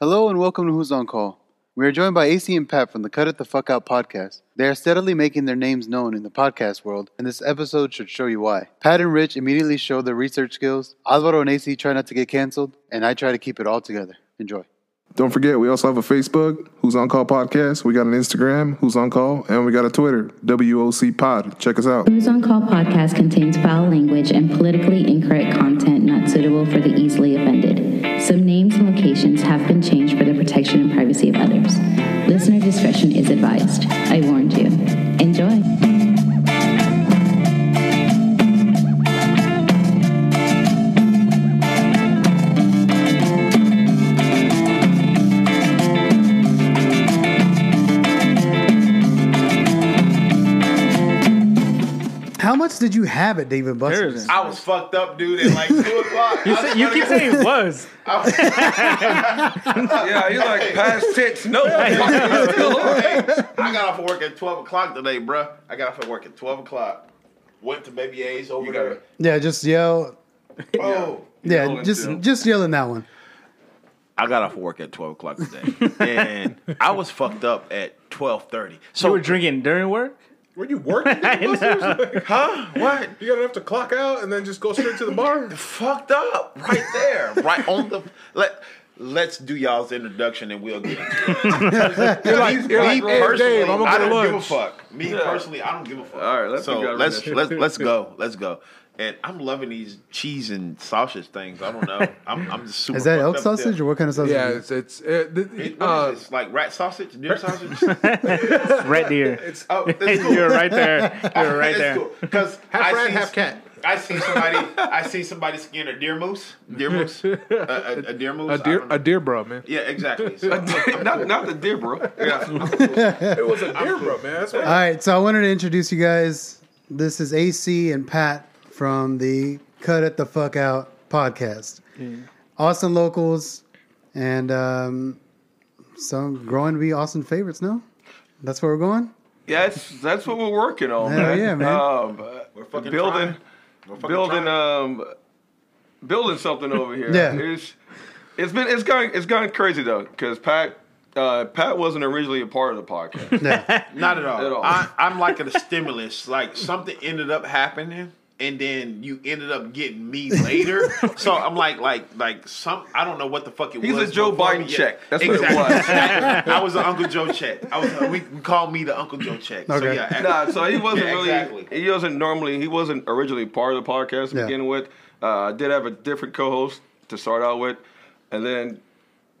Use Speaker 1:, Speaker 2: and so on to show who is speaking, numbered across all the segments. Speaker 1: Hello and welcome to Who's On Call. We are joined by AC and Pat from the Cut It the Fuck Out podcast. They are steadily making their names known in the podcast world, and this episode should show you why. Pat and Rich immediately show their research skills. Alvaro and AC try not to get canceled, and I try to keep it all together. Enjoy.
Speaker 2: Don't forget, we also have a Facebook, Who's On Call Podcast. We got an Instagram, Who's On Call, and we got a Twitter, WOC Pod. Check us out.
Speaker 3: Who's on Call podcast contains foul language and politically incorrect content not suitable for the easily offended. Some names and locations have been changed for the protection and privacy of others. Listener discretion is advised. I warned you. Enjoy.
Speaker 4: How much did you have at David Buster's?
Speaker 5: I was fucked up, dude, at like two o'clock.
Speaker 6: You, say, you keep saying was.
Speaker 7: Yeah, you like past tense. No,
Speaker 5: I got off of work at twelve o'clock today, bruh. I got off of work at twelve o'clock. Went to Baby A's over there.
Speaker 4: Yeah, just yell.
Speaker 5: Oh,
Speaker 4: Yeah, just just yell in that one.
Speaker 5: I got off of work at twelve o'clock today, and I was fucked up at twelve thirty.
Speaker 6: You
Speaker 5: So
Speaker 6: were drinking during work?
Speaker 2: Were you working?
Speaker 6: I know.
Speaker 5: huh? What?
Speaker 2: You gotta have to clock out and then just go straight to the bar?
Speaker 5: Fucked up right there, right on the let. Let's do y'all's introduction and we'll get into it.
Speaker 2: You're like,
Speaker 5: Me personally,
Speaker 2: I'm
Speaker 5: I
Speaker 2: gonna
Speaker 5: don't give
Speaker 2: go to
Speaker 5: a
Speaker 2: lunch.
Speaker 5: fuck. Me personally, I don't give a fuck.
Speaker 7: All right, let's
Speaker 5: so
Speaker 7: figure out
Speaker 5: let's
Speaker 7: that.
Speaker 5: let's let's go. Let's go. And I'm loving these cheese and sausage things. I don't know. I'm, I'm just super.
Speaker 4: Is that
Speaker 5: fucked
Speaker 4: elk
Speaker 5: up
Speaker 4: sausage
Speaker 5: still.
Speaker 4: or what kind of sausage?
Speaker 2: Yeah,
Speaker 4: is it?
Speaker 2: it's, it's, it, th-
Speaker 5: It- what is
Speaker 2: uh,
Speaker 5: this? Like rat sausage, deer sausage.
Speaker 6: Red deer.
Speaker 5: it's oh, that's cool.
Speaker 6: you were right there. You were right
Speaker 5: It's
Speaker 6: there.
Speaker 5: cool. Cause
Speaker 2: half
Speaker 5: I
Speaker 2: rat,
Speaker 5: seen-
Speaker 2: half cat.
Speaker 5: I seen somebody. I seen somebody skin a deer moose. Deer moose. A, a, a deer moose. I
Speaker 2: A deer,
Speaker 5: don't know.
Speaker 2: a deer bro, man.
Speaker 5: yeah, exactly. So,
Speaker 7: not, not the deer, bro.
Speaker 5: yeah.
Speaker 2: It was a deer bro, man. That's
Speaker 4: All right, so I wanted to introduce you guys. This is AC and Pat from the Cut It the Fuck Out podcast. Austin locals and um, some growing to be Austin favorites. No, that's where we're going.
Speaker 7: That's that's what we're working on,
Speaker 4: Hell
Speaker 7: man.
Speaker 4: yeah, man.
Speaker 7: Um,
Speaker 5: We're fucking
Speaker 7: building,
Speaker 5: trying. We're
Speaker 7: building,
Speaker 5: fucking
Speaker 7: um, building something over here.
Speaker 4: Yeah.
Speaker 7: it's it's been it's gone it's gone crazy though, because Pat uh, Pat wasn't originally a part of the podcast.
Speaker 4: Yeah,
Speaker 5: Not at all.
Speaker 7: At all.
Speaker 5: I, I'm like a stimulus. Like something ended up happening, and then you ended up getting me later. so I'm like, like, like some. I don't know what the fuck it
Speaker 7: He's
Speaker 5: was.
Speaker 7: a Joe
Speaker 5: before me.
Speaker 7: Biden
Speaker 5: Yeah.
Speaker 7: check. That's what it was.
Speaker 5: Exactly. I was an Uncle Joe check. I was. we, we called me the Uncle Joe check. So
Speaker 4: Okay.
Speaker 5: yeah. at-
Speaker 7: nah, so he wasn't
Speaker 5: Yeah,
Speaker 7: really
Speaker 5: exactly.
Speaker 7: he wasn't normally he wasn't originally part of the podcast to
Speaker 4: Yeah.
Speaker 7: begin with. Uh, I did have a different co-host to start out with, and then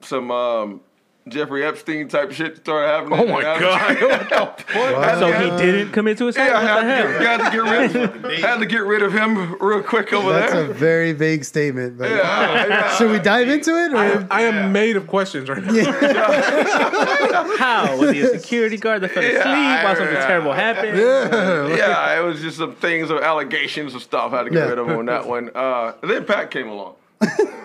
Speaker 7: some um, Jeffrey Epstein type shit started happening.
Speaker 2: Oh my
Speaker 7: And I was
Speaker 2: God.
Speaker 7: like, what the fuck? I
Speaker 6: So
Speaker 7: had-
Speaker 6: he didn't commit suicide?
Speaker 7: Yeah, I
Speaker 6: What the
Speaker 7: had,
Speaker 6: hell?
Speaker 7: to get, had to get rid. had to get rid of him real quick over
Speaker 4: that's a
Speaker 7: there.
Speaker 4: very vague statement. But
Speaker 7: Yeah,
Speaker 4: should we dive into it? Or?
Speaker 2: I am made of questions right now.
Speaker 6: How? Was he a security guard that fell asleep
Speaker 7: I-
Speaker 6: while something
Speaker 7: yeah.
Speaker 6: terrible happened?
Speaker 7: I- yeah, it was just some things of allegations of stuff. Had to get
Speaker 4: Yeah.
Speaker 7: rid of him on that one. Uh, then Pat came along,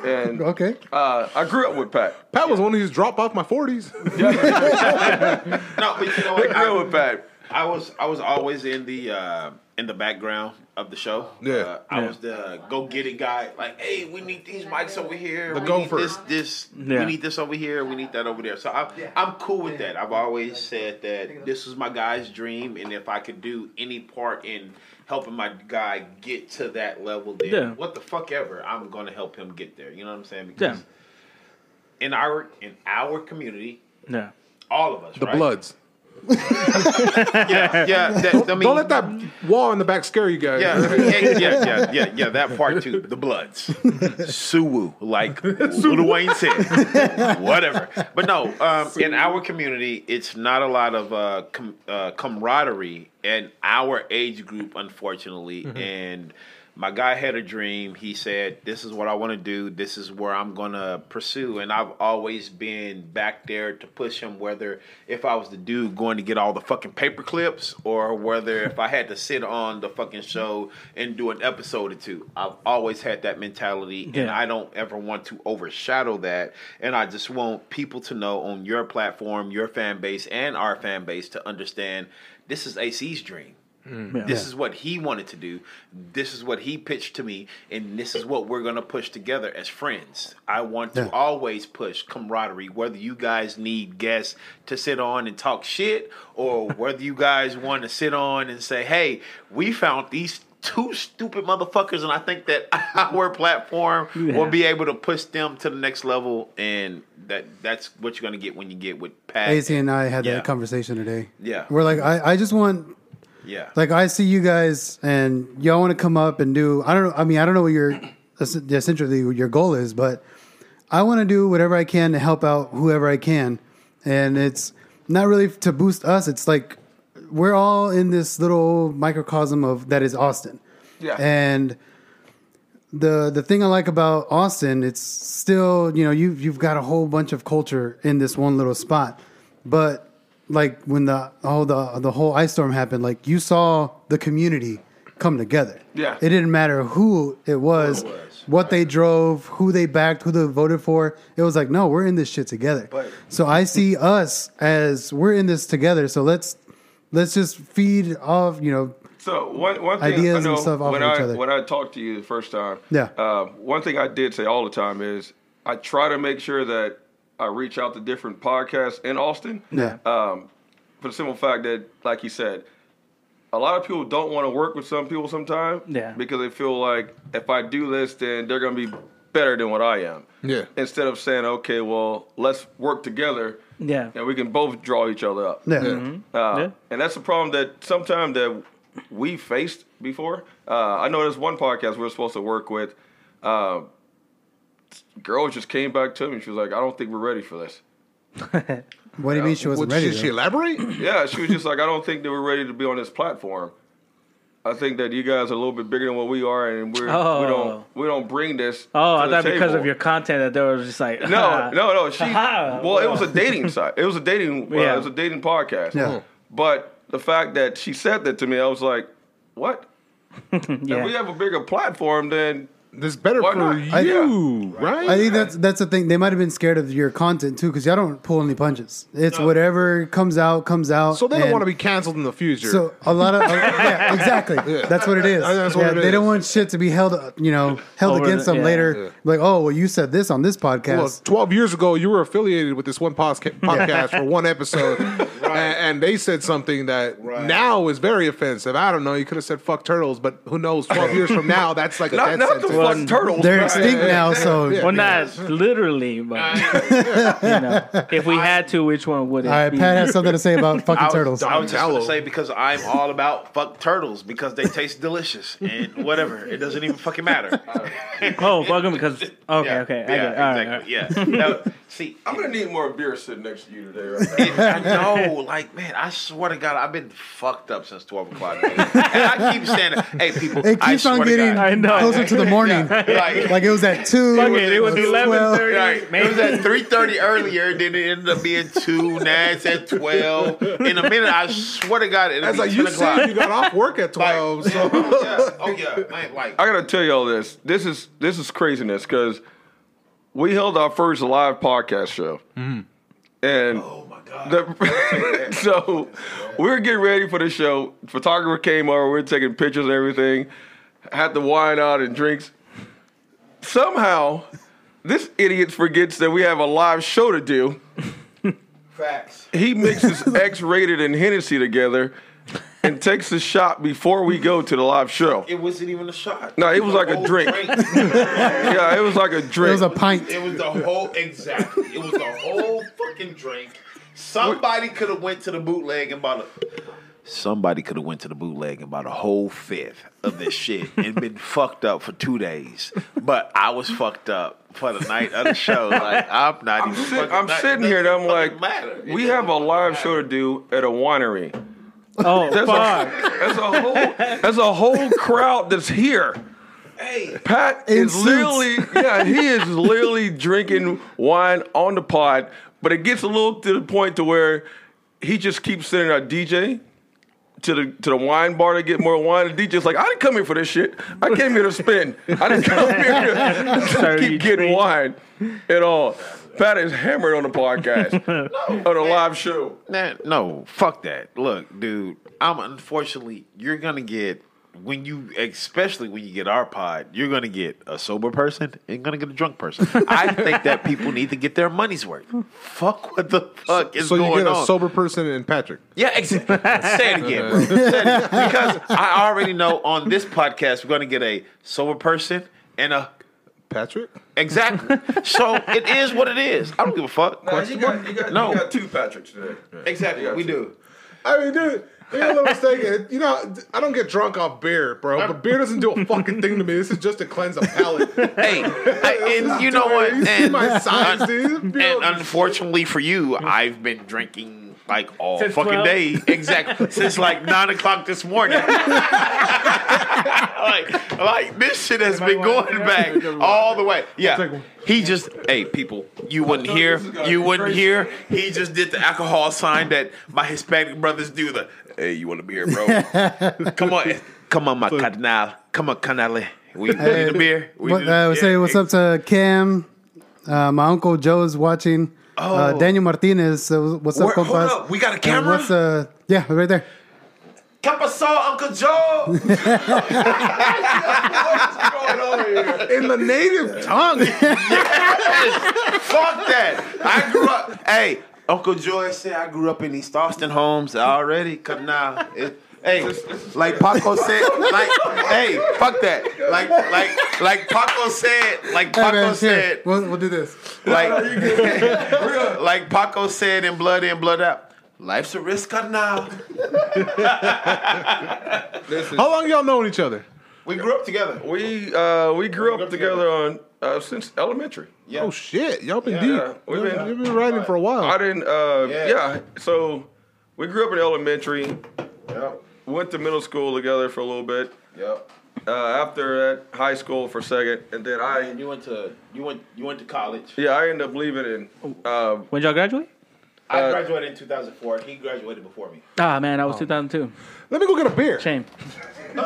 Speaker 7: and
Speaker 4: Okay.
Speaker 7: uh, I grew up with Pat.
Speaker 2: Pat was one who just dropped off my 40s.
Speaker 5: No, but you know what?
Speaker 7: I grew up
Speaker 5: I,
Speaker 7: with Pat.
Speaker 5: I was I was always in the uh, in the background of the show.
Speaker 2: Yeah.
Speaker 5: Uh, I
Speaker 6: Yeah.
Speaker 5: was the go get it guy. Like, hey, we need these mics over here.
Speaker 2: The
Speaker 5: we
Speaker 2: gopher.
Speaker 5: Need this this
Speaker 6: Yeah.
Speaker 5: we need this over here. We need that over there. So I'm I'm cool with that. I've always said that this was my guy's dream, and if I could do any part in helping my guy get to that level, then
Speaker 6: Yeah.
Speaker 5: what the fuck ever, I'm gonna help him get there. You know what I'm saying?
Speaker 6: Yeah.
Speaker 5: in our in our community,
Speaker 6: No.
Speaker 5: all of us,
Speaker 2: The
Speaker 5: right?
Speaker 2: Bloods.
Speaker 5: yeah, yeah. That, I mean,
Speaker 2: Don't let that wall in the back scare you guys.
Speaker 5: Yeah, yeah, yeah, yeah, yeah, yeah. That part too. The Bloods, Suwu, like Lil Wayne said, whatever. But no, um, in our community, it's not a lot of uh, com- uh, camaraderie in our age group, unfortunately. And my guy had a dream. He said, "This is what I want to do. This is where I'm gonna pursue." And I've always been back there to push him, whether if I was the dude going to get all the fucking paper clips or whether if I had to sit on the fucking show and do an episode or two. I've always had that mentality, and
Speaker 6: Yeah.
Speaker 5: I don't ever want to overshadow that. And I just want people to know on your platform, your fan base, and our fan base to understand this is AC's dream. This is what he wanted to do. This is what he pitched to me, and this is what we're gonna push together as friends. I want to
Speaker 4: Yeah.
Speaker 5: always push camaraderie, whether you guys need guests to sit on and talk shit, or whether you guys want to sit on and say, "Hey, we found these." Two stupid motherfuckers, and I think that our platform will be able to push them to the next level, and that that's what you're gonna get when you get with Pat.
Speaker 4: AC and I had
Speaker 5: Yeah.
Speaker 4: that conversation today.
Speaker 5: Yeah.
Speaker 4: We're like, I, I just want
Speaker 5: yeah,
Speaker 4: like I see you guys and y'all want to come up and do I don't know I mean I don't know what your essentially what your goal is but I want to do whatever I can to help out whoever I can and it's not really to boost us it's like we're all in this little microcosm of that is Austin
Speaker 7: Yeah.
Speaker 4: and the the thing I like about Austin, it's still you know you've you've got a whole bunch of culture in this one little spot, but like when the all the the whole ice storm happened, like you saw the community come together.
Speaker 7: Yeah.
Speaker 4: it didn't matter who it was, what they drove, who they backed, who they voted for. It was like no, we're in this shit together. so I see us as we're in this together. So let's let's just feed off you know
Speaker 7: So one one thing
Speaker 4: Ideas
Speaker 7: I
Speaker 4: and
Speaker 7: know
Speaker 4: stuff off
Speaker 7: when
Speaker 4: of
Speaker 7: I
Speaker 4: each other.
Speaker 7: when I talked to you the first time,
Speaker 4: Yeah.
Speaker 7: uh, one thing I did say all the time is I try to make sure that I reach out to different podcasts in Austin.
Speaker 4: Yeah.
Speaker 7: Um, for the simple fact that, like you said, a lot of people don't want to work with some people sometimes.
Speaker 6: Yeah.
Speaker 7: Because they feel like if I do this, then they're gonna be better than what I am.
Speaker 2: Yeah.
Speaker 7: Instead of saying, okay, well, let's work together.
Speaker 6: Yeah.
Speaker 7: And we can both draw each other up.
Speaker 4: yeah.
Speaker 7: Uh,
Speaker 6: Yeah.
Speaker 7: And that's a problem that sometimes that we faced before. Uh, I know there's one podcast we are supposed to work with. Uh, girl just came back to me. She was like, "I don't think we're ready for this."
Speaker 4: What do you mean she wasn't
Speaker 2: What,
Speaker 4: ready?
Speaker 2: should she
Speaker 4: though?
Speaker 2: elaborate?
Speaker 7: Yeah, she was just like, "I don't think that we're ready to be on this platform." I think that you guys are a little bit bigger than what we are, and we're, we don't
Speaker 6: Oh.
Speaker 7: we don't bring this.
Speaker 6: Oh,
Speaker 7: to
Speaker 6: I
Speaker 7: the
Speaker 6: thought because
Speaker 7: table.
Speaker 6: of your content that they were just like
Speaker 7: No, no, no. She.
Speaker 6: Aha.
Speaker 7: well, it was a dating site. It was a dating. Uh,
Speaker 6: Yeah.
Speaker 7: It was a dating podcast. Uh-huh.
Speaker 4: Yeah.
Speaker 7: But the fact that she said that to me, I was like, "What? If
Speaker 6: Yeah.
Speaker 7: we have a bigger platform, then
Speaker 2: This better
Speaker 7: Why
Speaker 2: for
Speaker 7: not? I-
Speaker 2: you, right?
Speaker 4: I think that's that's the thing. They might have been scared of your content too, because y'all don't pull any punches. It's whatever comes out, comes out.
Speaker 2: so they don't
Speaker 4: and-
Speaker 2: want to be canceled in the future.
Speaker 4: So a lot of a- yeah, exactly. That's what it is.
Speaker 2: That's what
Speaker 4: Yeah,
Speaker 2: it
Speaker 4: they don't
Speaker 2: is.
Speaker 4: want shit to be held, uh, you know, held
Speaker 6: Over
Speaker 4: against
Speaker 6: the-
Speaker 4: them
Speaker 6: yeah.
Speaker 4: later.
Speaker 2: Yeah.
Speaker 4: Like, oh, well, you said this on this
Speaker 2: Well,
Speaker 4: podcast.
Speaker 2: 12 years ago, you were affiliated with this one posca- podcast for one episode, and, and they said something that now is very offensive. I don't know. You could have said fuck turtles, but who knows? 12 years from now, that's like a
Speaker 7: not
Speaker 2: death
Speaker 7: not the
Speaker 2: sentence.
Speaker 6: Well,
Speaker 7: fucking turtles.
Speaker 4: They're
Speaker 7: man.
Speaker 4: extinct now, so
Speaker 2: yeah.
Speaker 6: Well, not literally, but you know, if we had to, which one would it?
Speaker 4: all right,
Speaker 6: be?
Speaker 4: Pat has something to say about fucking turtles.
Speaker 5: I was just
Speaker 2: Donatello.
Speaker 5: going to say because I'm all about fuck turtles because they taste delicious and whatever. It doesn't even fucking matter.
Speaker 6: Oh, fuck 'em because okay,
Speaker 5: Yeah,
Speaker 6: okay, I
Speaker 5: yeah,
Speaker 6: get it. All right, all right.
Speaker 5: exactly. Yeah. Now, see,
Speaker 7: I'm gonna need more beer sitting next to you today, right now.
Speaker 5: I know, like, man, I swear to God, I've been fucked up since 12 o'clock. man. and I keep saying, it. hey, people,
Speaker 4: It
Speaker 5: I
Speaker 4: keeps
Speaker 5: swear
Speaker 4: on
Speaker 5: to
Speaker 4: getting
Speaker 5: God.
Speaker 6: I know.
Speaker 4: closer to the morning.
Speaker 5: Like,
Speaker 4: Like it was at two.
Speaker 6: Fuck it, it was eleven
Speaker 4: 12.
Speaker 6: thirty.
Speaker 5: Right. It was at three thirty earlier. Then it ended up being two. Now it's at twelve. In a minute, I swear to God, it'll
Speaker 2: That's
Speaker 5: be
Speaker 2: like
Speaker 5: 10
Speaker 2: you
Speaker 5: o'clock.
Speaker 2: said you got off work at 12, so
Speaker 5: yeah. Oh yeah. Man, like
Speaker 7: I gotta tell y'all this. This is this is craziness because we held our first live podcast show, and oh my god! The, so we were getting ready for the show. Photographer came over. We were taking pictures and everything. Had the wine out and drinks. Somehow, this idiot forgets that we have a live show to do.
Speaker 5: facts.
Speaker 7: He mixes X-rated and Hennessy together. And takes a shot before we go to the live show.
Speaker 5: It wasn't even a shot.
Speaker 7: No, it was like a
Speaker 5: whole
Speaker 7: drink. Yeah, it was like a
Speaker 4: It
Speaker 7: drink.
Speaker 4: was a pint.
Speaker 5: It was the whole exactly. It was the whole fucking drink. Somebody could have went to the bootleg and bought a. Somebody could have went to the bootleg and bought a whole fifth of this shit and been fucked up for two days. But I was fucked up for the night of the show. Like I'm not
Speaker 7: I'm,
Speaker 5: even.
Speaker 7: sit-
Speaker 5: fucking-
Speaker 7: I'm
Speaker 5: not-
Speaker 7: sitting here and I'm
Speaker 5: doesn't fucking
Speaker 7: like,
Speaker 5: matter. It
Speaker 7: we
Speaker 5: doesn't
Speaker 7: have a
Speaker 5: fucking
Speaker 7: live
Speaker 5: matter.
Speaker 7: show to do at a winery.
Speaker 6: Oh,
Speaker 7: That's
Speaker 6: fuck.
Speaker 7: a, that's a whole that's a whole crowd that's here.
Speaker 5: Hey,
Speaker 7: Pat
Speaker 4: In
Speaker 7: is
Speaker 4: suits.
Speaker 7: literally yeah, he is literally drinking wine on the pod, but it gets a little to the point to where he just keeps sending our DJ to the to the wine bar to get more wine. The DJ's like, I didn't come here for this shit. I came here to spin. I didn't come here to
Speaker 6: Sorry, you
Speaker 7: keep getting
Speaker 6: treat.
Speaker 7: wine at all. Pat is hammered on the podcast, on a live show.
Speaker 5: Nah, no, fuck that. Look, dude, I'm unfortunately you're gonna get when you especially when you get our pod, you're gonna get a sober person and gonna get a drunk person. I think that people need to get their money's worth. Fuck what the fuck is
Speaker 2: so
Speaker 5: going
Speaker 2: you get
Speaker 5: on.
Speaker 2: a sober person and Patrick.
Speaker 5: yeah, exactly. Say it again, bro. Say it again. Because I already know on this podcast we're gonna get a sober person and a
Speaker 2: Patrick?
Speaker 5: exactly. So it is what it is. I don't give a fuck.
Speaker 7: you got, you got,
Speaker 5: No.
Speaker 7: you got two Patricks today.
Speaker 5: Exactly, we do.
Speaker 2: I mean, dude, you got a little mistaken. You know, I don't get drunk off beer, bro, but beer doesn't do a fucking thing to me. This is just to cleanse a palate.
Speaker 5: Hey, I, and you know what?
Speaker 2: You see
Speaker 5: And-
Speaker 2: my size, dude. Beer-
Speaker 5: And unfortunately for you, I've been drinking like all
Speaker 6: Since
Speaker 5: fucking
Speaker 6: 12.
Speaker 5: day. Exactly. Since like nine o'clock this morning. like, like this shit has been going back all the way. Yeah. He just hey people, you wouldn't hear. You wouldn't hear. He just did the alcohol sign that my Hispanic brothers do the hey, you want a beer, bro? Come on. Come on, my canal. Come on, canale. We we need a beer. We
Speaker 4: What,
Speaker 5: need a-
Speaker 4: uh,
Speaker 5: yeah,
Speaker 4: say what's up to Cam. Uh, my uncle Joe's watching. Uh, Daniel Martinez. So what's up,
Speaker 5: Oh. Where- hold
Speaker 4: compas?
Speaker 5: up, we got a
Speaker 4: And
Speaker 5: camera?
Speaker 4: What's uh, yeah, right there.
Speaker 5: Capasol, Uncle Joe.
Speaker 2: in the native tongue.
Speaker 5: Fuck that. I grew up. hey, Uncle Joy said I grew up in East Austin homes already. Cause now, it, hey, like Paco said, like, hey, fuck that. Like, like, like Paco said, like
Speaker 4: Hey,
Speaker 5: Paco
Speaker 4: man, here,
Speaker 5: said,
Speaker 4: we'll, we'll do this.
Speaker 5: like, like Paco said in Blood In, Blood Out. Life's a risk Cause now.
Speaker 2: How long y'all known each other?
Speaker 5: We grew up together.
Speaker 7: We uh, we grew up together on uh, since elementary.
Speaker 5: Yeah.
Speaker 2: Oh shit, y'all been
Speaker 7: Yeah,
Speaker 2: deep.
Speaker 7: yeah. We've
Speaker 2: Y'all-
Speaker 7: been-
Speaker 2: you've been writing for a while.
Speaker 7: I didn't. Uh,
Speaker 5: Yeah.
Speaker 7: yeah. So we grew up in elementary.
Speaker 5: Yep.
Speaker 7: Went to middle school together for a little bit.
Speaker 5: Yep.
Speaker 7: Uh, after that, high school for a second, and then I.
Speaker 5: you went to you went you went to college.
Speaker 7: Yeah, I ended up leaving in. Uh,
Speaker 6: When y'all graduate?
Speaker 5: I graduated in 2004. He graduated before me.
Speaker 6: Ah, man, that was 2002.
Speaker 2: Let me go get a beer.
Speaker 6: Shame.
Speaker 5: Yeah,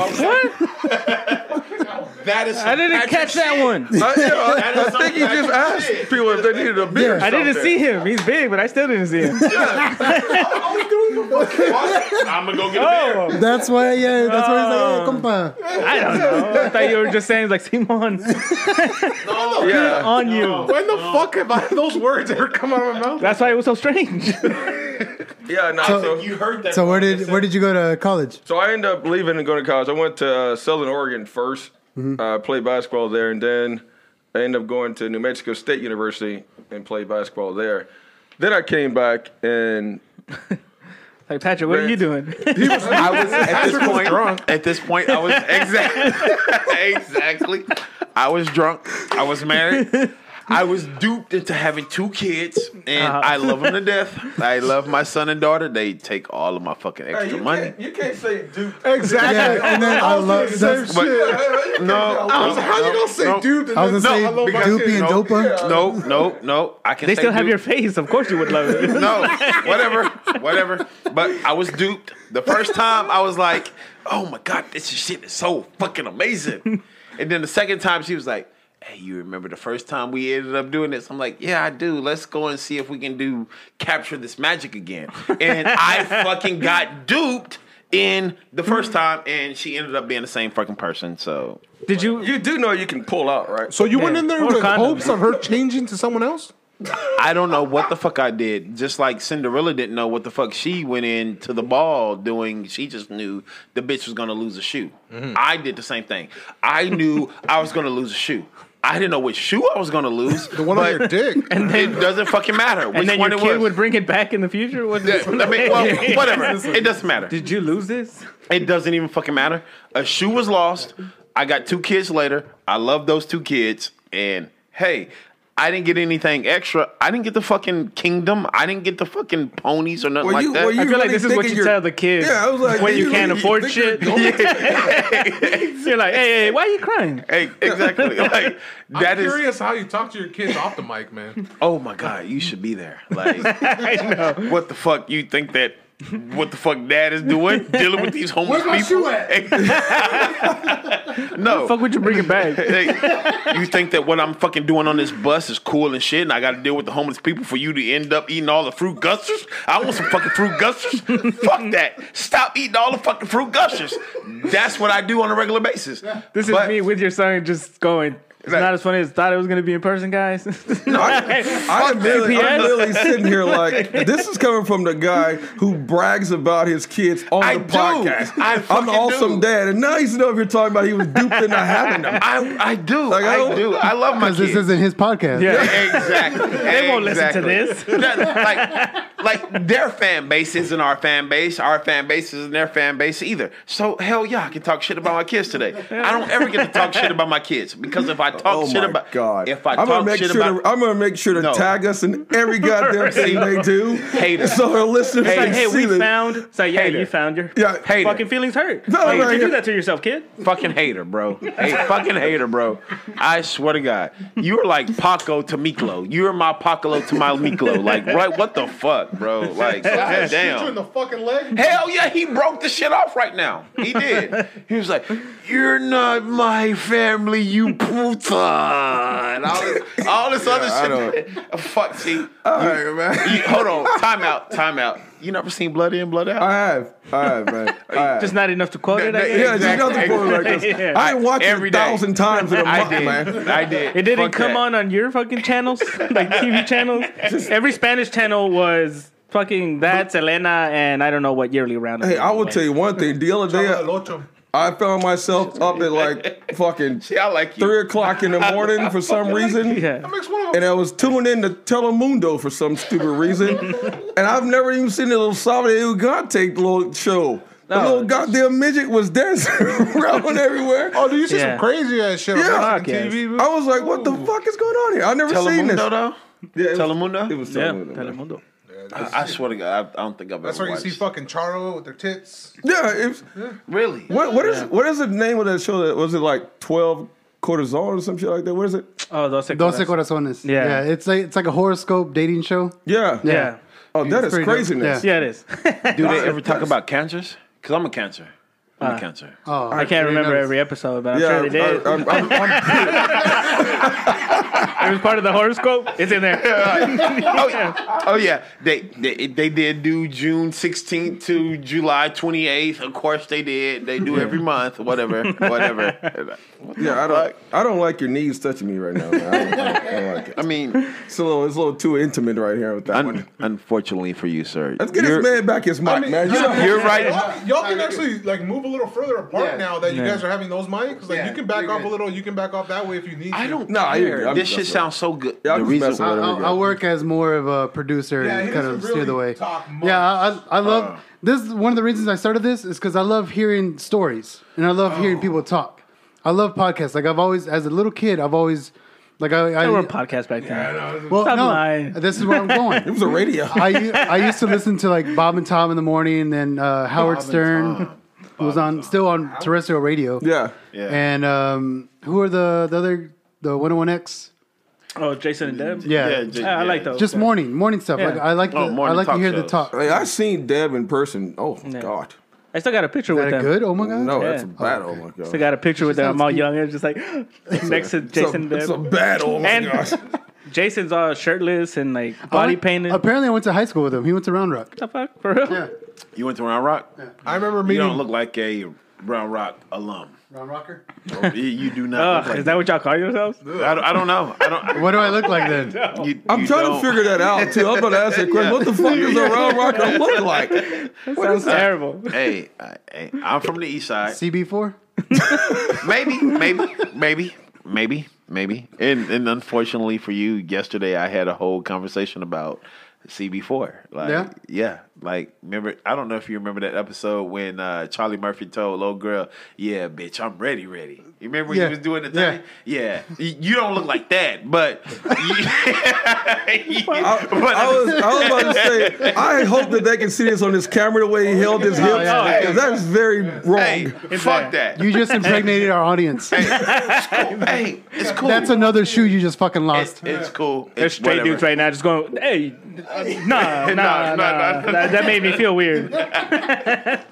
Speaker 5: what? that is.
Speaker 6: I didn't catch that one.
Speaker 7: I, yeah, I-
Speaker 5: is
Speaker 7: I think he
Speaker 5: some
Speaker 7: just
Speaker 5: Patrick
Speaker 7: asked
Speaker 5: shit.
Speaker 7: people if they needed a beer. or
Speaker 6: I didn't
Speaker 7: something.
Speaker 6: see him. He's big, but I still didn't see him.
Speaker 5: I'm gonna go get a
Speaker 6: Oh.
Speaker 5: beer.
Speaker 4: That's why. Yeah, that's why he's like,
Speaker 5: Oh.
Speaker 4: hey, compa.
Speaker 6: I don't know. I thought you were just saying like Simon
Speaker 7: Yeah.
Speaker 6: on you.
Speaker 2: When the fuck have I, those words ever come out of my mouth?
Speaker 6: That's why it was so strange.
Speaker 7: Yeah. No, so,
Speaker 5: You heard that.
Speaker 4: So where did where did you go to college?
Speaker 7: So I ended up leaving and going to college. I went to uh, Southern Oregon 1st uh, played basketball there, and then I ended up going to New Mexico State University and played basketball there. Then I came back and
Speaker 6: Like Patrick, what are you doing?
Speaker 5: I was at this point drunk. At this point, I was exactly, exactly. I was drunk. I was married. I was duped into having two kids, and
Speaker 6: Uh-huh.
Speaker 5: I love them to death. I love my son and daughter. They take all of my fucking extra money.
Speaker 7: you can't say dude.
Speaker 2: Exactly.
Speaker 4: Yeah, and then I love.
Speaker 2: Same
Speaker 4: That's,
Speaker 2: shit.
Speaker 5: But-
Speaker 7: no,
Speaker 2: I was like, how you gonna say
Speaker 5: no,
Speaker 2: dude? to
Speaker 4: I was gonna
Speaker 2: this?
Speaker 4: say
Speaker 2: I love my
Speaker 4: doopy
Speaker 2: kid.
Speaker 4: and
Speaker 2: No.
Speaker 4: dopa.
Speaker 5: No, no, no. I can.
Speaker 6: They
Speaker 5: say
Speaker 6: still have
Speaker 5: dude.
Speaker 6: your face. Of course you would love it.
Speaker 5: No, whatever, whatever. But I was duped. The first time I was like, "Oh my god, this shit is so fucking amazing." And then the second time she was like, "Hey, you remember the first time we ended up doing this?" I'm like, "Yeah, I do. Let's go and see if we can do capture this magic again." And I fucking got duped in the first time, and she ended up being the same fucking person. So
Speaker 6: Did you?
Speaker 7: You do know you can pull out, right?
Speaker 2: So you went
Speaker 6: Yeah.
Speaker 2: in there
Speaker 6: Or
Speaker 2: with
Speaker 6: condoms.
Speaker 2: hopes of her changing to someone else?
Speaker 5: I don't know what the fuck I did. Just like Cinderella didn't know what the fuck she went in to the ball doing. She just knew the bitch was gonna lose a shoe. I did the same thing. I knew I was gonna lose a shoe. I didn't know which shoe I was gonna lose. The
Speaker 2: One on your dick.
Speaker 5: And then, it doesn't fucking matter which
Speaker 6: And then
Speaker 5: one
Speaker 6: your
Speaker 5: it
Speaker 6: kid
Speaker 5: was.
Speaker 6: would bring it back in the future. What-
Speaker 5: Yeah, I mean, well, whatever. It doesn't matter.
Speaker 6: Did you lose this?
Speaker 5: It doesn't even fucking matter. A shoe was lost. I got two kids later. I love those two kids. And hey, I didn't get anything extra. I didn't get the fucking kingdom. I didn't get the fucking ponies or nothing
Speaker 7: Were
Speaker 5: like
Speaker 7: you-
Speaker 5: that.
Speaker 7: were
Speaker 6: I feel like
Speaker 7: really
Speaker 6: this is what
Speaker 7: thinking
Speaker 6: you
Speaker 7: you're-
Speaker 6: tell the kids
Speaker 7: Yeah, I was like,
Speaker 6: when you,
Speaker 7: you-
Speaker 6: can't
Speaker 7: you
Speaker 6: afford
Speaker 7: think
Speaker 6: shit. You're like, hey, hey, why are you crying?
Speaker 5: Hey, exactly. Like that is.
Speaker 2: how you talk to your kids off the mic, man.
Speaker 5: Oh my god, you should be there. Like, what the fuck you think that what the fuck dad is doing, dealing with these homeless
Speaker 8: Where's my
Speaker 5: people.
Speaker 8: shoe
Speaker 5: no.
Speaker 6: Fuck would you bring it back?
Speaker 5: Hey, you think that what I'm fucking doing on this bus is cool and shit, and I got to deal with the homeless people for you to end up eating all the fruit gusters? I want some fucking fruit gusters. Fuck that. Stop eating all the fucking fruit gusters. That's what I do on a regular basis.
Speaker 6: This is
Speaker 5: But-
Speaker 6: me with your son just going. It's
Speaker 5: Right.
Speaker 6: not as funny as I thought it was going to be in person, guys.
Speaker 7: I am really, I'm
Speaker 6: CPS.
Speaker 7: really sitting here like this is coming from the guy who brags about his kids on
Speaker 5: I
Speaker 7: the
Speaker 5: do.
Speaker 7: podcast.
Speaker 5: I
Speaker 7: am
Speaker 5: fucking
Speaker 7: an awesome
Speaker 5: do.
Speaker 7: dad, and now he's know if you're talking about he was duped into having them.
Speaker 5: I, I do.
Speaker 7: Like, I
Speaker 5: I,
Speaker 7: don't-
Speaker 5: do. I love my kids.
Speaker 4: Because this isn't his podcast.
Speaker 6: Yeah.
Speaker 5: Exactly. They
Speaker 6: won't listen to
Speaker 5: like, like their fan base isn't our fan base. Our fan base isn't their fan base either. So hell yeah, I can talk shit about my kids today. I don't ever get to talk shit about my kids because if I talk
Speaker 7: Oh
Speaker 5: shit
Speaker 7: my
Speaker 5: about
Speaker 7: god!
Speaker 5: if I
Speaker 7: am gonna
Speaker 5: talk
Speaker 7: make
Speaker 5: shit
Speaker 7: sure
Speaker 5: about
Speaker 7: to, I'm gonna make sure to
Speaker 5: No.
Speaker 7: tag us in every goddamn thing they do,
Speaker 5: Hater.
Speaker 7: so our listeners
Speaker 6: It's
Speaker 7: can
Speaker 6: like, hey,
Speaker 7: see
Speaker 6: we
Speaker 7: this.
Speaker 6: found. It's like, yeah,
Speaker 5: Hater.
Speaker 6: you found your
Speaker 7: Yeah,
Speaker 5: hater.
Speaker 6: fucking feelings hurt.
Speaker 7: No,
Speaker 6: like,
Speaker 7: right
Speaker 6: you
Speaker 7: here.
Speaker 6: do that to yourself, kid.
Speaker 5: fucking hater, bro. Hey, fucking hater, bro. I swear to God, you're like Paco to Miklo. You're my Paco to my Miklo. Like, right? What the fuck, bro? Like,
Speaker 8: Shoot
Speaker 5: damn.
Speaker 8: you in the fucking leg.
Speaker 5: Hell yeah, he broke the shit off right now. He did. he was like, "You're not my family, you puta," and all this, all this other shit. Fuck, see,
Speaker 7: All right, man.
Speaker 5: you- hold on, time out, time out. You never seen blood in, blood out?
Speaker 7: I have, I have, man. I have.
Speaker 6: Just not enough to quote it. I
Speaker 5: no,
Speaker 6: guess.
Speaker 7: yeah, just
Speaker 5: Exactly.
Speaker 7: another point like this.
Speaker 6: Yeah.
Speaker 7: I didn't watch
Speaker 5: Every
Speaker 7: it a
Speaker 5: day.
Speaker 7: thousand times in a
Speaker 5: I
Speaker 7: month,
Speaker 5: did,
Speaker 7: man.
Speaker 5: I did.
Speaker 6: It didn't
Speaker 5: Fuck
Speaker 6: come
Speaker 5: that.
Speaker 6: on on your fucking channels, like TV channels. Every Spanish channel was fucking that Selena and I don't know what yearly round.
Speaker 7: Hey, I will tell you one thing. The other day,
Speaker 2: Ocho.
Speaker 7: I found myself up at like fucking
Speaker 5: See, I like you.
Speaker 7: three o'clock in the morning for some reason.
Speaker 6: Yeah.
Speaker 2: Makes one of
Speaker 7: And
Speaker 2: them.
Speaker 7: I was tuning in to Telemundo for some stupid reason. and I've never even seen the little Salvador Ugarte little show. The
Speaker 6: No.
Speaker 7: little goddamn midget was dancing around everywhere.
Speaker 2: Oh, do you see
Speaker 6: Yeah.
Speaker 2: some crazy ass shit
Speaker 7: Yeah.
Speaker 2: on
Speaker 6: Podcast.
Speaker 2: fucking TV?
Speaker 7: I was like, what the fuck is going on here? I've never seen
Speaker 5: oh. Telemundo though.
Speaker 7: this. Yeah, it was-
Speaker 5: Telemundo.
Speaker 7: It was
Speaker 6: yeah,
Speaker 7: Telemundo. man.
Speaker 6: Telemundo.
Speaker 5: I, I swear to God, I, I don't think I've
Speaker 2: That's
Speaker 5: ever
Speaker 2: where you
Speaker 5: watched.
Speaker 2: see fucking Charo with their tits.
Speaker 7: Yeah, it was,
Speaker 5: really?
Speaker 7: what what is what is the name of that show? That was it like twelve cortisol or some shit like that? What is it?
Speaker 6: Oh, those
Speaker 4: Doce Corazones.
Speaker 6: Yeah.
Speaker 4: yeah. It's like it's like a horoscope dating show.
Speaker 7: Yeah,
Speaker 6: Yeah,
Speaker 7: Oh, that is
Speaker 4: pretty dope.
Speaker 7: craziness.
Speaker 6: yeah, it is.
Speaker 5: Do they ever talk about cancers? Because I'm a cancer. I'm a cancer.
Speaker 4: Oh,
Speaker 6: I can't remember every episode, but I'm sure they did.
Speaker 7: I, I, I'm- I'm-
Speaker 6: it was part of the horoscope. It's in there.
Speaker 5: Oh yeah. Oh yeah. They they they did do June 16th to July 28th. Of course they did. They do every month. Whatever. Whatever.
Speaker 7: yeah, I don't. I don't like your knees touching me right now. Man. I, don't, I don't- I don't like it.
Speaker 5: I mean,
Speaker 7: It's a little. It's a little too intimate right here with that
Speaker 5: un-
Speaker 7: one.
Speaker 5: unfortunately for you, sir.
Speaker 7: Let's get
Speaker 5: you're-
Speaker 7: this man back his mic, man. You know,
Speaker 5: You're right.
Speaker 2: Y'all, y'all can actually like move a little further apart
Speaker 8: Yeah.
Speaker 2: now that you
Speaker 6: Yeah.
Speaker 2: guys are having those mics. Like
Speaker 8: Yeah,
Speaker 2: you can back
Speaker 8: you're
Speaker 2: off a
Speaker 8: good.
Speaker 2: little. You can back off that way if you need.
Speaker 5: I
Speaker 2: to.
Speaker 5: don't
Speaker 7: No, I hear you.
Speaker 5: care.
Speaker 7: I'm
Speaker 5: This
Speaker 7: just
Speaker 5: shit
Speaker 7: messing
Speaker 5: sounds so good.
Speaker 7: Yeah, I'm
Speaker 5: the
Speaker 7: just
Speaker 5: reason
Speaker 7: messing with
Speaker 5: why
Speaker 7: him.
Speaker 4: I'll, I'll work as more of a producer
Speaker 2: Yeah,
Speaker 4: and
Speaker 2: he
Speaker 4: kind
Speaker 2: doesn't
Speaker 4: of steer the
Speaker 2: really
Speaker 4: way.
Speaker 2: talk much.
Speaker 4: Yeah, I, I I love this. Is one of the reasons I started this is because I love hearing stories and I love hearing people talk. I love podcasts. Like I've always, as a little kid, I've always like I. I
Speaker 6: There were podcasts back then.
Speaker 4: well,
Speaker 6: Stop
Speaker 4: no,
Speaker 6: lying.
Speaker 4: this is where I'm going.
Speaker 7: it was a radio.
Speaker 4: I, u- I used to listen to like Bob and Tom in the morning and uh, Howard Stern who was on still on terrestrial radio.
Speaker 7: yeah.
Speaker 4: And um, who are the the other the 101X?
Speaker 6: Oh, Jason and Deb.
Speaker 4: Yeah.
Speaker 5: j-
Speaker 6: Yeah, I like those.
Speaker 4: Just morning, morning stuff.
Speaker 6: Yeah.
Speaker 4: Like I like the,
Speaker 5: Oh,
Speaker 4: I
Speaker 5: morning
Speaker 4: like to
Speaker 5: talk
Speaker 4: hear the
Speaker 5: shows.
Speaker 4: talk.
Speaker 7: Like, I seen Deb in person. Oh God.
Speaker 6: I still got a picture
Speaker 4: Is
Speaker 6: with
Speaker 4: that
Speaker 6: them.
Speaker 4: good? Oh my god.
Speaker 7: No, that's a
Speaker 6: Yeah.
Speaker 7: battle. Oh my
Speaker 6: Still
Speaker 7: God.
Speaker 6: got a picture with them. I'm all young. It's just like next to
Speaker 7: It's
Speaker 6: Jason
Speaker 7: a,
Speaker 6: and
Speaker 7: it's a
Speaker 6: Deb.
Speaker 7: battle. Oh my
Speaker 6: And-
Speaker 7: gosh.
Speaker 6: Jason's all shirtless and like
Speaker 4: I
Speaker 6: body
Speaker 4: went-
Speaker 6: painted. What
Speaker 4: Apparently, I went to high school with him. He went to Round Rock.
Speaker 6: the fuck for real?
Speaker 4: Yeah.
Speaker 5: You went to Round Rock.
Speaker 2: I remember
Speaker 5: You
Speaker 2: meeting.
Speaker 5: don't look like a Round Rock alum.
Speaker 4: Round Rocker.
Speaker 5: You- You do not.
Speaker 6: Ugh,
Speaker 5: look like
Speaker 6: is that what y'all call yourselves?
Speaker 5: I don't, I don't know. I don't.
Speaker 4: What do I look like then?
Speaker 5: you-
Speaker 7: I'm
Speaker 5: you
Speaker 7: trying
Speaker 5: don't-
Speaker 7: to figure that out too. I'm about to ask that question. What the fuck does a round rocker look like?
Speaker 6: Sounds terrible.
Speaker 5: Hey, I, hey, I'm from the East Side.
Speaker 4: CB4.
Speaker 5: maybe, maybe, maybe, maybe, maybe. And and unfortunately for you, yesterday I had a whole conversation about CB4. Like,
Speaker 4: Yeah?
Speaker 5: yeah, Like, remember? I don't know if you remember that episode when uh, Charlie Murphy told little girl, "Yeah, bitch, I'm ready, ready." You remember when
Speaker 4: Yeah.
Speaker 5: he was doing the thing? Yeah. You, you don't look like that, but.
Speaker 7: I,
Speaker 5: but
Speaker 7: I was, I was about to say, I hope that they can see this on this camera the way he held his hips.
Speaker 4: yeah.
Speaker 6: Oh,
Speaker 7: because That's very wrong.
Speaker 5: hey, fuck that.
Speaker 4: You just impregnated our audience.
Speaker 5: hey, it's cool.
Speaker 4: That's another shoe you just fucking
Speaker 5: It's,
Speaker 4: lost.
Speaker 5: it's cool.
Speaker 6: There's
Speaker 5: It's
Speaker 6: straight
Speaker 5: whatever.
Speaker 6: dudes right now just going, hey, Nah, nah,
Speaker 5: no,
Speaker 6: nah,
Speaker 5: no.
Speaker 6: That, that made me feel weird. that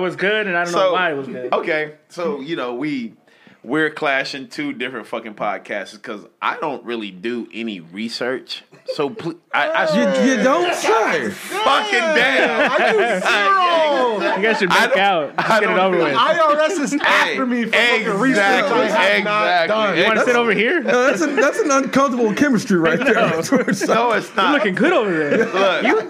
Speaker 6: was good, and I don't know why it was good.
Speaker 5: Okay, so you know we we're clashing two different fucking podcasts because I don't really do any research. So pl- I,
Speaker 6: Oh,
Speaker 5: I should
Speaker 2: You don't say.
Speaker 5: fucking damn.
Speaker 2: I do zero.
Speaker 6: You guys should back
Speaker 5: don't-
Speaker 6: out. Let's
Speaker 5: I
Speaker 6: get it
Speaker 5: don't
Speaker 6: over
Speaker 5: do-
Speaker 6: with.
Speaker 5: I-
Speaker 2: IRS is after me for fucking
Speaker 5: exactly,
Speaker 2: research I have not done.
Speaker 5: exactly.
Speaker 6: you want to sit over here? You're
Speaker 7: No, that's, a, that's an uncomfortable chemistry right there. That's what it's like.
Speaker 5: No, it's not.
Speaker 6: looking good over there.
Speaker 5: Look,
Speaker 6: You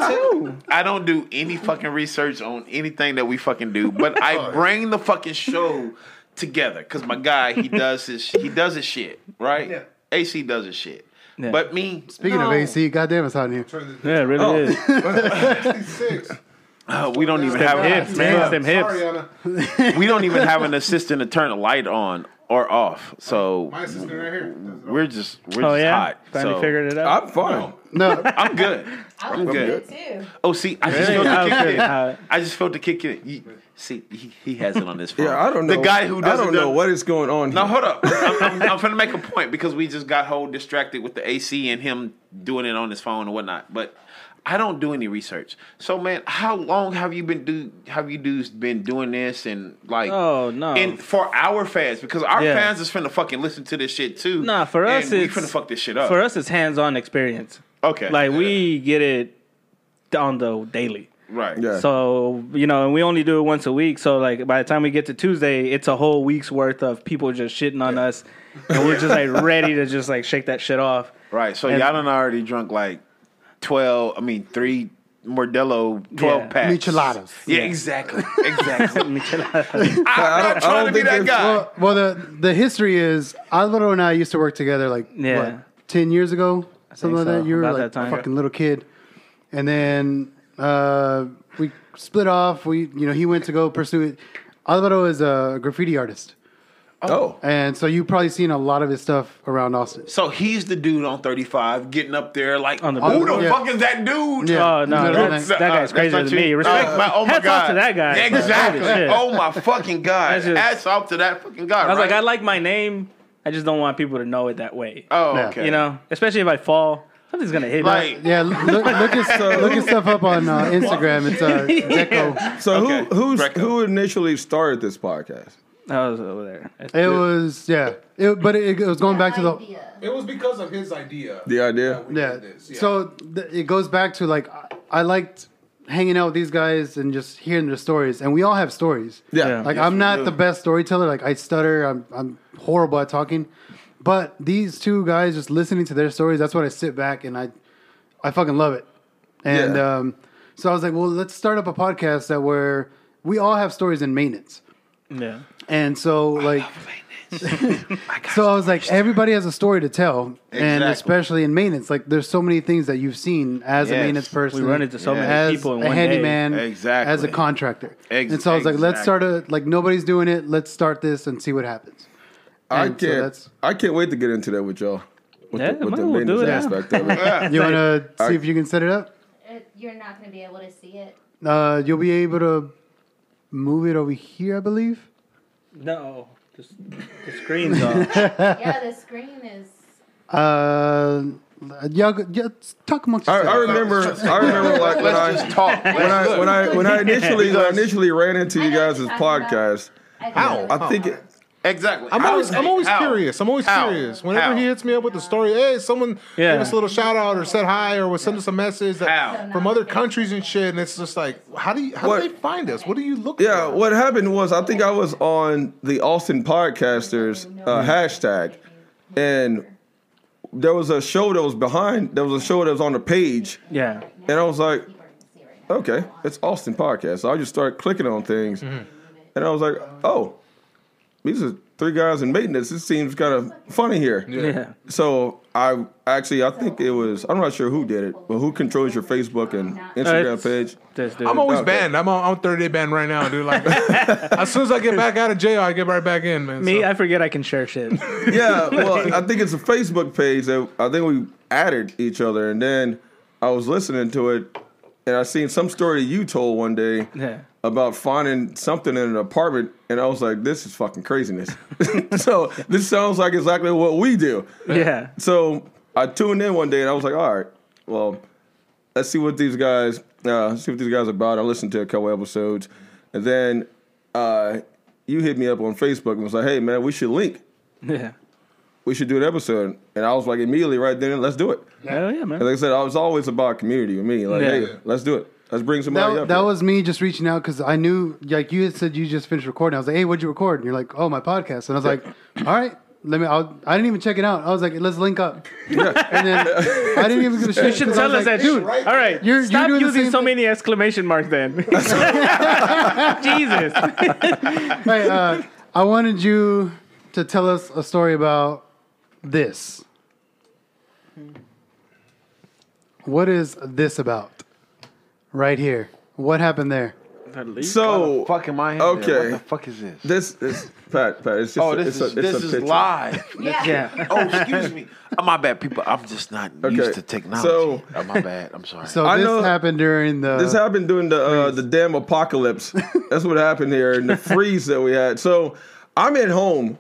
Speaker 6: too.
Speaker 5: I don't do any fucking research on anything that we fucking do, but
Speaker 6: Oh,
Speaker 5: I bring the fucking show together because my guy he does his he does his shit right. AC does his shit,
Speaker 6: Yeah.
Speaker 5: but me.
Speaker 4: Speaking of AC, goddamn, it's hot in here.
Speaker 6: Yeah, it really
Speaker 5: Oh.
Speaker 6: is.
Speaker 2: Six.
Speaker 5: uh, we don't even have
Speaker 6: Hips, man. It's them hips.
Speaker 2: Sorry, Anna.
Speaker 5: we don't even have an assistant to turn a light on or off. So
Speaker 2: My assistant right here. does it all.
Speaker 5: we're just we're
Speaker 6: Oh
Speaker 5: just
Speaker 6: yeah,
Speaker 5: hot.
Speaker 6: finally
Speaker 5: so
Speaker 6: figured it out.
Speaker 7: I'm fine.
Speaker 4: No,
Speaker 5: I'm good.
Speaker 9: I
Speaker 5: I'm
Speaker 9: was good
Speaker 5: good.
Speaker 9: too.
Speaker 5: Oh, see, I just
Speaker 6: Really?
Speaker 5: felt
Speaker 6: I was
Speaker 5: the kick
Speaker 6: pretty
Speaker 5: in.
Speaker 6: hot.
Speaker 5: I just felt the kick in. You- see, he, he has it on his phone.
Speaker 7: Yeah, I don't know.
Speaker 5: The guy who
Speaker 7: I
Speaker 5: doesn't
Speaker 7: don't know
Speaker 5: do-
Speaker 7: what is going on.
Speaker 5: Now
Speaker 7: here.
Speaker 5: hold up. I'm, I'm, I'm finna make a point because we just got whole distracted with the AC and him doing it on his phone and whatnot. But I don't do any research. So man, how long have you been do have you dudes been doing this and like
Speaker 6: Oh, no.
Speaker 5: and for our fans because our
Speaker 6: Yeah.
Speaker 5: fans is finna fucking listen to this shit too.
Speaker 6: Nah, for us,
Speaker 5: and we
Speaker 6: it's-
Speaker 5: finna fuck this shit up.
Speaker 6: For us, it's hands-on experience.
Speaker 5: okay,
Speaker 6: Like we get it on the daily.
Speaker 5: right,
Speaker 7: Yeah.
Speaker 6: So you know, and we only do it once a week. So like by the time we get to Tuesday, it's a whole week's worth of people just shitting on us, and we're just like ready to just like shake that shit off.
Speaker 5: right. So
Speaker 6: And-
Speaker 5: y'all done already drunk like twelve. I mean three. Modelo twelve
Speaker 6: Yeah.
Speaker 5: packs,
Speaker 4: Micheladas.
Speaker 5: Yeah, exactly, exactly. I'm
Speaker 7: I
Speaker 5: not
Speaker 7: don't- I
Speaker 5: trying to
Speaker 7: don't
Speaker 5: be
Speaker 7: think
Speaker 5: that
Speaker 7: there's-
Speaker 5: guy.
Speaker 4: Well, well, the the history is Alvaro and I used to work together like
Speaker 6: Yeah.
Speaker 4: what, ten years ago, something like
Speaker 6: so,
Speaker 4: that. You were
Speaker 6: about
Speaker 4: like
Speaker 6: that
Speaker 4: a
Speaker 6: time.
Speaker 4: fucking little kid, and then uh, we split off. We you know he went to go pursue it. Alvaro is a graffiti artist,
Speaker 7: Oh,
Speaker 4: and so you've probably seen a lot of his stuff around Austin.
Speaker 5: So he's the dude on 35 getting up there like,
Speaker 6: On the
Speaker 5: who the
Speaker 4: billboard.
Speaker 5: fuck is that dude?
Speaker 4: Yeah.
Speaker 6: Oh no,
Speaker 4: Literally.
Speaker 6: that's, that guy's
Speaker 5: Uh, that's
Speaker 6: crazier
Speaker 5: not
Speaker 6: than me.
Speaker 5: you.
Speaker 6: Respect.
Speaker 5: Oh, my, oh my
Speaker 6: Hats
Speaker 5: God.
Speaker 6: off to that guy.
Speaker 5: Exactly.
Speaker 6: Holy shit.
Speaker 5: Oh my fucking God.
Speaker 6: That's just-
Speaker 5: Hats off to that fucking guy.
Speaker 6: I was like,
Speaker 5: right?
Speaker 6: I like my name. I just don't want people to know it that way.
Speaker 5: Oh,
Speaker 4: Yeah.
Speaker 5: okay.
Speaker 6: You know, especially if I fall, something's gonna hit me.
Speaker 5: like,
Speaker 4: Yeah, look, look his look his stuff up on uh, Instagram. It's uh, Deco.
Speaker 7: so
Speaker 5: Okay.
Speaker 7: who who's,
Speaker 5: Recco.
Speaker 7: who initially started this podcast?
Speaker 6: I was over there.
Speaker 4: It was yeah, it, but it, it was going back to the
Speaker 9: Idea.
Speaker 2: It was because of his idea.
Speaker 7: The idea.
Speaker 2: we
Speaker 4: Yeah.
Speaker 2: did this,
Speaker 4: So th- it goes back to like I, I liked hanging out with these guys and just hearing their stories, and we all have stories.
Speaker 7: Yeah.
Speaker 6: Yeah.
Speaker 4: Like I'm not the best storyteller. Like I stutter. I'm I'm horrible at talking. But these two guys just listening to their stories. That's what I sit back and I I fucking love it. And
Speaker 7: Yeah.
Speaker 4: um, so I was like, well, let's start up a podcast that where we all have stories in maintenance.
Speaker 6: Yeah.
Speaker 4: And so, like, so I was like, everybody has a story to tell, and
Speaker 5: Exactly.
Speaker 4: especially in maintenance, like, there's so many things that you've seen as a
Speaker 5: Yes.
Speaker 4: maintenance person.
Speaker 6: We run into so many
Speaker 4: as
Speaker 6: people in
Speaker 4: a
Speaker 6: one day.
Speaker 4: handyman,
Speaker 5: Exactly.
Speaker 4: as a contractor.
Speaker 5: Ex-
Speaker 4: and so I was like, let's start
Speaker 5: exactly.
Speaker 4: a like nobody's doing it. Let's start this and see what happens.
Speaker 7: I
Speaker 4: And so
Speaker 7: can't.
Speaker 4: that's-
Speaker 7: I can't wait to get into that with y'all. With
Speaker 6: Yeah,
Speaker 7: the, with
Speaker 6: might
Speaker 7: the
Speaker 6: as well do
Speaker 7: maintenance
Speaker 6: it.
Speaker 7: aspect of it.
Speaker 4: You want to
Speaker 7: I-
Speaker 4: see if you can set it up?
Speaker 9: It, Uh, you're not going to be able to see it.
Speaker 4: Uh, you'll be able to move it over here, I believe.
Speaker 6: No, just the screen's off.
Speaker 9: Yeah, the screen is.
Speaker 4: Uh, yeah, yeah, talk amongst
Speaker 7: I,
Speaker 4: yourselves.
Speaker 7: I remember. I remember like when I
Speaker 5: Let's just talk.
Speaker 7: when I when I when I initially when I initially ran into you
Speaker 9: I know
Speaker 7: guys'
Speaker 9: what you're talking about.
Speaker 7: podcast.
Speaker 9: I think
Speaker 2: Ow.
Speaker 9: it was
Speaker 7: I think it,
Speaker 5: exactly.
Speaker 2: I'm
Speaker 5: How
Speaker 2: always,
Speaker 5: is
Speaker 2: I'm
Speaker 5: he-
Speaker 2: always
Speaker 5: how?
Speaker 2: curious. I'm always
Speaker 5: How?
Speaker 2: curious. Whenever
Speaker 5: How?
Speaker 2: he hits me up with the story, hey, someone
Speaker 6: Yeah.
Speaker 2: gave us a little shout out or said hi or was send us a message that-
Speaker 5: How?
Speaker 2: from other countries and shit. And it's just like, how do you, how
Speaker 7: What-
Speaker 2: do they find us? What do you look
Speaker 7: yeah,
Speaker 2: for?
Speaker 7: what happened was I think I was on the Austin Podcasters uh, hashtag, and there was a show that was behind. There was a show that was on the page,
Speaker 6: yeah.
Speaker 7: and I was like,
Speaker 9: people can see right now.
Speaker 7: okay, it's Austin Podcast. So I just started clicking on things,
Speaker 6: Mm-hmm.
Speaker 7: and I was like, oh, these are three guys in maintenance. This seems kind of funny here.
Speaker 6: Yeah.
Speaker 7: So I actually I think it was I'm not sure who did it, but who controls your Facebook and Instagram
Speaker 6: it's-
Speaker 7: page?
Speaker 6: This dude.
Speaker 2: I'm always
Speaker 7: Okay.
Speaker 2: banned. I'm on, I'm 30 day ban right now, dude. Like, as soon as I get back out of jail, I get right back in, man.
Speaker 6: Me,
Speaker 2: So-
Speaker 6: I forget I can share shit.
Speaker 7: yeah, well, I think it's a Facebook page that I think we added each other, and then I was listening to it, and I seen some story you told one day
Speaker 6: Yeah.
Speaker 7: about finding something in an apartment, and I was like, "This is fucking craziness." so this sounds like exactly what we do.
Speaker 6: Yeah.
Speaker 7: So I tuned in one day, and I was like, "All right, well, let's see what these guys uh, see what these guys are about. I listened to a couple episodes, and then uh, you hit me up on Facebook and was like, "Hey, man, we should link.
Speaker 6: Yeah.
Speaker 7: We should do an episode." And I was like, immediately right then, let's do it.
Speaker 6: Hell yeah, man.
Speaker 7: And like I said, I was always about community with me. Like,
Speaker 6: Yeah.
Speaker 7: hey, let's do it. Let's bring somebody
Speaker 4: That,
Speaker 7: up.
Speaker 4: that
Speaker 7: here.
Speaker 4: was me just reaching out because I knew, like you had said, you just finished recording. I was like, "Hey, what'd you record?" And you're like, "Oh, my podcast." And I was like, "All right, let me." I'll, I didn't even check it out. I was like, "Let's link up." And then I didn't even give a shit.
Speaker 6: You should
Speaker 4: 'cause I
Speaker 6: tell
Speaker 4: was
Speaker 6: us
Speaker 4: like,
Speaker 6: that, dude.
Speaker 2: right
Speaker 6: All right,
Speaker 4: You're- you're
Speaker 6: stop
Speaker 4: doing the
Speaker 6: using
Speaker 4: same
Speaker 6: so
Speaker 4: thing.
Speaker 6: many exclamation mark. Then, Jesus,
Speaker 4: Hey, uh, I wanted you to tell us a story about this. What is this about? Right here. What happened there?
Speaker 7: so
Speaker 5: fuck am I? In
Speaker 7: Okay.
Speaker 5: There? What the fuck is this?
Speaker 7: This is Pat. Pat, it's just
Speaker 5: oh,
Speaker 7: a-
Speaker 5: this
Speaker 7: it's
Speaker 5: is
Speaker 7: a, it's
Speaker 5: this
Speaker 7: a
Speaker 5: is
Speaker 7: picture.
Speaker 5: live.
Speaker 8: Yeah.
Speaker 6: yeah,
Speaker 5: oh, excuse me. Uh, My bad, people. I'm just not
Speaker 7: Okay.
Speaker 5: used to technology.
Speaker 7: So-
Speaker 5: Uh, my bad. I'm sorry.
Speaker 4: So
Speaker 7: I
Speaker 4: this
Speaker 7: know-
Speaker 4: happened during the.
Speaker 7: This happened during the uh, the damn apocalypse. That's what happened here and the freeze that we had. So I'm at home.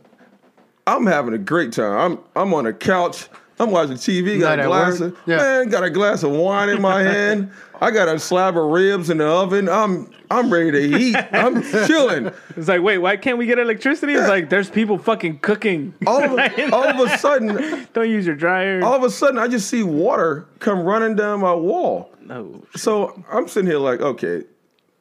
Speaker 7: I'm having a great time. I'm I'm on a couch. I'm watching TV.
Speaker 4: Not
Speaker 7: Got a
Speaker 4: at
Speaker 7: glass.
Speaker 4: work?
Speaker 7: Of,
Speaker 4: Yeah.
Speaker 7: Man, got a glass of wine in my hand. I got a slab of ribs in the oven. I'm I'm ready to eat. I'm chilling.
Speaker 6: it's like, wait, why can't we get electricity? It's like, there's people fucking cooking.
Speaker 7: All of, a- all of a sudden,
Speaker 6: Don't use your dryer.
Speaker 7: all of a sudden, I just see water come running down my wall.
Speaker 6: No,
Speaker 7: So I'm sitting here like, okay,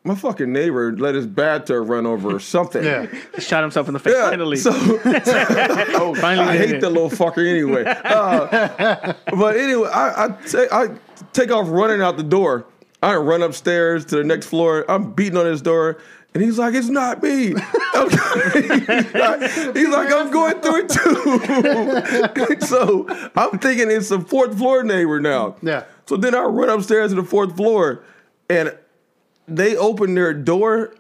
Speaker 7: my fucking neighbor let his bathtub run over or something.
Speaker 4: yeah.
Speaker 6: He shot himself in the face.
Speaker 7: Yeah,
Speaker 6: Finally, Oh,
Speaker 7: So
Speaker 6: finally,
Speaker 7: I
Speaker 6: did
Speaker 7: hate
Speaker 6: it.
Speaker 7: that little fucker anyway. Uh, but anyway, I, I, ta- I take off running out the door. I run upstairs to the next floor. I'm beating on his door. And he's like, it's not me. he's like, he's like, I'm going through it too. so I'm thinking it's the fourth floor neighbor now.
Speaker 4: Yeah.
Speaker 7: So then I run upstairs to the fourth floor and they open their door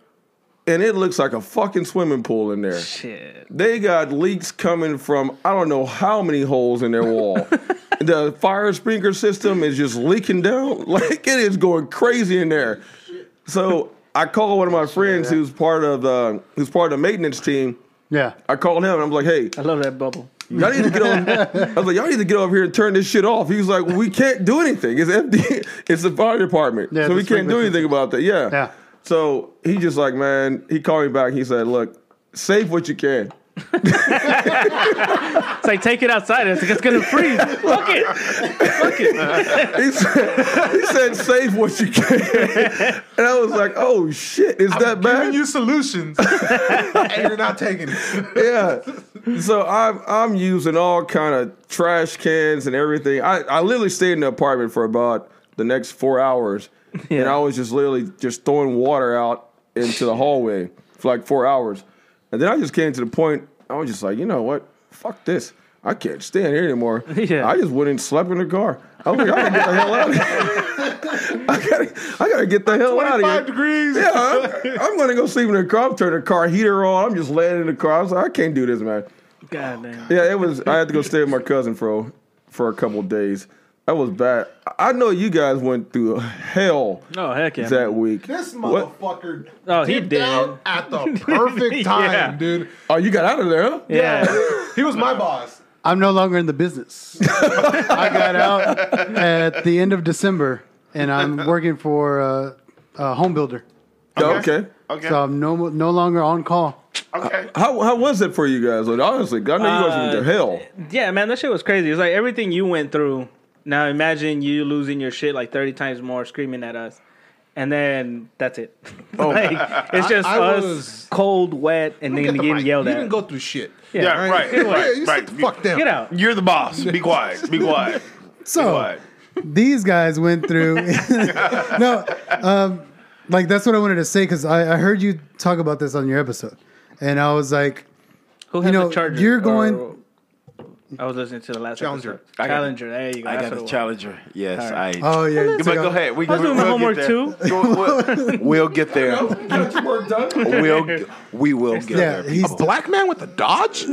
Speaker 7: and it looks like a fucking swimming pool in there.
Speaker 6: Shit.
Speaker 7: They got leaks coming from I don't know how many holes in their wall. the fire sprinkler system is just leaking down. Like it is going crazy in there. So I called one of my friends who's part of the who's part of the maintenance team.
Speaker 4: Yeah.
Speaker 7: I called him and I'm like, hey,
Speaker 6: I love that bubble.
Speaker 7: y'all need to get over. I was like, y'all need to get over here and turn this shit off. He was like, we can't do anything. It's FD. It's the fire department,
Speaker 4: Yeah,
Speaker 7: so we
Speaker 4: the
Speaker 7: can't do
Speaker 4: sprinkler
Speaker 7: anything about that. Yeah.
Speaker 4: Yeah.
Speaker 7: So he just like, man, he called me back. He said, look, save what you can.
Speaker 6: It's like take it outside. It's like it's gonna freeze. Fuck it. Fuck it.
Speaker 7: He said, he said save what you can. And I was like, oh shit, is that bad?
Speaker 2: Giving you solutions, and you're not taking it.
Speaker 7: yeah. So I'm I'm using all kind of trash cans and everything. I, I literally stayed in the apartment for about the next four hours, and I was just literally just throwing water out into the hallway for like four hours, and then I just came to the point. I was just like, you know what? Fuck this. I can't stand here anymore.
Speaker 6: Yeah.
Speaker 7: I just went and slept in the car. I was like, I gotta get the hell out of here. I gotta, I gotta get the hell out of here.
Speaker 2: Five degrees.
Speaker 7: Yeah, I'm, I'm gonna go sleep in the car. I'm turning the car heater on. I'm just laying in the car. I was like, I can't do this, man.
Speaker 6: God damn.
Speaker 7: Yeah, it was. I had to go stay with my cousin for for a couple of days. That was bad. I know you guys went through hell
Speaker 6: Oh heck yeah.
Speaker 7: that week.
Speaker 2: This
Speaker 7: What?
Speaker 2: motherfucker.
Speaker 6: Oh, he
Speaker 2: dipped
Speaker 6: did.
Speaker 2: out at the perfect time,
Speaker 6: Yeah.
Speaker 2: dude.
Speaker 7: Oh, you got out of there, huh?
Speaker 6: yeah.
Speaker 2: He was my boss.
Speaker 4: I'm no longer in the business. I got out at the end of December and I'm working for a, a home builder.
Speaker 7: Oh, Okay.
Speaker 5: okay.
Speaker 4: So uh, I'm no, no longer on call.
Speaker 5: okay.
Speaker 7: How how was it for you guys? Like, honestly, I know you guys went through hell.
Speaker 6: Yeah, man, that shit was crazy. It's like everything you went through. Now imagine you losing your shit like thirty times more, screaming at us, and then that's it. like it's just
Speaker 2: I
Speaker 6: us
Speaker 2: was-
Speaker 6: cold, wet, and then
Speaker 2: Get the
Speaker 6: getting
Speaker 2: mic.
Speaker 6: yelled
Speaker 2: you
Speaker 6: at.
Speaker 2: didn't go through shit.
Speaker 5: Yeah, right.
Speaker 2: Yeah,
Speaker 5: right,
Speaker 2: you
Speaker 5: right.
Speaker 2: sit the fuck down.
Speaker 6: Get out.
Speaker 5: You're the boss. Be quiet. Be quiet.
Speaker 4: So.
Speaker 5: Quiet.
Speaker 4: these guys went through. no, um, like that's what I wanted to say because I, I heard you talk about this on your episode, and I was like,
Speaker 6: Who has
Speaker 4: know,
Speaker 6: the charger?
Speaker 4: you're going-
Speaker 6: Or- I was listening to the last
Speaker 2: Challenger.
Speaker 6: episode. Challenger. There you go.
Speaker 5: I
Speaker 6: That's
Speaker 5: got
Speaker 6: what
Speaker 5: the
Speaker 6: it
Speaker 5: challenger. Yes, I.
Speaker 4: "Oh yeah, you
Speaker 5: but
Speaker 4: took
Speaker 5: go
Speaker 4: out-
Speaker 5: ahead. We,
Speaker 6: was
Speaker 5: we-
Speaker 6: doing my
Speaker 5: we'll get
Speaker 6: homework
Speaker 5: there. Go- We'll, we'll get there.
Speaker 7: Got your work done.
Speaker 5: We'll we will get
Speaker 4: Yeah,
Speaker 5: there.
Speaker 4: he's
Speaker 2: A black man with a Dodge?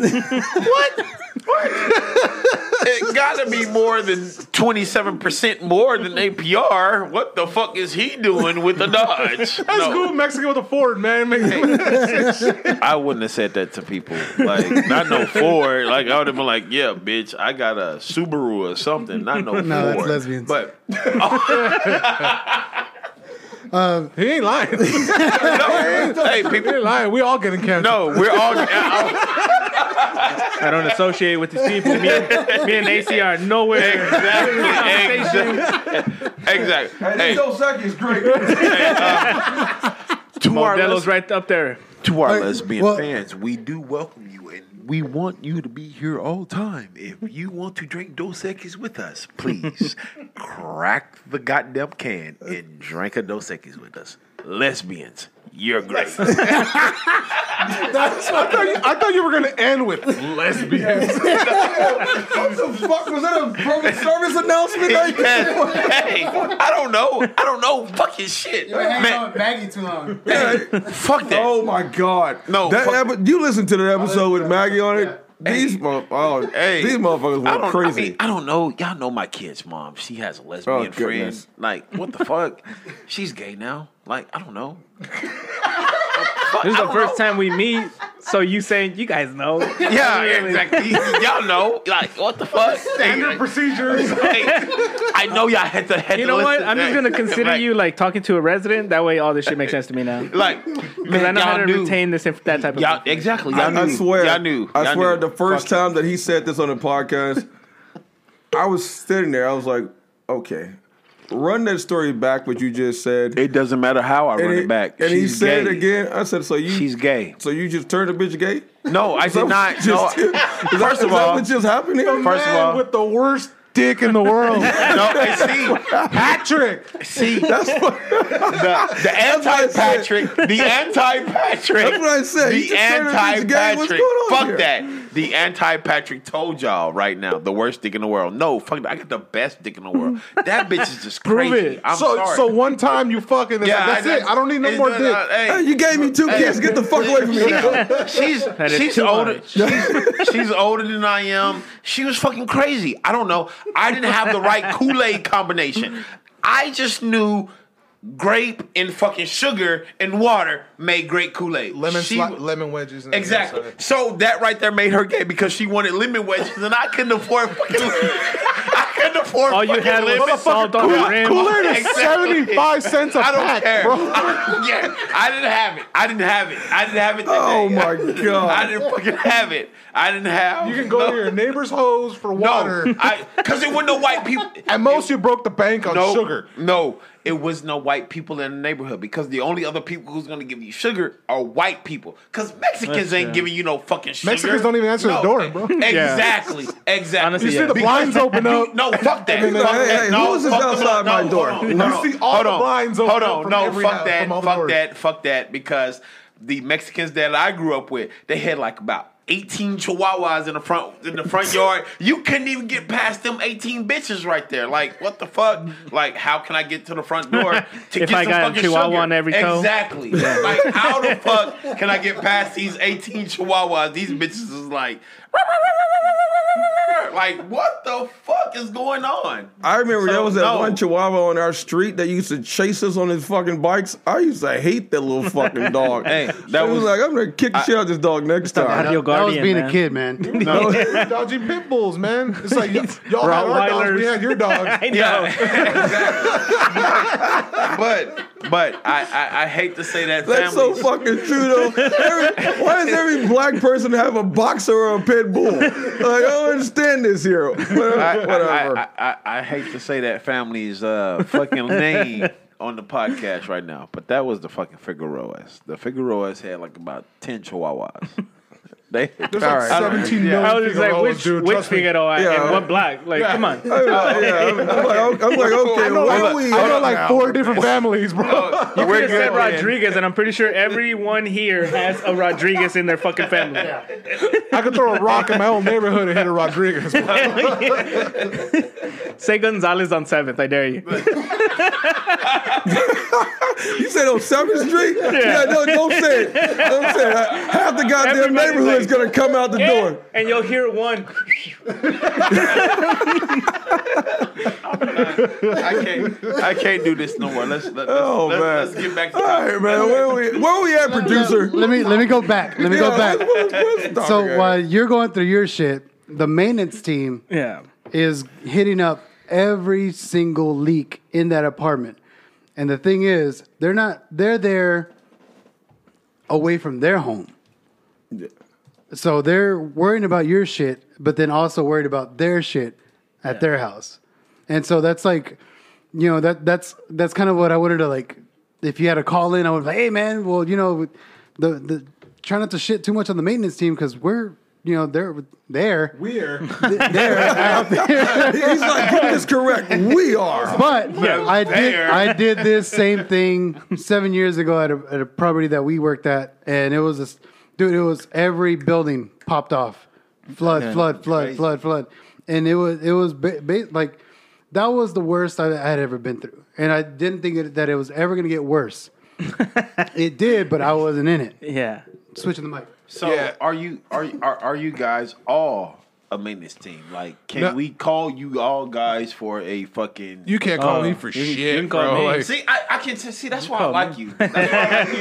Speaker 5: It gotta be more than twenty seven percent more than APR. What the fuck is he doing with the Dodge? That's
Speaker 2: That's cool Mexican with a Ford, man. Make-
Speaker 5: I wouldn't have said that to people. Like, not no Ford. Like, I would have been like, yeah, yeah, bitch, I got a Subaru or something. Not no,
Speaker 4: No, that's
Speaker 5: Ford.
Speaker 4: lesbians.
Speaker 5: But
Speaker 2: He ain't lying. Uh, he
Speaker 5: hey,
Speaker 2: ain't
Speaker 5: people,
Speaker 2: lying. We all getting canceled.
Speaker 5: no, we're all. I-
Speaker 6: I don't associate with these people. Me and, me and AC are nowhere.
Speaker 5: Exactly. Exactly. exactly. Hey,
Speaker 7: Dosaki is great.
Speaker 5: to our, les-
Speaker 6: Modelo's right up there.
Speaker 5: to our
Speaker 4: Like,
Speaker 5: lesbian
Speaker 4: well-
Speaker 5: fans, we do welcome you and we want you to be here all time. If you want to drink Dos Equis with us, please crack the goddamn can and drink a Dos Equis with us. Lesbians, you're great.
Speaker 2: I thought you, I thought you were gonna end with lesbians.
Speaker 7: Fuck, was that a public service announcement?
Speaker 5: hey, I don't know. I don't know. Fucking shit. Man,
Speaker 4: baggy too long.
Speaker 5: fuck that.
Speaker 7: Oh my god!
Speaker 5: No,
Speaker 7: that
Speaker 5: fuck-
Speaker 7: epi- you listen to the episode with Maggie on it. These mo- oh,
Speaker 5: Hey,
Speaker 7: these motherfuckers
Speaker 5: I
Speaker 7: went
Speaker 5: don't,
Speaker 7: crazy.
Speaker 5: I, mean, I don't know. Y'all know my kid's mom. She has a
Speaker 7: Oh,
Speaker 5: lesbian friend.
Speaker 7: goodness.
Speaker 5: Like, what the fuck? She's gay now. Like, I don't know.
Speaker 6: This is the first time we meet. So you saying you guys know?
Speaker 5: Yeah, exactly. y'all know. Like, what the fuck? Standard
Speaker 2: procedures.
Speaker 5: Hey, I know y'all had to. Had
Speaker 6: You
Speaker 5: to
Speaker 6: know what?
Speaker 5: listen
Speaker 6: I'm just
Speaker 5: that.
Speaker 6: gonna consider
Speaker 5: Like-
Speaker 6: you like talking to a resident. That way, all this shit makes sense to me now.
Speaker 5: Like,
Speaker 6: Because I
Speaker 5: man,
Speaker 6: know how
Speaker 5: y'all
Speaker 6: to
Speaker 5: knew.
Speaker 6: retain this inf- that type of.
Speaker 5: Y'all
Speaker 6: information.
Speaker 5: exactly. Y'all
Speaker 7: I,
Speaker 5: knew.
Speaker 7: I swear,
Speaker 5: Y'all knew.
Speaker 7: I
Speaker 5: Y'all
Speaker 7: swear,
Speaker 5: knew.
Speaker 7: the first
Speaker 5: Fuck
Speaker 7: time that he said this on the podcast, I was sitting there. I was like, okay, run that story back. What you just said.
Speaker 5: It doesn't matter how I run
Speaker 7: and
Speaker 5: it back.
Speaker 7: and he
Speaker 5: She's
Speaker 7: said
Speaker 5: gay.
Speaker 7: it again. I said, so you,
Speaker 5: She's gay.
Speaker 7: so you just turned a bitch gay?
Speaker 5: No, I did not. No, first of
Speaker 7: that, is that
Speaker 5: all,
Speaker 7: what just happened here?
Speaker 5: First of all-
Speaker 2: with the worst dick in the world,
Speaker 5: no, and
Speaker 2: Patrick.
Speaker 5: see, see, that's the, the anti Patrick, the anti Patrick,
Speaker 7: That's what I said. You
Speaker 5: the
Speaker 7: just said it
Speaker 5: anti
Speaker 7: was gay. What's
Speaker 5: Patrick.
Speaker 7: going on
Speaker 5: Fuck
Speaker 7: here?
Speaker 5: that. The anti Patrick told y'all right now the worst dick in the world. No, fuck that. I got the best dick in the world. That bitch is just
Speaker 6: Prove
Speaker 5: crazy.
Speaker 6: it.
Speaker 5: I'm
Speaker 2: so
Speaker 5: sorry.
Speaker 2: so one time you fucking. Yeah, that's it. I don't need no
Speaker 5: it's
Speaker 2: more
Speaker 5: not-
Speaker 2: dick.
Speaker 5: uh, hey.
Speaker 7: Hey, you gave me two kids. Get the fuck away from me. now.
Speaker 5: She's
Speaker 6: is
Speaker 5: she's
Speaker 6: too
Speaker 5: older.
Speaker 6: much.
Speaker 5: She's, she's older than I am. She was fucking crazy. I don't know. I didn't have the right Kool Aid combination. I just knew grape and fucking sugar and water made great Kool Aid.
Speaker 2: Lemon sli- lemon wedges. And
Speaker 5: Exactly. So that right there made her gay because she wanted lemon wedges and I couldn't afford fucking. I couldn't afford.
Speaker 6: All you
Speaker 5: fucking
Speaker 6: had was
Speaker 5: lemon.
Speaker 6: salt on the
Speaker 5: Kool-
Speaker 6: rim.
Speaker 2: Kool Aid is
Speaker 5: Exactly.
Speaker 2: seventy five cents a
Speaker 5: I don't
Speaker 2: pack,
Speaker 5: care.
Speaker 2: bro.
Speaker 5: I- yeah, I didn't have it. I didn't have it. I didn't have it. That
Speaker 7: Oh
Speaker 5: day.
Speaker 7: my
Speaker 5: I
Speaker 7: god!
Speaker 5: didn't fucking have it. I didn't have.
Speaker 2: You can go to your neighbor's hose for water.
Speaker 5: No, I because it was no white people.
Speaker 2: At most, you broke the bank on
Speaker 5: no
Speaker 2: sugar.
Speaker 5: No, it was no white people in the neighborhood because the only other people who's gonna give you sugar are white people. Because Mexicans
Speaker 6: That's
Speaker 5: ain't
Speaker 6: true.
Speaker 5: giving you no fucking sugar.
Speaker 2: Mexicans don't even answer the
Speaker 5: No.
Speaker 2: door, bro.
Speaker 5: Exactly. Exactly.
Speaker 6: Honestly,
Speaker 2: You see
Speaker 6: yeah.
Speaker 2: the blinds open up.
Speaker 5: No, fuck that.
Speaker 7: Hey,
Speaker 5: fuck
Speaker 7: hey,
Speaker 5: that.
Speaker 7: hey,
Speaker 5: no,
Speaker 7: who is this
Speaker 5: fuck the-
Speaker 7: outside
Speaker 5: no,
Speaker 7: my
Speaker 5: hold
Speaker 7: door?
Speaker 5: on,
Speaker 7: You
Speaker 5: hold on,
Speaker 2: see all
Speaker 5: hold
Speaker 2: the
Speaker 5: on,
Speaker 2: blinds open
Speaker 5: Hold
Speaker 2: up
Speaker 5: on,
Speaker 2: from
Speaker 5: no,
Speaker 2: every
Speaker 5: fuck
Speaker 2: house,
Speaker 5: that,
Speaker 2: from all the
Speaker 5: fuck
Speaker 2: doors.
Speaker 5: that, fuck that, because the Mexicans that I grew up with, they had like about. 18 chihuahuas in the front in the front yard. You couldn't even get past them 18 bitches right there. Like, what the fuck? Like, how can I get to the front door to
Speaker 6: If
Speaker 5: get
Speaker 6: I
Speaker 5: some
Speaker 6: got a
Speaker 5: fucking
Speaker 6: chihuahua
Speaker 5: sugar?
Speaker 6: on every toe.
Speaker 5: Exactly. Like, how the fuck can I get past these 18 chihuahuas? These bitches is like, like, what the fuck is going on?
Speaker 7: I remember there
Speaker 5: So,
Speaker 7: was that
Speaker 5: no.
Speaker 7: one Chihuahua on our street that used to chase us on his fucking bikes. I used to hate that little fucking dog.
Speaker 5: Hey,
Speaker 7: that
Speaker 5: that
Speaker 7: was,
Speaker 5: was-
Speaker 7: like, I'm gonna kick the shit out of this dog next time.
Speaker 6: Audio
Speaker 4: That was
Speaker 6: guardian,
Speaker 4: being a
Speaker 6: man.
Speaker 4: kid, man.
Speaker 2: Dodgy pit bulls, man. It's like y- y'all had our dogs, we
Speaker 6: Rottweilers.
Speaker 2: had your dogs.
Speaker 6: I know.
Speaker 5: But but I, I I hate to say that
Speaker 7: That's
Speaker 5: family.
Speaker 7: so fucking true though. Every, why does every black person have a boxer or a pit bull? Like I don't understand this here. Whatever.
Speaker 5: I,
Speaker 7: whatever.
Speaker 5: I, I, I, I hate to say that family's uh, fucking name on the podcast right now, but that was the fucking Figueroas. The Figueroas had like about ten chihuahuas. They
Speaker 2: There's like 17 million
Speaker 6: I was just like,
Speaker 2: Figueroas,
Speaker 6: which
Speaker 2: dude,
Speaker 6: which
Speaker 2: trust me.
Speaker 6: figure I
Speaker 7: Yeah.
Speaker 6: and what black? Like, come on.
Speaker 7: I, yeah, I'm, I'm like, I'm like, okay,
Speaker 2: I know,
Speaker 7: well,
Speaker 2: like, I know like four different families, bro.
Speaker 6: You could have said
Speaker 5: good, man.
Speaker 6: Rodriguez, and I'm pretty sure everyone here has a Rodriguez in their fucking family.
Speaker 2: I could throw a rock in my own neighborhood and hit a Rodriguez. bro.
Speaker 6: Say Gonzalez on seventh. I dare you.
Speaker 7: you said on Seventh Street? Yeah, no, don't say it. Don't say it. Half the goddamn
Speaker 6: Everybody's
Speaker 7: neighborhood's
Speaker 6: like-
Speaker 7: gonna come out the
Speaker 6: and,
Speaker 7: door.
Speaker 6: and you'll hear one.
Speaker 5: I can't I can't do this no more. Let's let, let's,
Speaker 7: Oh
Speaker 5: let,
Speaker 7: man.
Speaker 5: let's get back to
Speaker 7: All right, man. Where we where we at, producer?
Speaker 4: Let me let me go back. Let me go
Speaker 7: Yeah,
Speaker 4: back.
Speaker 7: let's- let's- let's talk
Speaker 4: So
Speaker 7: about
Speaker 4: while
Speaker 7: it.
Speaker 4: you're going through your shit, the maintenance team
Speaker 6: Yeah.
Speaker 4: is hitting up every single leak in that apartment. And the thing is, they're not they're there away from their home. So they're worrying about your shit, but then also worried about their shit at their house. And so that's like, you know, that that's that's kind of what I wanted to like if you had a call in, I would be like, hey man, well, you know, the the try not to shit too much on the maintenance team because we're you know, they're there.
Speaker 2: We're
Speaker 7: He's like, get this correct. We are.
Speaker 4: But I did
Speaker 5: there.
Speaker 4: I did this same thing seven years ago at a, at a property that we worked at, and it was this dude. It was every building popped off, flood, flood, flood, flood, flood, and it was it was ba- ba- like that was the worst I had ever been through, and I didn't think it, that it was ever gonna get worse. it did, but I wasn't in it.
Speaker 6: Yeah.
Speaker 4: Switching the mic.
Speaker 5: So
Speaker 2: Yeah.
Speaker 5: are you are, you- are are you guys all a maintenance team? Like, can
Speaker 2: No.
Speaker 5: we call you all guys for a fucking?
Speaker 2: you can't call
Speaker 6: Oh,
Speaker 2: me for
Speaker 6: you can- you
Speaker 2: shit,
Speaker 6: can call
Speaker 2: bro.
Speaker 6: me.
Speaker 2: Like,
Speaker 5: see, I, I can see. That's why I
Speaker 6: call
Speaker 5: like
Speaker 6: me.
Speaker 5: you. That's why I like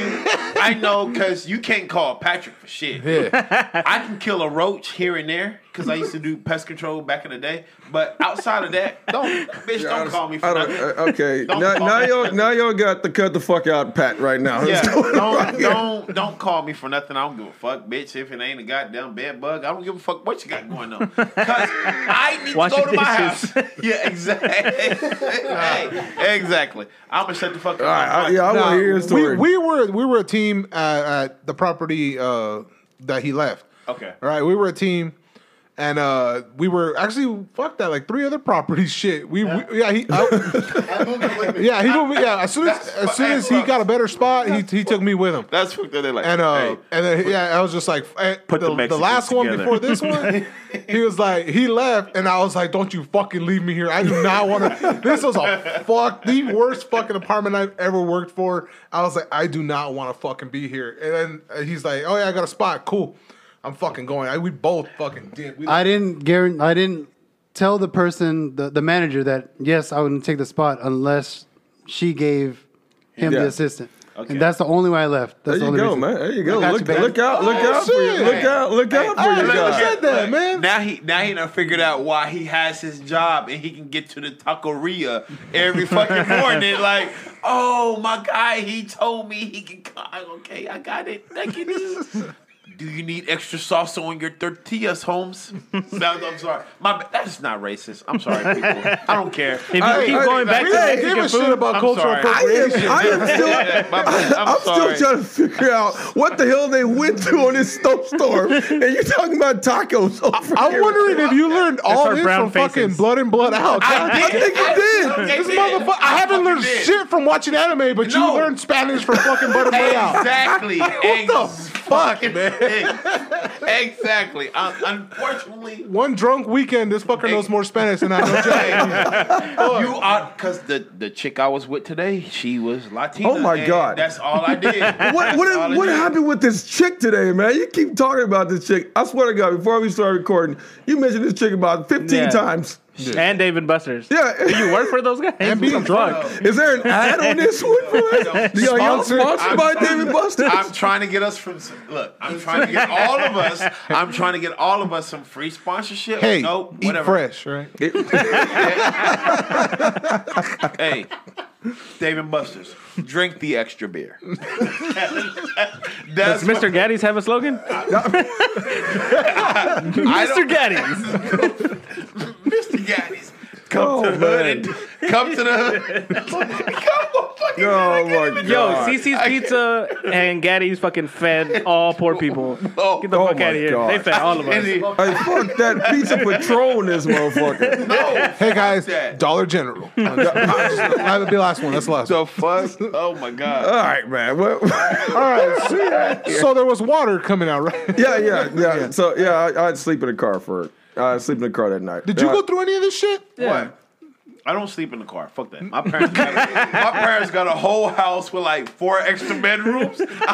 Speaker 5: you. I know because you can't call Patrick for shit.
Speaker 2: yeah.
Speaker 5: I can kill a roach here and there because I used to do pest control back in the day. But outside of that, don't bitch, don't call me
Speaker 7: I
Speaker 5: for
Speaker 7: don't-
Speaker 5: nothing.
Speaker 7: uh, okay, now,
Speaker 5: Don't call
Speaker 7: now
Speaker 5: me.
Speaker 7: y'all, now y'all got the cut the fuck out pat right now.
Speaker 5: Yeah,
Speaker 7: Right
Speaker 5: don't
Speaker 7: here.
Speaker 5: don't don't call me for nothing. I don't give a fuck, bitch. If it ain't a goddamn bed bug, I don't give a fuck what you got going on. Cause I need
Speaker 6: Wash
Speaker 5: to go
Speaker 6: your
Speaker 5: to my
Speaker 6: dishes.
Speaker 5: house. Yeah, exactly. Hey, exactly. I'm gonna shut the fuck up.
Speaker 7: All right, I, yeah, I want
Speaker 2: Nah,
Speaker 7: to hear his
Speaker 2: we,
Speaker 7: story.
Speaker 2: we were we were a team at, at the property uh, that he left.
Speaker 5: Okay.
Speaker 2: All right, we were a team, and uh, we were actually fuck that like three other properties. Shit, we yeah, we, yeah he. I- yeah, he moved me- yeah. As soon as as soon as he got a better spot, he he took me with him.
Speaker 5: That's what they're like.
Speaker 2: And uh,
Speaker 5: hey,
Speaker 2: and then, yeah, I was just like, eh,
Speaker 5: Put the
Speaker 2: the, the,
Speaker 5: Mexicans
Speaker 2: last one
Speaker 5: together.
Speaker 2: before this one, he was like, he left, and I was like, don't you fucking leave me here. I do not want to. This was a fuck, the worst fucking apartment I've ever worked for. I was like, I do not want to fucking be here. And then uh, he's like, oh yeah, I got a spot. Cool. I'm fucking going. I, we both fucking did. We
Speaker 4: I didn't guarantee. I didn't tell the person, the, the manager, that yes, I wouldn't take the spot unless she gave him
Speaker 7: Yeah.
Speaker 4: the assistant.
Speaker 5: Okay.
Speaker 4: And that's the only way I left.
Speaker 7: there
Speaker 4: That's the
Speaker 7: you
Speaker 4: only
Speaker 7: go,
Speaker 4: reason.
Speaker 7: man. There you go.
Speaker 4: I got
Speaker 7: Look,
Speaker 4: you, baby.
Speaker 7: look out, look
Speaker 2: Oh,
Speaker 7: out for you.
Speaker 2: shit.
Speaker 7: Look out, look out for
Speaker 2: I
Speaker 7: you
Speaker 2: never said
Speaker 7: guys.
Speaker 2: that, man.
Speaker 5: Now he now he done figured out why he has his job and he can get to the taqueria every fucking morning. like, oh my guy, he told me he can come. Okay, I got it. Thank you. dude. Do you need extra sauce on your tortillas, Holmes? Sounds, I'm sorry. My ba- that is not racist. I'm sorry, people. I don't care.
Speaker 6: If you
Speaker 7: I-
Speaker 6: keep
Speaker 7: I-
Speaker 6: going back
Speaker 2: we
Speaker 6: to
Speaker 2: don't give
Speaker 6: Mexican
Speaker 2: a shit
Speaker 6: food,
Speaker 2: about
Speaker 5: I'm
Speaker 2: cultural
Speaker 5: sorry.
Speaker 7: I
Speaker 2: appropriation.
Speaker 7: am, I am still,
Speaker 5: My bad. I'm,
Speaker 7: I'm
Speaker 5: sorry.
Speaker 7: still trying to figure out what the hell they went through on this snowstorm, and you're talking about tacos over
Speaker 2: I'm
Speaker 7: here.
Speaker 2: wondering if you learned all
Speaker 6: our
Speaker 2: this
Speaker 6: brown
Speaker 2: from fucking
Speaker 6: faces.
Speaker 2: Blood and Blood Out.
Speaker 5: I, did.
Speaker 7: think you did.
Speaker 5: fucking
Speaker 2: This motherfucker, I haven't learned
Speaker 5: did.
Speaker 2: shit from watching anime, but you
Speaker 5: No.
Speaker 2: learned Spanish from fucking Butter Bay out.
Speaker 5: Exactly.
Speaker 2: What the fuck, man?
Speaker 5: exactly. Um, unfortunately,
Speaker 2: One drunk weekend, this fucker knows more Spanish than I know Japanese.
Speaker 5: you are because the the chick I was with today, she was Latina.
Speaker 7: Oh my
Speaker 5: and
Speaker 7: God.
Speaker 5: that's all I did.
Speaker 7: What
Speaker 5: That's all I
Speaker 7: what, what
Speaker 5: did.
Speaker 7: happened with this chick today, man? You keep talking about this chick. I swear to God, before we started recording, you mentioned this chick about 15
Speaker 6: Yeah.
Speaker 7: times.
Speaker 6: and David Buster's.
Speaker 7: Yeah.
Speaker 6: You work for those guys?
Speaker 2: And being
Speaker 6: What the
Speaker 2: drunk.
Speaker 6: fuck?
Speaker 7: Is there an ad on this one? for us? Y'all- Y'all
Speaker 2: Sponsored.
Speaker 7: sponsored by David Buster?
Speaker 5: I'm trying to get us from some- look. I'm trying to get all of us. I'm trying to get all of us some free sponsorship.
Speaker 2: Hey,
Speaker 5: nope,
Speaker 2: eat
Speaker 5: whatever.
Speaker 2: fresh, right?
Speaker 5: Hey, Dave and Buster's, drink the extra beer. that's
Speaker 6: Does Mr. Gaddy's have a slogan? Mr. Gaddy's.
Speaker 5: Mr. Gaddy's. Come to the hood. And, come to the hood. come on, fucking
Speaker 7: Oh my God.
Speaker 6: Yo, CC's Pizza and Gaddy's fucking fed all poor people.
Speaker 5: Oh,
Speaker 6: Get the
Speaker 7: Oh
Speaker 6: fuck
Speaker 7: my
Speaker 6: out of here.
Speaker 7: God.
Speaker 6: They fed all of
Speaker 5: and
Speaker 6: us.
Speaker 5: he-
Speaker 7: Hey, fuck that pizza patrol in this motherfucker.
Speaker 5: no.
Speaker 2: Hey guys,
Speaker 5: that.
Speaker 2: Dollar General. that would be the last one. That's the last one. Uh,
Speaker 5: The fuck? Oh my god.
Speaker 7: All right, man. Well,
Speaker 2: All right. So, so there was water coming out, right?
Speaker 7: yeah, yeah, yeah. So yeah, I, I'd sleep in the car for. I'd sleep in the car that night.
Speaker 2: Did you
Speaker 7: Yeah.
Speaker 2: go through any of this shit?
Speaker 5: What? I don't sleep in the car. Fuck that. My parents got a, my parents got a whole house with like four extra bedrooms.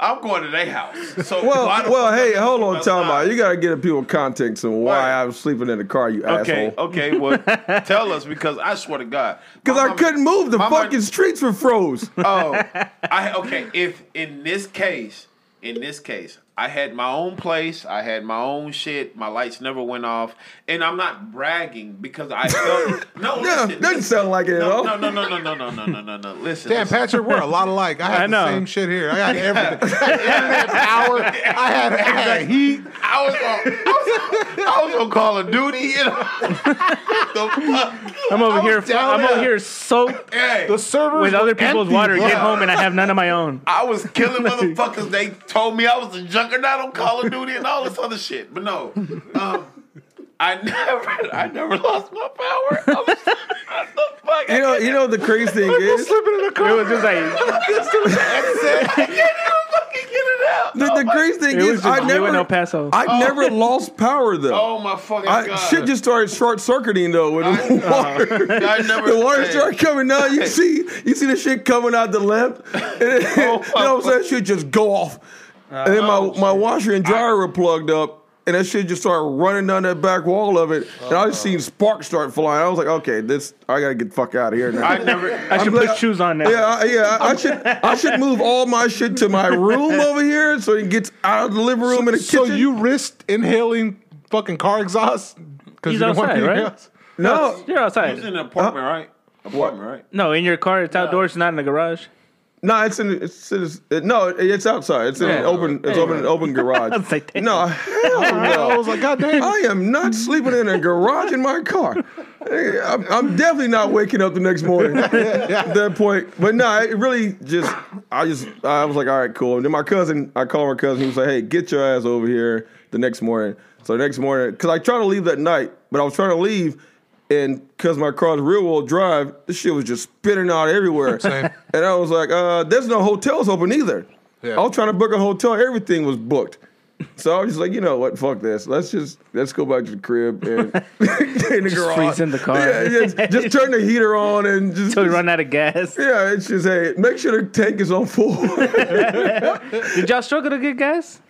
Speaker 5: I'm going to their house. So why the
Speaker 7: Well, well,
Speaker 5: fuck-
Speaker 7: hey, hold on, time
Speaker 5: not-
Speaker 7: out. You gotta give people context on why
Speaker 5: Right.
Speaker 7: I was sleeping in the car, you
Speaker 6: um,
Speaker 5: Okay,
Speaker 7: asshole.
Speaker 5: okay. Well, tell us because I swear to God,
Speaker 7: Because
Speaker 5: my
Speaker 7: I
Speaker 5: mama-
Speaker 7: couldn't move. The
Speaker 5: my mom-
Speaker 7: fucking streets were froze.
Speaker 5: Oh, I okay. If in this case, in this case, I had my own place. I had my own shit. My lights never went off, and I'm not bragging because I felt no.
Speaker 7: Yeah,
Speaker 5: listen,
Speaker 7: doesn't sound like it at
Speaker 5: no,
Speaker 7: all.
Speaker 5: no, no, no, no, no, no, no, no, no, no. Listen,
Speaker 2: Damn,
Speaker 5: listen.
Speaker 2: Patrick, we're a lot alike. I had
Speaker 6: I know.
Speaker 2: the same shit here. I got everything. Internet power. I had, I had heat.
Speaker 5: I was on, I was on, I was on Call of Duty. You know? the fuck?
Speaker 6: I'm over here.
Speaker 5: down
Speaker 6: I'm over
Speaker 5: there.
Speaker 6: here soaked
Speaker 5: Hey,
Speaker 2: The servers
Speaker 6: with
Speaker 2: were
Speaker 6: other people's
Speaker 2: empty,
Speaker 6: water.
Speaker 2: bro.
Speaker 6: Get home and I have none of my own.
Speaker 5: I was killing motherfuckers. They told me I was a juggernaut on Call of Duty and all this other shit. But no, um, I never, I never lost my power. I was, I the fuck,
Speaker 7: You know, you know the crazy thing is
Speaker 6: It was just like
Speaker 5: I can't even fucking get it out.
Speaker 7: the, the crazy thing
Speaker 6: it was
Speaker 7: is
Speaker 6: just
Speaker 7: I never
Speaker 6: in El Paso.
Speaker 7: I never lost power though.
Speaker 5: Oh my fucking
Speaker 7: I,
Speaker 5: god!
Speaker 7: shit just started short circuiting though with the water.
Speaker 5: I never.
Speaker 7: The water
Speaker 5: hey,
Speaker 7: started coming out. You see, you see the shit coming out the left, and then,
Speaker 5: my
Speaker 7: then all of a sudden shit just go off. and then my, my washer and dryer were plugged up, and that shit just started running down that back wall of it. And I just
Speaker 2: Uh.
Speaker 7: seen sparks start flying. I was like, okay, this I gotta get the fuck out of here now.
Speaker 5: I never.
Speaker 6: I should
Speaker 7: I'm
Speaker 6: put
Speaker 7: like-
Speaker 6: shoes on now.
Speaker 7: yeah, I, yeah. I should I should move all my shit to my room over here so it gets out of the living room and the
Speaker 2: So
Speaker 7: kitchen.
Speaker 2: you risked inhaling fucking car exhaust because
Speaker 6: He's outside,
Speaker 2: anything
Speaker 6: right?
Speaker 2: else?
Speaker 7: no,
Speaker 5: It
Speaker 6: You're
Speaker 5: was in
Speaker 6: outside.
Speaker 5: an apartment, right? Apartment, right?
Speaker 6: No, in your car. It's outdoors. Not in the garage.
Speaker 7: No, it's in it's, it's it, no, it's outside. It's in an
Speaker 6: Yeah.
Speaker 7: open it's open an open garage.
Speaker 6: was like, damn.
Speaker 7: no, hell
Speaker 2: I
Speaker 7: no.
Speaker 2: was like, God damn.
Speaker 7: I am not sleeping in a garage in my car. Hey, I'm, I'm definitely not waking up the next morning at that point. But no, it really just I just I was like, all right, cool. And then my cousin, I called my cousin. He was like, hey, get your ass over here the next morning. So the next morning, because I tried to leave that night, but I was trying to leave. And because my car's rear wheel drive, this shit was just spinning out everywhere.
Speaker 2: Same.
Speaker 7: And I was like, uh, there's no hotels open either.
Speaker 2: Yeah.
Speaker 7: I was trying to book a hotel, everything was booked. So I was just like, you know what, fuck this. Let's just let's go back to the crib and in the garage.
Speaker 6: freeze in the car.
Speaker 7: Yeah, just, just turn the heater on and just
Speaker 6: So we run out of gas.
Speaker 7: Yeah, it's just hey, make sure the tank is on full.
Speaker 6: Did y'all struggle to get gas?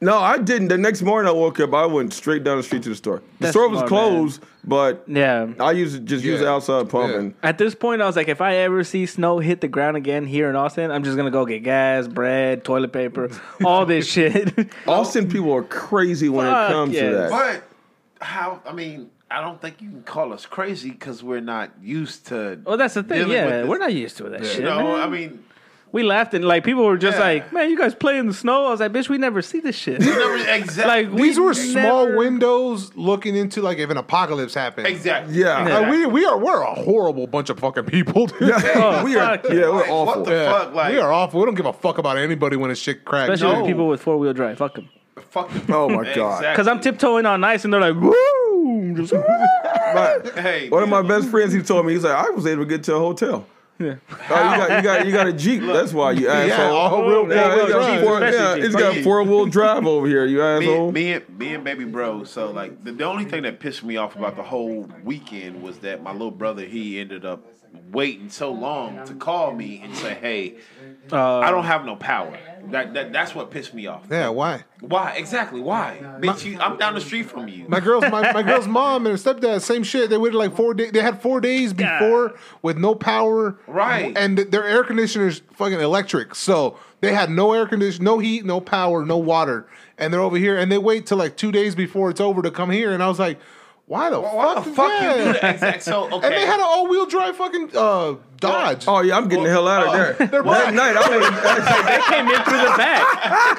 Speaker 7: no, I didn't. The next morning I woke up, I went straight down the street to the store. The
Speaker 6: That's
Speaker 7: store was
Speaker 6: smart,
Speaker 7: closed, but
Speaker 6: Yeah.
Speaker 7: I used just use the
Speaker 2: Yeah.
Speaker 7: outside pump
Speaker 2: Yeah.
Speaker 7: and
Speaker 6: At this point, I was like, if I ever see snow hit the ground again here in Austin, I'm just gonna go get gas, bread, toilet paper, all this shit.
Speaker 7: Austin people are crazy when
Speaker 6: Oh. Fuck
Speaker 7: it comes
Speaker 6: yes.
Speaker 7: to that.
Speaker 5: But how? I mean, I don't think you can call us crazy because we're not used to.
Speaker 6: well, that's the thing.
Speaker 5: Dealing with
Speaker 6: Yeah,
Speaker 5: this-
Speaker 6: we're not used to that shit.
Speaker 5: you know,
Speaker 6: man.
Speaker 5: I mean,
Speaker 6: we laughed and like people were just
Speaker 5: Yeah.
Speaker 6: like, "Man, you guys play in the snow." I was like, "Bitch, we never see this shit."
Speaker 5: you never exactly.
Speaker 6: like
Speaker 2: These were small
Speaker 6: never-
Speaker 2: windows looking into like if an apocalypse happened.
Speaker 5: exactly.
Speaker 7: Yeah.
Speaker 2: Like, we we are we're a horrible bunch of fucking people. dude.
Speaker 6: Oh,
Speaker 7: we are,
Speaker 6: fuck
Speaker 7: yeah,
Speaker 6: yeah.
Speaker 7: we're
Speaker 5: Like,
Speaker 7: awful.
Speaker 5: What the fuck? Like,
Speaker 2: we are awful. We don't give a fuck about anybody when it's shit cracks.
Speaker 6: Especially
Speaker 5: No.
Speaker 6: with people with four wheel drive. Fuck them.
Speaker 5: Fuck the-
Speaker 7: Oh my God.
Speaker 6: Because I'm tiptoeing on ice and they're like, "Woo!" Just,
Speaker 7: My-
Speaker 5: Hey,
Speaker 7: one of my
Speaker 5: you
Speaker 7: best friends, he told me, he's like, I was able to get to a hotel. Yeah. you got you got you got a Jeep. That's why you asshole.
Speaker 2: all real-
Speaker 7: yeah,
Speaker 2: all-wheel
Speaker 7: he got
Speaker 2: drive.
Speaker 7: four, yeah,
Speaker 6: Especially
Speaker 7: it's
Speaker 6: Jeep.
Speaker 7: got four wheel drive over here. You
Speaker 5: me,
Speaker 7: asshole.
Speaker 5: me and me and baby bro. So like the, the only thing that pissed me off about the whole weekend was that my little brother he ended up waiting so long to call me and say, "Hey,
Speaker 6: Uh,
Speaker 5: I don't have no power." That, that that's what pissed me off.
Speaker 2: yeah, why?
Speaker 5: Why exactly? Why, bitch? You, I'm down the street from you.
Speaker 2: My girl's my, my girl's mom and her stepdad, same shit. They waited like four days. They had four days before with no power.
Speaker 5: Right.
Speaker 2: And th- their air conditioner's fucking electric. So they had no air condition, no heat, no power, no water. And they're over here and they wait till like two days before it's over to come here. And I was like, why the
Speaker 5: Why the
Speaker 2: fuck?
Speaker 5: fuck you
Speaker 2: yeah?
Speaker 5: do that? Exact- So okay.
Speaker 2: And they had an all wheel drive fucking uh, Dodge.
Speaker 7: oh yeah, I'm getting the hell out of there.
Speaker 2: black.
Speaker 7: That night I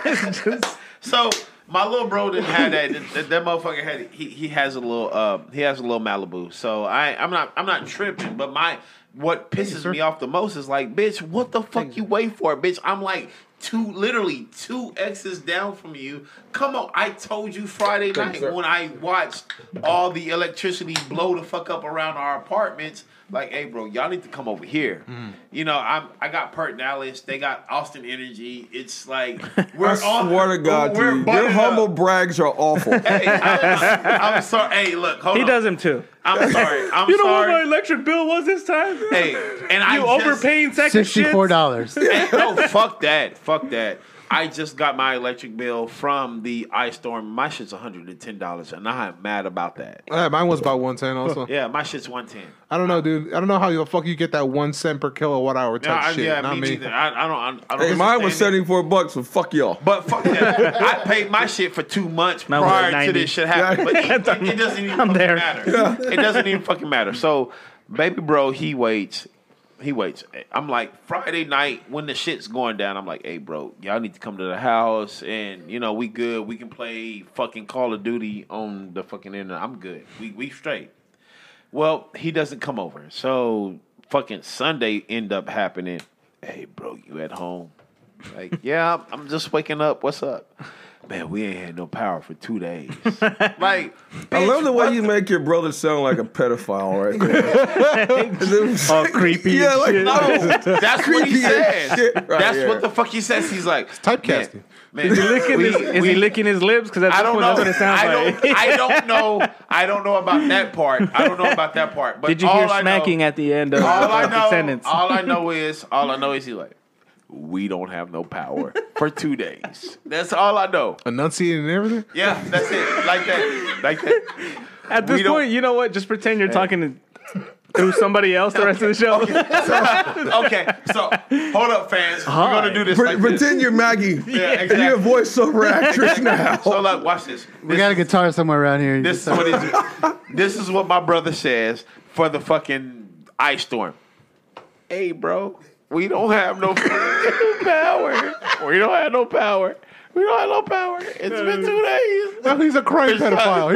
Speaker 6: they
Speaker 7: was
Speaker 6: came in through the back.
Speaker 5: So my little bro didn't have that. that, that motherfucker had he he has a little uh he has a little Malibu. So I I'm not I'm not tripping, but my what pisses me off the most is like, bitch, what the fuck you wait for, bitch? I'm like two literally two X's down from you. Come on, I told you Friday night when I watched all the electricity blow the fuck up around our apartments. Like, hey, bro, y'all need to come over here. You know, I'm I got Pert Dallas, they got Austin Energy. It's like we're
Speaker 7: I
Speaker 5: all-
Speaker 7: swear to God,
Speaker 5: we're
Speaker 7: dude, your
Speaker 5: butted
Speaker 7: humble
Speaker 5: up.
Speaker 7: brags are awful.
Speaker 5: Hey, I, am sorry. Hey, look, hold
Speaker 6: He
Speaker 5: on.
Speaker 6: does him too.
Speaker 5: I'm sorry. I'm
Speaker 6: You know
Speaker 5: sorry.
Speaker 6: what my electric bill was this time?
Speaker 5: hey, and I
Speaker 6: you
Speaker 5: just-
Speaker 6: overpaying second shit.
Speaker 4: Sixty-four dollars.
Speaker 5: Hey, no, fuck that. Fuck that. I just got my electric bill from the ice storm. My shit's one hundred and ten dollars, and I'm mad about that.
Speaker 2: Uh, mine was about one ten. Also,
Speaker 5: Yeah, my shit's one ten.
Speaker 2: I don't know, dude. I don't know how the fuck you get that one cent per kilowatt hour
Speaker 5: Yeah,
Speaker 2: type
Speaker 5: I-
Speaker 2: shit.
Speaker 5: yeah,
Speaker 2: not
Speaker 5: me,
Speaker 2: me.
Speaker 5: neither. I, I don't. I, I don't
Speaker 7: Hey, mine was
Speaker 5: understand it.
Speaker 7: seventy four bucks, so fuck y'all. But
Speaker 5: But fuck that. I paid my shit for two months
Speaker 6: Mine was
Speaker 5: prior to
Speaker 6: 90.
Speaker 5: this shit happening. But it, it- it doesn't even
Speaker 6: I'm
Speaker 5: fucking
Speaker 6: there.
Speaker 5: matter. It doesn't even fucking matter. So, baby bro, he waits. He waits. I'm like, Friday night when the shit's going down, I'm like, hey, bro, y'all need to come to the house and, you know, we good. We can play fucking Call of Duty on the fucking internet. I'm good. We, we straight. Well, he doesn't come over. So fucking Sunday end up happening. Hey, bro, you at home? Like, yeah, I'm- I'm just waking up. What's up? Man, we ain't had no power for two days. like,
Speaker 7: I love the
Speaker 5: bitch,
Speaker 7: way you make your brother sound like a pedophile right there.
Speaker 6: All creepy.
Speaker 7: yeah,
Speaker 6: and
Speaker 7: like
Speaker 6: shit.
Speaker 7: no.
Speaker 5: what- That's what he
Speaker 7: Creepy as
Speaker 5: says.
Speaker 7: shit right
Speaker 5: That's
Speaker 7: here.
Speaker 5: what the fuck he says. He's like
Speaker 2: typecasting.
Speaker 5: Man, man,
Speaker 6: Is he licking,
Speaker 5: we-
Speaker 6: his, is
Speaker 5: we-
Speaker 6: he licking his lips? Because
Speaker 5: I don't know.
Speaker 6: that's what it sounds
Speaker 5: I
Speaker 6: like.
Speaker 5: don't. I don't know. I don't know about that part. I don't know about that part. But
Speaker 6: Did you
Speaker 5: all
Speaker 6: hear
Speaker 5: I know-
Speaker 6: smacking at the end of
Speaker 5: all I
Speaker 6: of the
Speaker 5: know,
Speaker 6: sentence?
Speaker 5: all I know is, all I know is he's like, we don't have no power for two days. That's all I know.
Speaker 2: Enunciating and everything.
Speaker 5: Yeah, that's it. Like that. Like that.
Speaker 6: At this
Speaker 5: We don't-
Speaker 6: point, you know what? Just pretend you're talking to, through somebody else the rest of the show.
Speaker 5: Okay, so hold up, fans. We're
Speaker 6: Hi.
Speaker 5: gonna do this.
Speaker 7: Pre-
Speaker 5: like this.
Speaker 7: pretend you're Maggie.
Speaker 5: Yeah,
Speaker 7: And you're a
Speaker 5: exactly.
Speaker 7: voiceover actress now.
Speaker 5: So like, watch this.
Speaker 4: We got a guitar somewhere around here.
Speaker 5: This is what is. This is what my brother says for the fucking ice storm. Hey, bro, we don't have no power. We don't have no power. We don't have no power. It's been two days.
Speaker 2: No, he's a crime pedophile.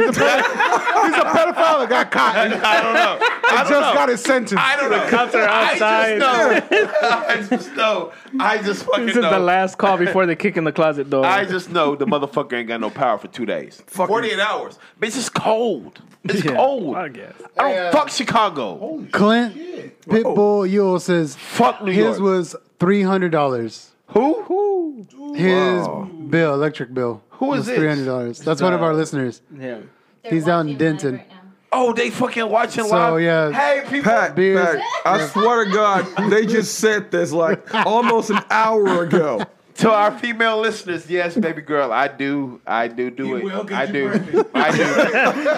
Speaker 2: He's a, ped- he's a pedophile that got caught. and
Speaker 5: I don't know. I
Speaker 2: just
Speaker 5: don't know.
Speaker 2: got his sentence.
Speaker 5: I don't know.
Speaker 6: cops are outside.
Speaker 5: I just know. I just know. I just fucking
Speaker 6: This is
Speaker 5: know.
Speaker 6: the last call before they kick in the closet door.
Speaker 5: I just know the motherfucker ain't got no power for two days. Forty eight hours. Bitch, it's cold. It's
Speaker 6: Yeah,
Speaker 5: cold.
Speaker 6: I
Speaker 5: I
Speaker 6: guess.
Speaker 5: don't fuck Chicago.
Speaker 4: Clint Pitbull Yule says
Speaker 5: fuck New
Speaker 4: his
Speaker 5: York.
Speaker 4: was three hundred dollars.
Speaker 5: Who? Who?
Speaker 4: His bill, electric bill.
Speaker 5: Who is
Speaker 4: was
Speaker 5: this?
Speaker 4: Three hundred dollars. That's one of our listeners.
Speaker 6: Yeah.
Speaker 8: They're
Speaker 4: He's
Speaker 8: watching
Speaker 4: out in
Speaker 8: live
Speaker 4: Denton.
Speaker 8: Right now.
Speaker 5: Oh, they fucking watching
Speaker 4: So,
Speaker 5: live.
Speaker 4: yeah.
Speaker 5: Hey, people.
Speaker 7: Pat,
Speaker 4: Beer.
Speaker 7: Pat, I swear to God, they just said this like almost an hour ago.
Speaker 5: To our female listeners, yes, baby girl, I do, I do do it.
Speaker 2: will get
Speaker 5: I
Speaker 2: you
Speaker 5: do,
Speaker 2: pregnant.
Speaker 5: I do.
Speaker 6: Yeah, he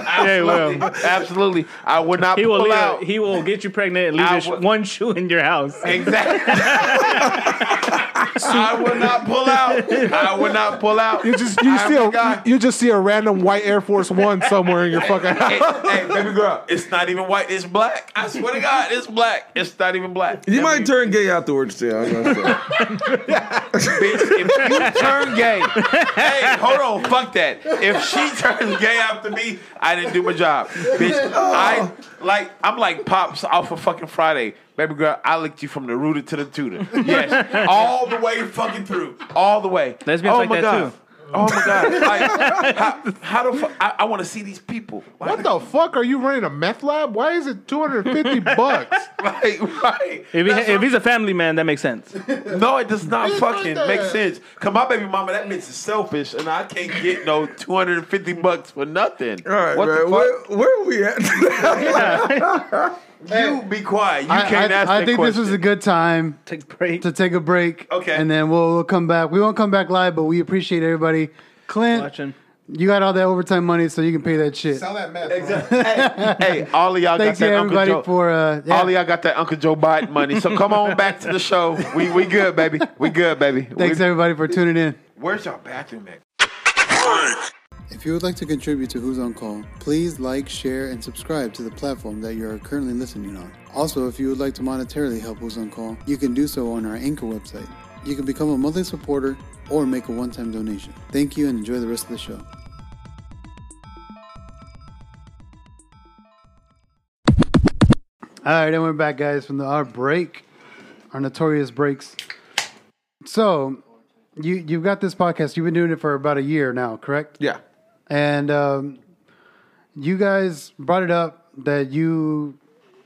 Speaker 5: Absolutely,
Speaker 6: will.
Speaker 5: absolutely. I would not
Speaker 6: He will,
Speaker 5: pull
Speaker 6: leave,
Speaker 5: out.
Speaker 6: he will get you pregnant and leave
Speaker 5: I
Speaker 6: your sh-
Speaker 5: would-
Speaker 6: one shoe in your house.
Speaker 5: Exactly. I would not pull out. I would not pull out.
Speaker 2: You just you
Speaker 5: I
Speaker 2: see a,
Speaker 5: forgot.
Speaker 2: you just see a random white Air Force One somewhere in your fucking house.
Speaker 5: Hey, hey, baby girl, it's not even white. It's black. I swear to God, it's black. It's not even black.
Speaker 7: You might turn gay afterwards too. I'm gonna say.
Speaker 5: bitch. If you turn gay, hey, hold on, fuck that. If she turns gay after me, I didn't do my job, bitch. I like, I'm like pops off of fucking Friday, baby girl. I licked you from the rooter to the tutor, yes, all the way fucking through, all the way.
Speaker 6: Lesbians like that, too.
Speaker 5: Oh my god! Like, how, how the fuck? I, I want to see these people. Like,
Speaker 2: What the fuck are you running a meth lab? Why is it two hundred fifty bucks?
Speaker 5: Right, right.
Speaker 6: If,
Speaker 5: That's
Speaker 6: he, if
Speaker 5: what
Speaker 6: he's a family man, that makes sense.
Speaker 5: No, it does not
Speaker 2: It's
Speaker 5: fucking
Speaker 2: like that.
Speaker 5: make sense. Cause my baby mama, that bitch is selfish, and I can't get no two hundred and fifty bucks for nothing.
Speaker 7: All right,
Speaker 5: what
Speaker 7: man.
Speaker 5: the
Speaker 7: Where,
Speaker 5: fuck?
Speaker 7: where are we at?
Speaker 5: You be quiet. You
Speaker 4: I,
Speaker 5: can't
Speaker 4: I-
Speaker 5: ask
Speaker 4: I
Speaker 5: that
Speaker 4: think
Speaker 5: question.
Speaker 4: this was a good time
Speaker 6: Take break.
Speaker 4: to take a break.
Speaker 5: Okay.
Speaker 4: And then we'll, we'll come back. We won't come back live, but we appreciate everybody. Clint,
Speaker 6: Watching.
Speaker 4: you got all that overtime money, so you can pay that shit.
Speaker 2: that meth.
Speaker 5: hey, hey, all of y'all
Speaker 4: Thanks
Speaker 5: got
Speaker 4: to
Speaker 5: that Uncle
Speaker 4: everybody
Speaker 5: Joe.
Speaker 4: for uh, yeah.
Speaker 5: All of y'all got that Uncle Joe Biden money. So come on back to the show. We we good, baby. We good, baby.
Speaker 4: Thanks
Speaker 5: We-
Speaker 4: everybody for tuning in.
Speaker 5: Where's your bathroom at?
Speaker 1: If you would like to contribute to Who's on Call, please like, share, and subscribe to the platform that you are currently listening on. Also, if you would like to monetarily help Who's on Call, you can do so on our Anchor website. You can become a monthly supporter or make a one-time donation. Thank you and enjoy the rest of the show.
Speaker 4: All right, and we're back, guys, from the, our break, our notorious breaks. So, you you've got this podcast. You've been doing it for about a year now, correct?
Speaker 7: yeah.
Speaker 4: And um, you guys brought it up that you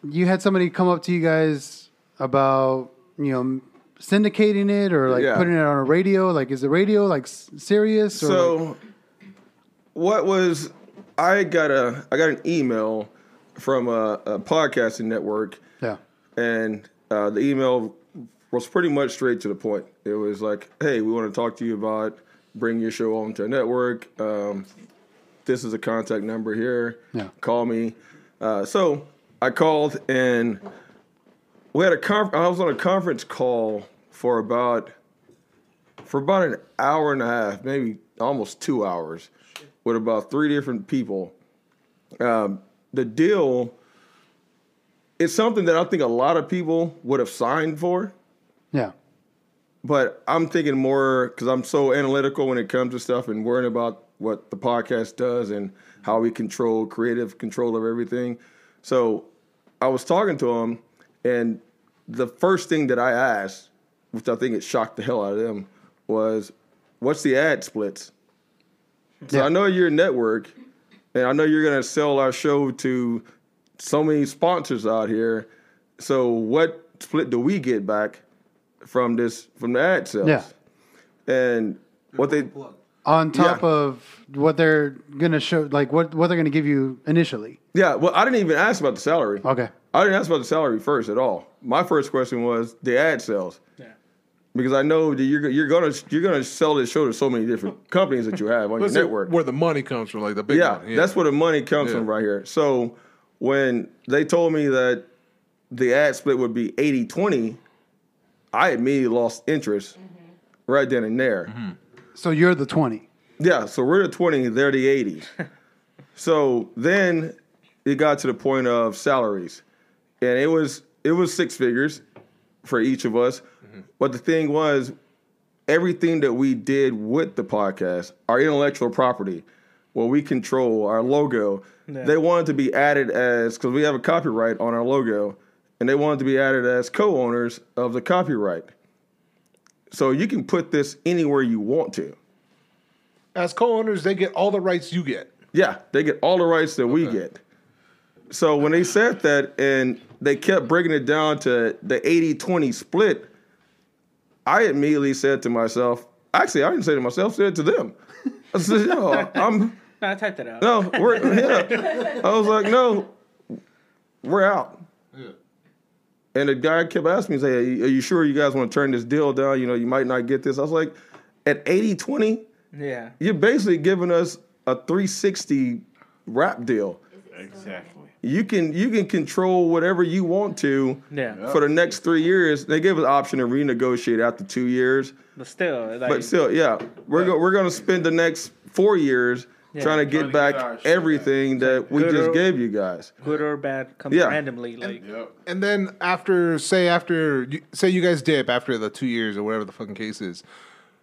Speaker 4: you had somebody come up to you guys about you know syndicating it or like
Speaker 7: Yeah.
Speaker 4: putting it on a radio. Like, is the radio like s- serious? Or like-
Speaker 7: So, what was I got a I got an email from a, a podcasting network,
Speaker 4: yeah,
Speaker 7: and uh, the email
Speaker 2: was pretty much straight to the point. It was like, hey, we want to talk to you about bringing your show onto our network. Um, this is a contact number here.
Speaker 4: Yeah.
Speaker 2: Call me. Uh, so I called and we had a conf- I was on a conference call for about for about an hour and a half, maybe almost two hours, with about three different people. Um, the deal is something that I think a lot of people would have signed for,
Speaker 4: Yeah.
Speaker 2: but I'm thinking more because I'm so analytical when it comes to stuff and worrying about what the podcast does and how we control creative control of everything. So I was talking to him, and the first thing that I asked, which I think it shocked the hell out of them, was, "What's the ad splits?" So I know you're a network, and I know you're going to sell our show to so many sponsors out here. So what split do we get back from this from the ad sales?
Speaker 4: Yeah.
Speaker 2: And what they
Speaker 4: On top
Speaker 2: Yeah.
Speaker 4: of what they're gonna show, like what what they're gonna give you initially.
Speaker 2: yeah, well, I didn't even ask about the salary.
Speaker 4: Okay.
Speaker 2: I didn't ask about the salary first at all. My first question was the ad sales. Yeah. Because I know that you're you're gonna you're gonna sell this show to so many different companies that you have on your
Speaker 7: Let's see
Speaker 2: network.
Speaker 7: where the money comes from, like the big
Speaker 2: Yeah,
Speaker 7: one.
Speaker 2: that's where the money comes
Speaker 7: Yeah.
Speaker 2: from right here. So when they told me that the ad split would be 80 20, I immediately lost interest right then and
Speaker 7: Mm-hmm.
Speaker 2: there.
Speaker 4: So you're the twenty.
Speaker 2: Yeah, so we're the 20, they're the 80. so then it got to the point of salaries. And it was it was six figures for each of us. But the thing was everything that we did with the podcast, our intellectual property, what we control, our logo, they wanted to be added as cuz we have a copyright on our logo and they wanted to be added as co-owners of the copyright. So you can put this anywhere you want to.
Speaker 7: As co-owners, they get all the rights you get.
Speaker 2: Yeah, they get all the rights that we get. So when they said that and they kept breaking it down to the 80-20 split, I immediately said to myself, actually I didn't say to myself, I said to them. I said, no, I'm
Speaker 6: No, I typed it out.
Speaker 2: no, we're yeah. I was like, no, we're out. And the guy kept asking me, he's like, are you are you sure you guys want to turn this deal down? You know, you might not get this. I was like, at 80-20,
Speaker 6: Yeah.
Speaker 2: you're basically giving us a 360 rap deal.
Speaker 5: Exactly.
Speaker 2: You can you can control whatever you want to
Speaker 6: Yeah.
Speaker 2: for the next three years. They gave us the option to renegotiate after two years,
Speaker 6: But still, like,
Speaker 2: but still, yeah, we're go, we're gonna spend the next four years trying to
Speaker 5: Trying to
Speaker 2: get
Speaker 5: get our
Speaker 2: back
Speaker 5: shit back.
Speaker 2: everything that we
Speaker 6: Good
Speaker 2: just
Speaker 6: old-
Speaker 2: gave you guys.
Speaker 6: good or bad comes
Speaker 2: Yeah.
Speaker 6: randomly. Like,
Speaker 5: Yep.
Speaker 7: And then after, say after, you- say you guys dip after the two years or whatever the fucking case is.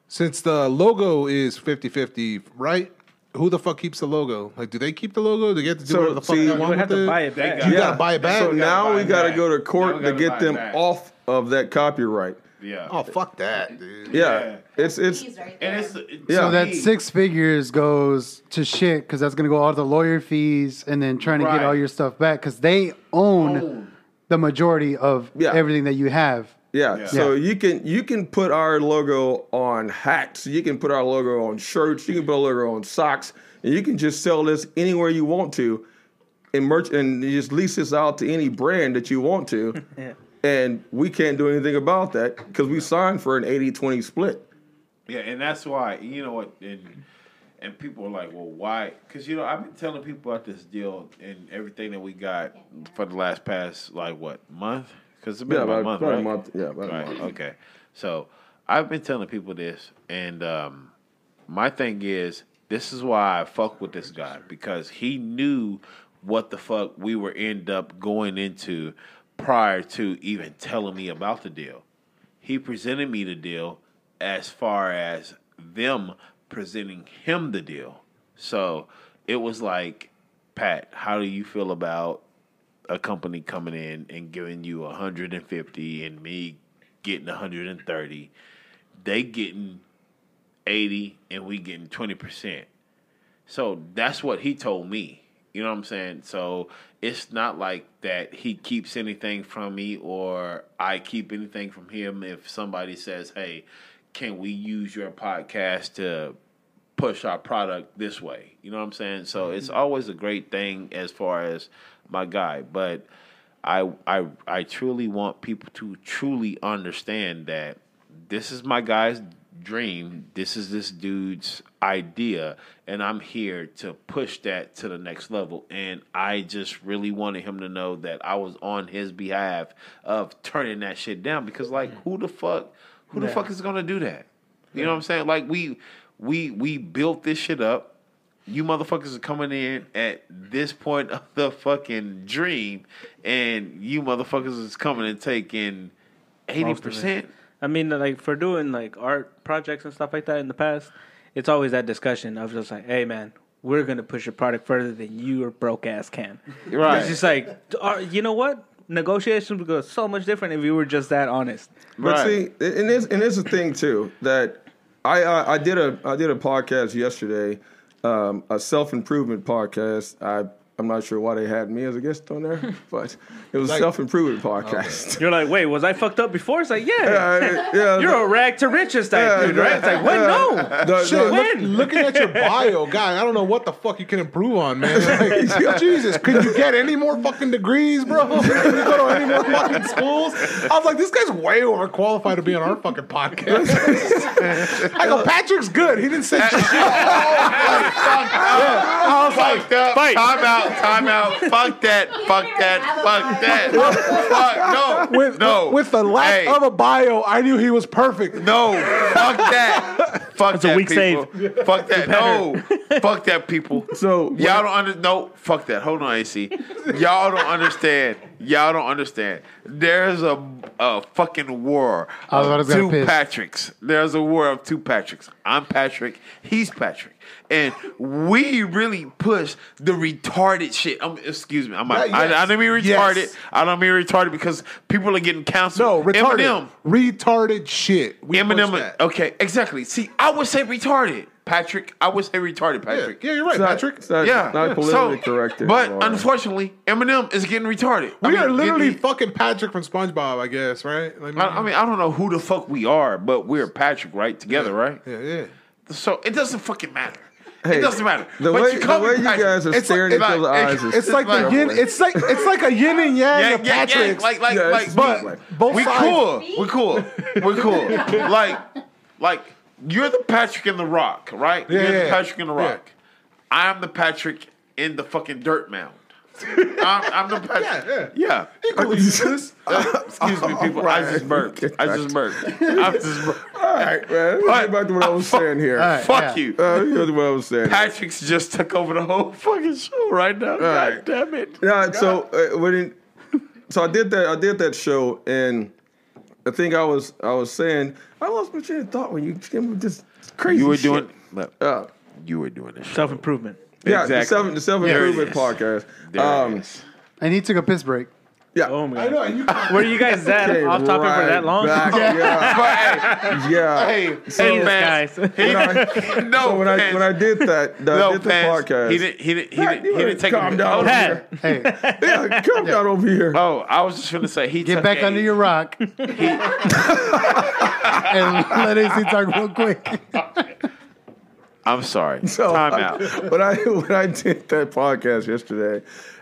Speaker 7: Since the logo is 50-50, right? Who the fuck keeps the logo? Like, do they keep the logo? Do they get to do
Speaker 2: So,
Speaker 7: whatever the fuck
Speaker 2: see-
Speaker 7: they
Speaker 2: You
Speaker 6: you
Speaker 7: want
Speaker 6: would
Speaker 7: with
Speaker 6: have to
Speaker 7: it?
Speaker 6: buy it
Speaker 5: They
Speaker 6: back.
Speaker 5: got-
Speaker 7: You gotta buy it back.
Speaker 2: So
Speaker 5: gotta
Speaker 2: now
Speaker 5: buy
Speaker 2: we
Speaker 5: it
Speaker 2: got to
Speaker 5: back.
Speaker 2: go to
Speaker 5: Now
Speaker 2: court
Speaker 5: we
Speaker 2: to
Speaker 5: gotta buy
Speaker 2: get
Speaker 5: it
Speaker 2: them
Speaker 5: back.
Speaker 2: off of that copyright.
Speaker 5: Yeah.
Speaker 7: oh fuck that, dude.
Speaker 2: Yeah, it's it's
Speaker 3: He's right there.
Speaker 5: And it's
Speaker 2: Yeah.
Speaker 5: to
Speaker 4: So that
Speaker 5: me-
Speaker 4: six figures goes to shit because that's gonna go all the lawyer fees and then trying to
Speaker 5: Right.
Speaker 4: get all your stuff back because they own
Speaker 5: Own.
Speaker 4: the majority of
Speaker 2: Yeah.
Speaker 4: everything that you have.
Speaker 2: Yeah.
Speaker 5: Yeah.
Speaker 2: So you can you can put our logo on hats, you can put our logo on shirts, you can put our logo on socks, and you can just sell this anywhere you want to, and merch and you just lease this out to any brand that you want to. And we can't do anything about that because we signed for an 80-20 split.
Speaker 5: Yeah, and that's why you know what, and and people are like, well, why? Because you know I've been telling people about this deal and everything that we got for the last past like what month? Because it's been
Speaker 2: Yeah,
Speaker 5: about, a
Speaker 2: about-
Speaker 5: month,
Speaker 2: about a
Speaker 5: right?
Speaker 2: month. Yeah, about a
Speaker 5: Right,
Speaker 2: month.
Speaker 5: Okay, so I've been telling people this, and um, my thing is, this is why I fuck with this guy because he knew what the fuck we were end up going into prior to even telling me about the deal he presented me the deal as far as them presenting him the deal. So it was like, Pat, how do you feel about a company coming in and giving you 150 and me getting 130? They getting 80 and we getting 20%. So that's what he told me. You know what I'm saying? So it's not like that he keeps anything from me or I keep anything from him if somebody says, "Hey, can we use your podcast to push our product this way?" You know what I'm saying? So it's always a great thing as far as my guy, but I I I truly want people to truly understand that this is my guy's dream. This is this dude's idea, and I'm here to push that to the next level. And I just really wanted him to know that I was on his behalf of turning that shit down because, like, who the fuck, who the fuck is gonna do that? You know what I'm saying? Like we we we built this shit up. You motherfuckers are coming in at this point of the fucking dream, and you motherfuckers is coming and taking eighty percent.
Speaker 6: I mean, like for doing like art projects and stuff like that in the past, it's always that discussion of just like, hey man, we're gonna push your product further than you or broke ass can.
Speaker 5: Right.
Speaker 6: It's just like, "Are- you know what? Negotiations would go so much different if you were just that honest.
Speaker 5: Right.
Speaker 2: But see, and this and it's a thing too that uh, I I, I did a I did a podcast yesterday, um, a self improvement podcast. I I'm not sure why they had me as a guest on there, but it was a self improvement podcast.
Speaker 6: You're like, wait, was I fucked up before? It's like, yeah,
Speaker 2: Uh, yeah,
Speaker 6: you're a rag to riches type
Speaker 2: Yeah,
Speaker 6: dude, right? It's like, what? No.
Speaker 2: the-
Speaker 7: Shit,
Speaker 2: the-
Speaker 7: look,
Speaker 6: When?
Speaker 7: looking at your bio, guy, I don't know what the fuck you can improve on, man. Like, Jesus, could you get any more fucking degrees, bro? Could you go to any more fucking schools? I was like, this guy's way overqualified to be on our fucking podcast. I go, Patrick's good. He didn't say shit.
Speaker 5: I was like, time out, time out, fuck that, fuck that, fuck that, fuck no,
Speaker 7: With,
Speaker 5: no,
Speaker 7: with the lack
Speaker 5: Hey,
Speaker 7: of a bio, I knew he was perfect.
Speaker 5: no, fuck that, fuck that,
Speaker 6: weak
Speaker 5: people, fuck that, no, fuck that, people.
Speaker 2: So
Speaker 5: Y'all don't under no fuck that. Hold on, AC. Y'all don't understand. Y'all don't understand. There's a a fucking war
Speaker 4: I was about to
Speaker 5: of
Speaker 4: get
Speaker 5: two
Speaker 4: pissed.
Speaker 5: Patricks. There's a war of two Patricks. I'm Patrick. He's Patrick. And we really push the retarded shit. Um, excuse me. I'm, I, I, I don't mean retarded.
Speaker 7: Yes.
Speaker 5: I don't mean retarded because people are getting
Speaker 7: No,
Speaker 5: canceled.
Speaker 7: retarded.
Speaker 5: Eminem.
Speaker 7: Retarded shit. We push
Speaker 5: Eminem.
Speaker 7: that.
Speaker 5: Okay, exactly. See, I would say retarded, Patrick. I would say retarded, Patrick.
Speaker 7: Yeah, you're right, Patrick.
Speaker 2: It's not,
Speaker 5: Yeah,
Speaker 2: not politically correct.
Speaker 5: But
Speaker 2: anymore.
Speaker 5: unfortunately, Eminem is getting retarded. I
Speaker 7: We
Speaker 5: mean,
Speaker 7: are literally
Speaker 5: it- it-
Speaker 7: fucking Patrick from SpongeBob, I guess, right? Like,
Speaker 5: I, I mean, I don't know who the fuck we are, but we're Patrick, right? Together, right?
Speaker 7: yeah, yeah.
Speaker 5: So it doesn't fucking matter.
Speaker 2: Hey,
Speaker 5: it doesn't matter.
Speaker 2: the
Speaker 5: but
Speaker 2: way-
Speaker 5: you call
Speaker 2: the
Speaker 5: me
Speaker 2: way you
Speaker 5: Patrick.
Speaker 2: guys are
Speaker 5: It's
Speaker 2: staring
Speaker 5: like-
Speaker 2: each other's
Speaker 5: like-
Speaker 2: eyes is-
Speaker 7: It's like the yin. It's like it's like a yin and yang
Speaker 5: yeah, yeah,
Speaker 7: of
Speaker 5: yeah,
Speaker 7: Patrick's.
Speaker 5: like, like,
Speaker 2: Yeah,
Speaker 5: like,
Speaker 2: it's
Speaker 5: but
Speaker 2: like-
Speaker 7: Both
Speaker 5: we
Speaker 7: sides.
Speaker 5: cool, we cool, we cool. like, like you're the Patrick in the Rock, right?
Speaker 7: Yeah,
Speaker 5: you're the
Speaker 7: yeah,
Speaker 5: Patrick in the
Speaker 7: yeah.
Speaker 5: Rock. I'm the Patrick in the fucking dirt mound. I'm, I'm the Patrick. Yeah,
Speaker 7: Equally useless.
Speaker 5: Uh, excuse me, people. I just burped. I just burped. I just burped.
Speaker 2: all right, man. Let's
Speaker 5: But-
Speaker 2: get back to what I was saying here.
Speaker 4: All right,
Speaker 5: Fuck
Speaker 4: yeah.
Speaker 5: you.
Speaker 2: Uh, let's get to what I was saying.
Speaker 5: Patrick's just took over the whole fucking show right now. God
Speaker 2: Right.
Speaker 5: damn it.
Speaker 2: Yeah, so uh, we didn't. So I did that. I did that show, and I think I was I was saying I lost my train of thought when you came with this crazy.
Speaker 5: You were
Speaker 2: shit.
Speaker 5: doing. look,
Speaker 2: Uh,
Speaker 5: You were doing this.
Speaker 6: Self improvement.
Speaker 2: yeah, the
Speaker 5: Exactly.
Speaker 2: self the self improvement
Speaker 5: There
Speaker 2: podcast.
Speaker 5: There it
Speaker 2: um,
Speaker 5: is.
Speaker 4: And he took a piss break.
Speaker 2: yeah.
Speaker 6: Oh my
Speaker 7: I
Speaker 6: god.
Speaker 7: know. You,
Speaker 6: Were you guys that
Speaker 2: Came
Speaker 6: off topic for
Speaker 2: right
Speaker 6: that long?
Speaker 2: back, yeah,
Speaker 5: But,
Speaker 2: yeah.
Speaker 5: hey, hey,
Speaker 6: Jesus,
Speaker 5: hey, man.
Speaker 6: guys.
Speaker 2: When I-
Speaker 5: No,
Speaker 2: so when I
Speaker 5: Pence.
Speaker 2: when I did that, that I
Speaker 5: no,
Speaker 2: did the
Speaker 5: Pence.
Speaker 2: podcast.
Speaker 5: He didn't. He didn't. He
Speaker 2: Pat,
Speaker 5: didn't.
Speaker 2: you
Speaker 5: He didn't
Speaker 2: better
Speaker 5: take a
Speaker 2: calm down.
Speaker 5: Oh,
Speaker 6: Pat,
Speaker 4: Hey,
Speaker 2: Yeah, come down over here.
Speaker 5: Oh, I was just gonna say he
Speaker 4: get
Speaker 5: took
Speaker 4: back
Speaker 5: a-
Speaker 4: under your rock and let AC talk real quick.
Speaker 5: I'm sorry.
Speaker 2: So
Speaker 5: Time
Speaker 2: I-
Speaker 5: out.
Speaker 2: When I when I did that podcast yesterday,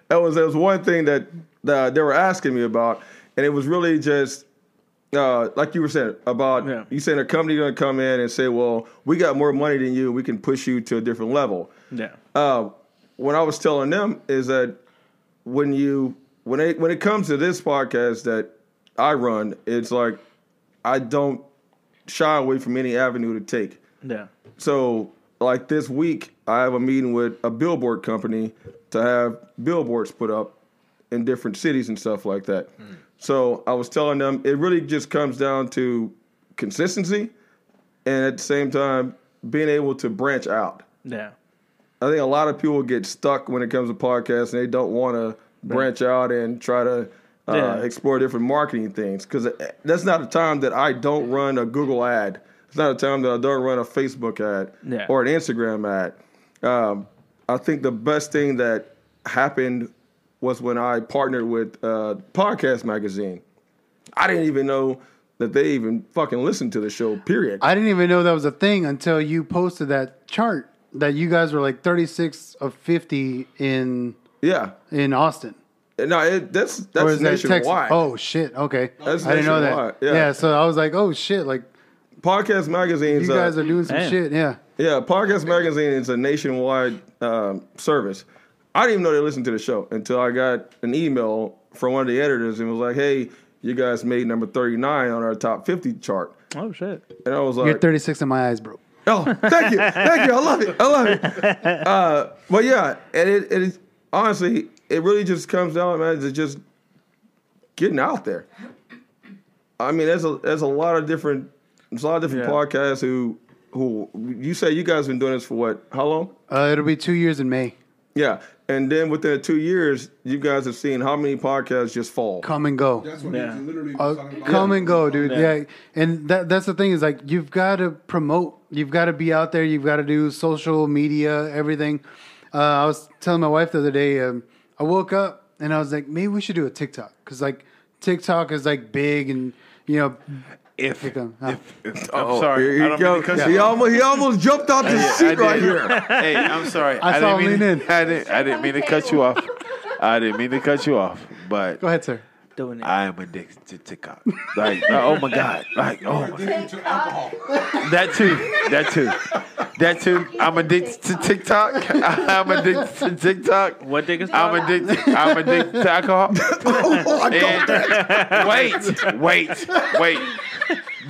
Speaker 2: that was that was one thing that uh, they were asking me about, and it was really just uh, like you were saying about
Speaker 6: Yeah.
Speaker 2: you saying a company going to come in and say, "Well, we got more money than you. We can push you to a different level."
Speaker 6: Yeah.
Speaker 2: Uh, what I was telling them is that when you when it when it comes to this podcast that I run, it's like I don't shy away from any avenue to take.
Speaker 6: Yeah.
Speaker 2: So, like this week, I have a meeting with a billboard company to have billboards put up in different cities and stuff like that. So, I was telling them it really just comes down to consistency and at the same time being able to branch out.
Speaker 6: Yeah.
Speaker 2: I think a lot of people get stuck when it comes to podcasts and they don't want to branch out and try to uh,
Speaker 6: Yeah.
Speaker 2: explore different marketing things because that's not a time that I don't run a Google ad. It's not a time that I don't run a Facebook ad
Speaker 6: Yeah.
Speaker 2: or an Instagram ad. Um, I think the best thing that happened was when I partnered with uh, Podcast Magazine. I didn't even know that they even fucking listened to the show, period.
Speaker 4: I didn't even know that was a thing until you posted that chart that you guys were like 36 of 50 in
Speaker 2: yeah.
Speaker 4: in Austin.
Speaker 7: No, it, that's that's
Speaker 4: or is that
Speaker 7: nationwide.
Speaker 4: Texas? Oh shit! Okay,
Speaker 7: That's
Speaker 4: I didn't know that.
Speaker 7: nationwide,
Speaker 4: Yeah.
Speaker 7: yeah.
Speaker 4: so I was like, oh shit! Like
Speaker 7: Podcast magazines.
Speaker 4: you
Speaker 2: uh,
Speaker 4: guys are doing some
Speaker 6: Damn.
Speaker 4: shit. Yeah,
Speaker 7: Yeah, Podcast Magazine is a nationwide um, service. I didn't even know they listened to the show until I got an email from one of the editors and was like, hey, you guys made number 39 on our top 50 chart.
Speaker 6: Oh shit!
Speaker 7: And I was
Speaker 4: you're
Speaker 7: like,
Speaker 4: 36 in my eyes, bro.
Speaker 7: oh, thank you. Thank you. I love it. I love it. Uh, but yeah, and it, it is, honestly, it really just comes down, man, to just getting out there. I mean, there's a, there's a lot of different, there's a lot of different
Speaker 6: Yeah.
Speaker 7: podcasts who, who you say you guys been doing this for what? How long?
Speaker 4: Uh, it'll be two years in May.
Speaker 7: Yeah, and then within the two years, you guys have seen how many podcasts just fall.
Speaker 4: Come and go.
Speaker 2: That's what
Speaker 6: Yeah.
Speaker 2: he was literally
Speaker 4: Uh,
Speaker 2: talking about.
Speaker 4: come and go, dude.
Speaker 6: Yeah.
Speaker 4: Yeah. and that that's the thing is like you've got to promote. You've got to be out there. You've got to do social media, everything. Uh, I was telling my wife the other day. Um, I woke up and I was like, maybe we should do a TikTok because like TikTok is like big and you know.
Speaker 5: If
Speaker 4: Pick them. Huh.
Speaker 5: I'm sorry, I
Speaker 7: Here
Speaker 5: don't
Speaker 7: you
Speaker 5: mean
Speaker 7: go.
Speaker 5: to cuss
Speaker 7: He
Speaker 5: you out.
Speaker 7: almost he almost jumped off the
Speaker 5: Yeah, I
Speaker 7: seat right
Speaker 5: did.
Speaker 7: here.
Speaker 5: Hey, I'm sorry.
Speaker 4: I saw him
Speaker 5: didn't mean,
Speaker 4: lean in.
Speaker 5: I didn't, I didn't mean to cut you off. I didn't mean to cut you off, but
Speaker 4: Go ahead, sir.
Speaker 6: Doing it.
Speaker 5: I am addicted to TikTok. Like, oh my god, like, oh my,
Speaker 2: Addicted to alcohol.
Speaker 5: that too, that too, that too. I'm addicted to TikTok. I'm addicted to TikTok.
Speaker 6: what dick is?
Speaker 5: I'm addicted. I'm addicted to alcohol.
Speaker 7: Oh, I
Speaker 5: And-
Speaker 7: got that.
Speaker 5: wait, wait, wait.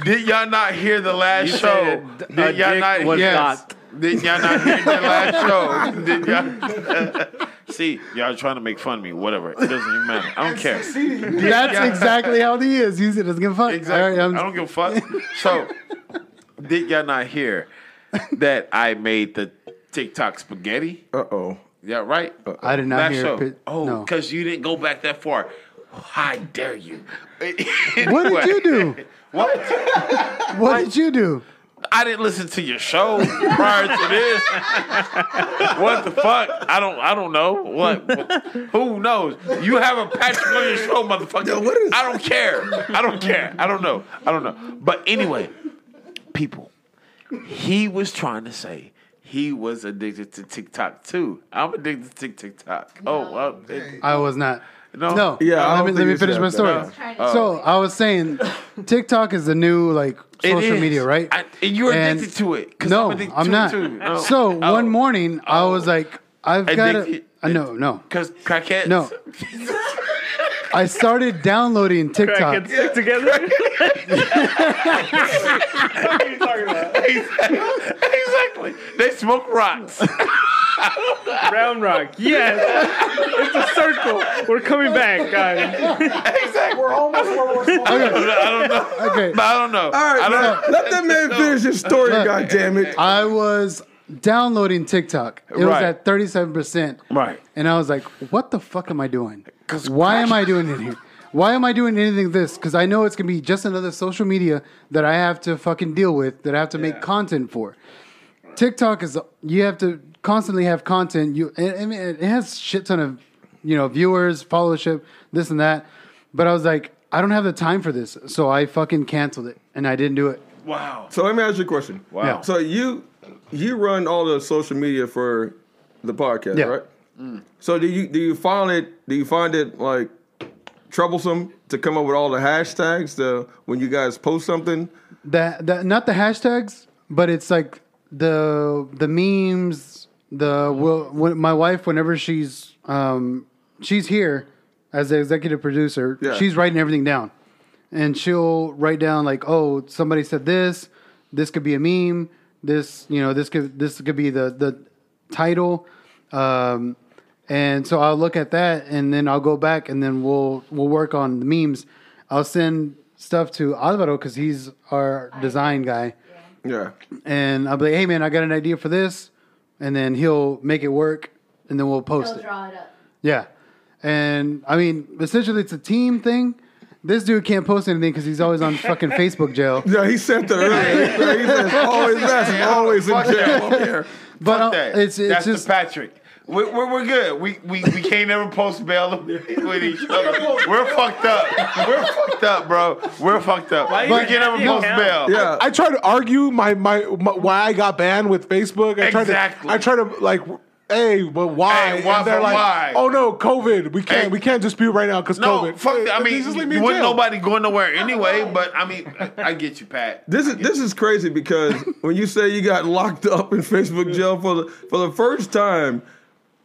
Speaker 5: Did y'all not hear the last
Speaker 6: You
Speaker 5: show?
Speaker 6: said a
Speaker 5: Did y'all
Speaker 6: dick
Speaker 5: not?
Speaker 6: was
Speaker 5: yes.
Speaker 6: not.
Speaker 5: Did y'all not hear the last show? Did y'all? See, y'all trying to make fun of me. Whatever. It doesn't even matter. I don't care.
Speaker 4: That's
Speaker 5: Yeah.
Speaker 4: exactly how he is. He's it doesn't give a fuck.
Speaker 5: Exactly.
Speaker 4: All right, I'm-
Speaker 5: I don't give a fuck. So, did y'all not hear that I made the TikTok spaghetti?
Speaker 7: Uh oh.
Speaker 5: Yeah, right.
Speaker 4: I did Uh, not
Speaker 5: Last
Speaker 4: hear a
Speaker 5: show.
Speaker 4: pit-
Speaker 5: oh,
Speaker 4: no.
Speaker 5: because you didn't go back that far. How dare you?
Speaker 4: What did you do?
Speaker 5: What?
Speaker 4: What did you do?
Speaker 5: I didn't listen to your show prior to this. what the fuck? I don't. I don't know. What? Who knows? You have a Patrick on your show, motherfucker.
Speaker 7: what is-
Speaker 5: I don't care. I don't care. I don't know. I don't know. But anyway, people, he was trying to say. He was addicted to TikTok too. I'm addicted to TikTok. Oh, well, it-
Speaker 4: I was not.
Speaker 5: No?
Speaker 4: No.
Speaker 7: Yeah, I
Speaker 4: Let me, let
Speaker 7: don't think
Speaker 4: me
Speaker 7: you
Speaker 4: finish
Speaker 7: said
Speaker 4: my
Speaker 7: that.
Speaker 4: story.
Speaker 8: No. Trying to-
Speaker 4: So I was saying, TikTok is the new like
Speaker 5: it
Speaker 4: social
Speaker 5: is.
Speaker 4: media, right?
Speaker 5: I, and you're
Speaker 4: And-
Speaker 5: addicted to it. 'cause
Speaker 4: No, I'm,
Speaker 5: addicted to it,
Speaker 4: not.
Speaker 5: too. No.
Speaker 4: So
Speaker 5: Oh.
Speaker 4: one morning I was
Speaker 5: Oh.
Speaker 4: like, I've got to.
Speaker 5: Addicted.
Speaker 4: No, no.
Speaker 5: Cause crackheads.
Speaker 4: No. I started downloading TikTok.
Speaker 6: stick together. what are you talking about?
Speaker 5: exactly. They smoke rocks.
Speaker 6: Round rock. Yes, it's a circle. We're coming back, guys.
Speaker 2: We're almost where we're supposed to be.
Speaker 5: I don't know.
Speaker 4: Okay.
Speaker 5: I don't know.
Speaker 7: All
Speaker 5: I
Speaker 7: right,
Speaker 5: don't
Speaker 7: man, let that man finish his story. God damn it.
Speaker 4: I was downloading TikTok. It was
Speaker 5: Right.
Speaker 4: at 37%.
Speaker 5: Right.
Speaker 4: And I was like, what the fuck am I doing? Why am I doing it here? Why am I doing anything like this? Because I know it's going to be just another social media that I have to fucking deal with, that I have to make content for. TikTok is, you have to constantly have content. You, and, and it has shit ton of, you know, viewers, followership, this and that. But I was like, I don't have the time for this. So I fucking canceled it and I didn't do it.
Speaker 5: Wow.
Speaker 7: So let me ask you a question. Wow.
Speaker 4: Yeah.
Speaker 7: So you you run all the social media for the podcast,
Speaker 4: Yeah.
Speaker 7: right? So do you do you find it do you find it like troublesome to come up with all the hashtags to, when you guys post something?
Speaker 4: that that not the hashtags, but it's like the the memes. The well, when, my wife, whenever she's um she's here as the executive producer,
Speaker 7: Yeah.
Speaker 4: she's writing everything down, and she'll write down like, oh, somebody said this. This could be a meme. This you know this could this could be the the title. Um, and so I'll look at that, and then I'll go back, and then we'll we'll work on the memes. I'll send stuff to Alvaro because he's our design guy,
Speaker 7: Yeah.
Speaker 4: and I'll be like, "Hey man, I got an idea for this," and then he'll make it work, and then we'll post
Speaker 8: They'll
Speaker 4: it.
Speaker 8: draw it up.
Speaker 4: Yeah, and I mean, essentially, it's a team thing. This dude can't post anything because he's always on fucking Facebook jail.
Speaker 7: Yeah, he said that earlier. he says always that's always in jail up here.
Speaker 4: But uh,
Speaker 5: That.
Speaker 4: it's it's
Speaker 5: That's
Speaker 4: just
Speaker 5: the Patrick. We, we're, we're good. We, we we can't ever post bail with each other. We're fucked up. We're fucked up, bro. We're fucked up.
Speaker 6: you
Speaker 5: we
Speaker 6: even
Speaker 5: can't ever
Speaker 6: have the
Speaker 5: post
Speaker 6: account?
Speaker 5: bail.
Speaker 7: Yeah.
Speaker 2: I try to argue my, my my why I got banned with Facebook. I tried
Speaker 5: Exactly.
Speaker 2: to I try to like hey, but why?
Speaker 5: Hey, why-
Speaker 2: And they're
Speaker 5: but
Speaker 2: like,
Speaker 5: why?
Speaker 2: oh no, COVID. We can't.
Speaker 5: Hey.
Speaker 2: we can't dispute right now because
Speaker 5: No,
Speaker 2: COVID.
Speaker 5: fuck. that. I
Speaker 2: Hey,
Speaker 5: mean,
Speaker 2: just
Speaker 5: just
Speaker 2: leave me in
Speaker 5: wasn't
Speaker 2: jail.
Speaker 5: nobody going nowhere anyway. But I mean, I- I get you, Pat.
Speaker 7: This is this is crazy because when you say you got locked up in Facebook jail for the for the first time,